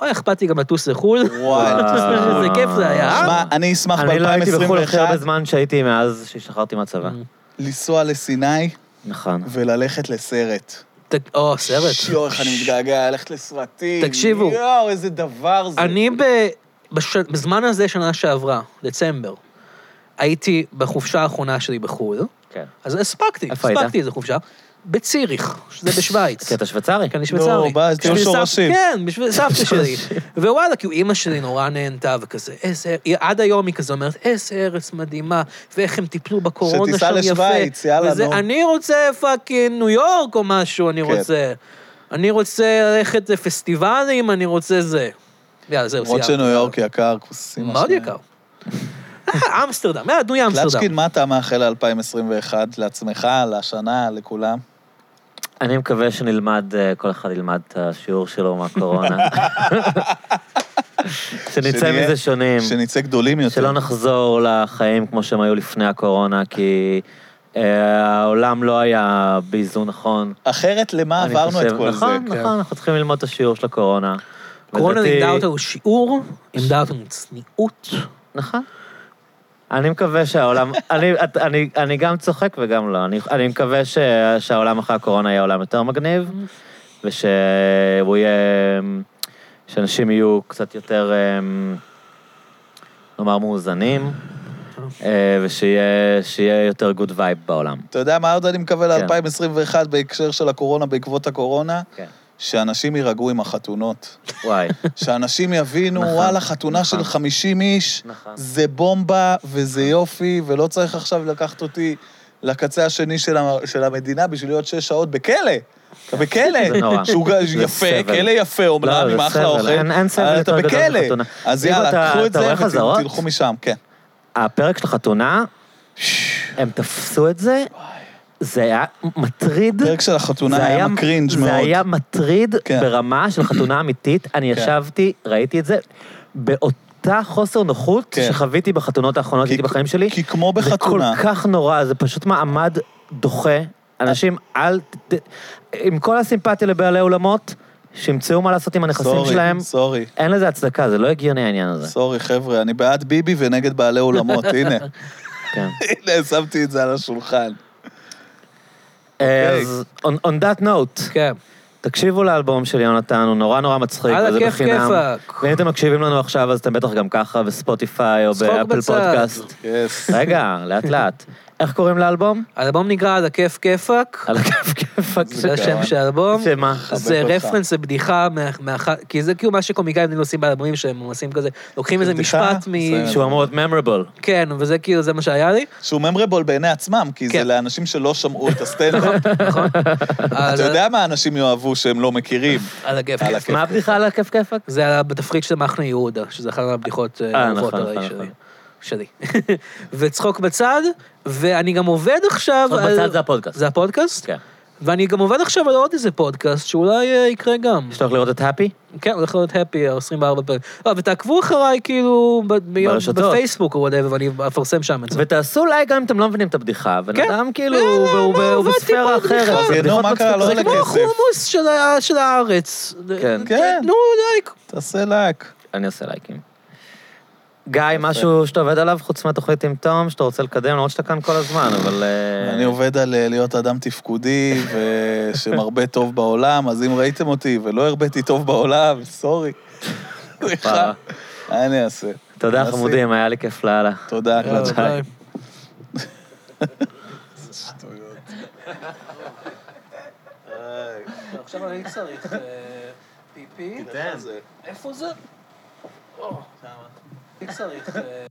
S2: לא היה אכפת לי גם לטוס לחו"ל.
S3: וואי,
S1: וואו.
S2: איזה כיף זה היה, אה?
S3: שמע, אני אשמח
S1: אני לא הייתי בחו"ל הכי הרבה
S3: ב-2021
S1: זמן שהייתי מאז שהשתחררתי מהצבא.
S3: Mm. לנסוע לסיני
S1: נכון.
S3: וללכת לסרט.
S2: ת- או, סרט.
S3: שיו, איך אני מתגעגע, ללכת לסרטים.
S2: תקשיבו.
S3: יואו, איזה דבר זה.
S2: אני ב... בש... בזמן הזה, שנה שעברה, דצמבר, הייתי בחופשה האחרונה שלי בחו"ל,
S1: כן.
S2: אז הספקתי,
S1: איפה היית? כן.
S2: הספקתי איזה חופשה, בציריך, שזה בשוויץ.
S1: כי אתה שוויצרי.
S2: כי
S3: כן.
S2: אני שוויצרי.
S3: בא, אז תהיו
S2: בשביל סבתא-
S3: שורשים.
S2: כן, בשביל סבתא שלי. ווואלה, כאילו, אימא שלי נורא נהנתה וכזה, איזה... היא- עד היום היא כזה אומרת, איזה ארץ מדהימה, ואיך הם טיפלו בקורונה
S3: שתיסע
S2: שם יפה.
S3: לשוויץ, יאללה,
S2: וזה,
S3: נו.
S2: אני רוצה פאקינג ניו יורק או משהו, אני
S3: כן.
S2: רוצה. אני רוצה ללכת לפסטיבלים, אני רוצה זה. יאללה, זהו,
S3: למרות
S2: סיימתי.
S3: שניו יורק יקר, כוסים.
S2: מאוד יקר. אה, אמסטרדם, יאללה, תנו לי אמסטרדם.
S3: קלצ'קין, מה אתה מאחל ל-2021? לעצמך, לשנה, לכולם?
S1: אני מקווה שנלמד, אה, כל אחד ילמד את השיעור שלו מהקורונה. שנצא
S3: שנהיה-
S1: מזה שונים.
S3: שנצא גדולים יותר.
S1: כן. שלא נחזור לחיים כמו שהם היו לפני הקורונה, כי אה, העולם לא היה באיזון נכון.
S3: אחרת, למה
S1: אני
S3: אה, עברנו את
S1: חושב.
S3: כל זה?
S1: נכון,
S3: כן.
S1: נכון, אנחנו צריכים ללמוד את השיעור של הקורונה.
S2: קורונה
S1: לדעתי-
S2: לימדה אותנו שיעור, לימדה אותנו צניעות.
S1: נכון. אני מקווה שהעולם, אני, את- אני, אני גם צוחק וגם לא. אני, אני מקווה ש, שהעולם אחרי הקורונה יהיה עולם יותר מגניב, ושהוא יהיה, שאנשים יהיו קצת יותר, אמ, נאמר, מאוזנים, אה, ושיהיה שיהיה יותר גוד וייב בעולם.
S3: אתה יודע מה עוד אני מקווה ל-2021 בהקשר של הקורונה, בעקבות הקורונה?
S1: כן.
S3: שאנשים יירגעו עם החתונות.
S1: וואי.
S3: שאנשים יבינו,
S1: נכון,
S3: וואלה, חתונה
S1: נכון.
S3: של 50 איש,
S1: נכון.
S3: זה בומבה וזה יופי, ולא צריך עכשיו לקחת אותי לקצה השני של ה- של המדינה בשביל להיות שש שעות בכלא. אתה בכלא.
S1: כן. זה נורא.
S3: שהוא גם
S1: זה
S3: יפה,
S1: סבל.
S3: כלא יפה,
S1: לא,
S3: אומנם,
S1: זה
S3: עם אחלה
S1: סבל.
S3: אוכל.
S1: אין- אין סבל
S3: אבל
S1: יותר
S3: אתה
S1: גדול
S3: בכלא.
S1: מחתונה.
S3: אז
S1: אם
S3: יאללה,
S1: אתה-
S3: קחו את
S1: אתה
S3: זה
S1: רואה חזרות?
S3: ותלכו משם, כן.
S1: הפרק של החתונה, הם תפסו את זה, זה היה מטריד.
S3: הפרק של החתונה היה מקרינג' מאוד.
S1: זה היה מטריד
S3: כן.
S1: ברמה של חתונה אמיתית. אני
S3: כן.
S1: ישבתי, ראיתי את זה, באותה חוסר נוחות
S3: כן.
S1: שחוויתי בחתונות האחרונות
S3: כי-
S1: שהייתי בחיים שלי.
S3: כי כמו
S1: זה כל
S3: בחתונה,
S1: כך נורא, זה פשוט מעמד דוחה. אנשים, אל... ת- ת- עם כל הסימפתיה לבעלי אולמות, שימצאו מה לעשות עם הנכסים שלהם,
S3: סורי, סורי.
S1: אין לזה הצדקה, זה לא הגיוני העניין הזה.
S3: סורי, חבר'ה, אני בעד ביבי ונגד בעלי אולמות, הנה.
S1: כן.
S3: הנה, שמתי את זה על השולחן.
S1: אז on on that note,
S2: כן.
S1: תקשיבו לאלבום של יונתן, הוא נורא נורא מצחיק,
S2: על
S1: וזה
S2: הכיף
S1: בחינם.
S2: כיפאק.
S1: ואם אתם מקשיבים לנו עכשיו, אז אתם בטח גם ככה בספוטיפיי או
S2: צחוק
S1: באפל
S2: בצד.
S1: פודקאסט.
S3: יס.
S1: רגע, לאט לאט. איך קוראים לאלבום?
S2: האלבום נקרא על הכיף כיפאק,
S1: על הכיף כיפאק.
S2: זה השם
S3: גאון.
S2: של האלבום.
S1: שמה?
S2: זה
S3: אותך.
S2: רפרנס לבדיחה, מה- מהאחת- כי זה כאילו מה שקומיקאים עושים באלבומים שהם עושים כזה, לוקחים איזה
S3: בדיחה,
S2: משפט מ...
S3: מסיים.
S1: שהוא אמור להיות memorable.
S2: כן, וזה כאילו, זה מה שהיה לי.
S3: שהוא ממרבול בעיני עצמם, כי זה
S2: כן. נכון.
S3: לאנשים שלא שמעו את הסטנדאפ.
S2: אז-
S3: אתה יודע מה אנשים יאהבו שהם לא מכירים.
S2: על הכיף
S3: על
S2: כיפאק.
S3: הכיף.
S1: מה הבדיחה על הכיף כיפאק?
S2: זה היה בתפריט של מחנה יהודה, שזה אחת מהבדיחות אה,
S1: אה,
S2: האהובות
S1: נכון,
S2: עליי
S1: נכון,
S2: שלי.
S1: נכון.
S2: שלי. וצחוק בצד, ואני גם עובד עכשיו...
S1: צחוק
S2: על-
S1: בצד זה הפודקאסט.
S2: זה הפודקאסט?
S1: כן.
S2: ואני גם עובד עכשיו על עוד איזה פודקאסט, שאולי אה, יקרה גם.
S1: יש לך לראות את האפי?
S2: כן, הולך להיות הפי, 24 פרק. לא, ותעקבו אחריי, כאילו, ב- ביום-
S1: ברשתות.
S2: בפייסבוק או וואטאבר, ואני אפרסם שם את זה.
S1: ותעשו לייק גם אם אתם לא מבינים את הבדיחה. בן
S2: כן.
S1: אדם כאילו,
S2: לא,
S1: הוא-
S2: לא,
S1: הוא-
S2: לא,
S1: הוא
S2: עבדתי
S1: בספירה
S2: פה בבדיחה.
S1: אחרת. זה
S3: נו,
S1: בדיחות
S3: מה קרה? לא
S1: מצחיקות.
S2: זה כמו
S3: לכסף.
S2: החומוס של ה- של הארץ.
S1: כן.
S3: כן.
S2: נו, לייק.
S3: תעשה לק.
S1: אני עושה לייקים. גיא, משהו שאתה עובד עליו, חוץ מהתוכנית עם תום, שאתה רוצה לקדם, למרות שאתה כאן כל הזמן, אבל...
S2: כן.
S1: אה,
S3: אני עובד על אה, להיות אדם תפקודי ושמרבה טוב בעולם, אז אם ראיתם אותי ולא הרביתי טוב בעולם, סורי. סליחה. מה אני אעשה?
S1: תודה,
S3: מנסי.
S1: חמודים, היה לי כיף לאללה.
S3: תודה,
S1: לא,
S2: יאללה,
S3: הקלטה.
S2: ביי. אה, עכשיו אני צריך אה, פיפי. איפה זה? אה, אני צריך... אה,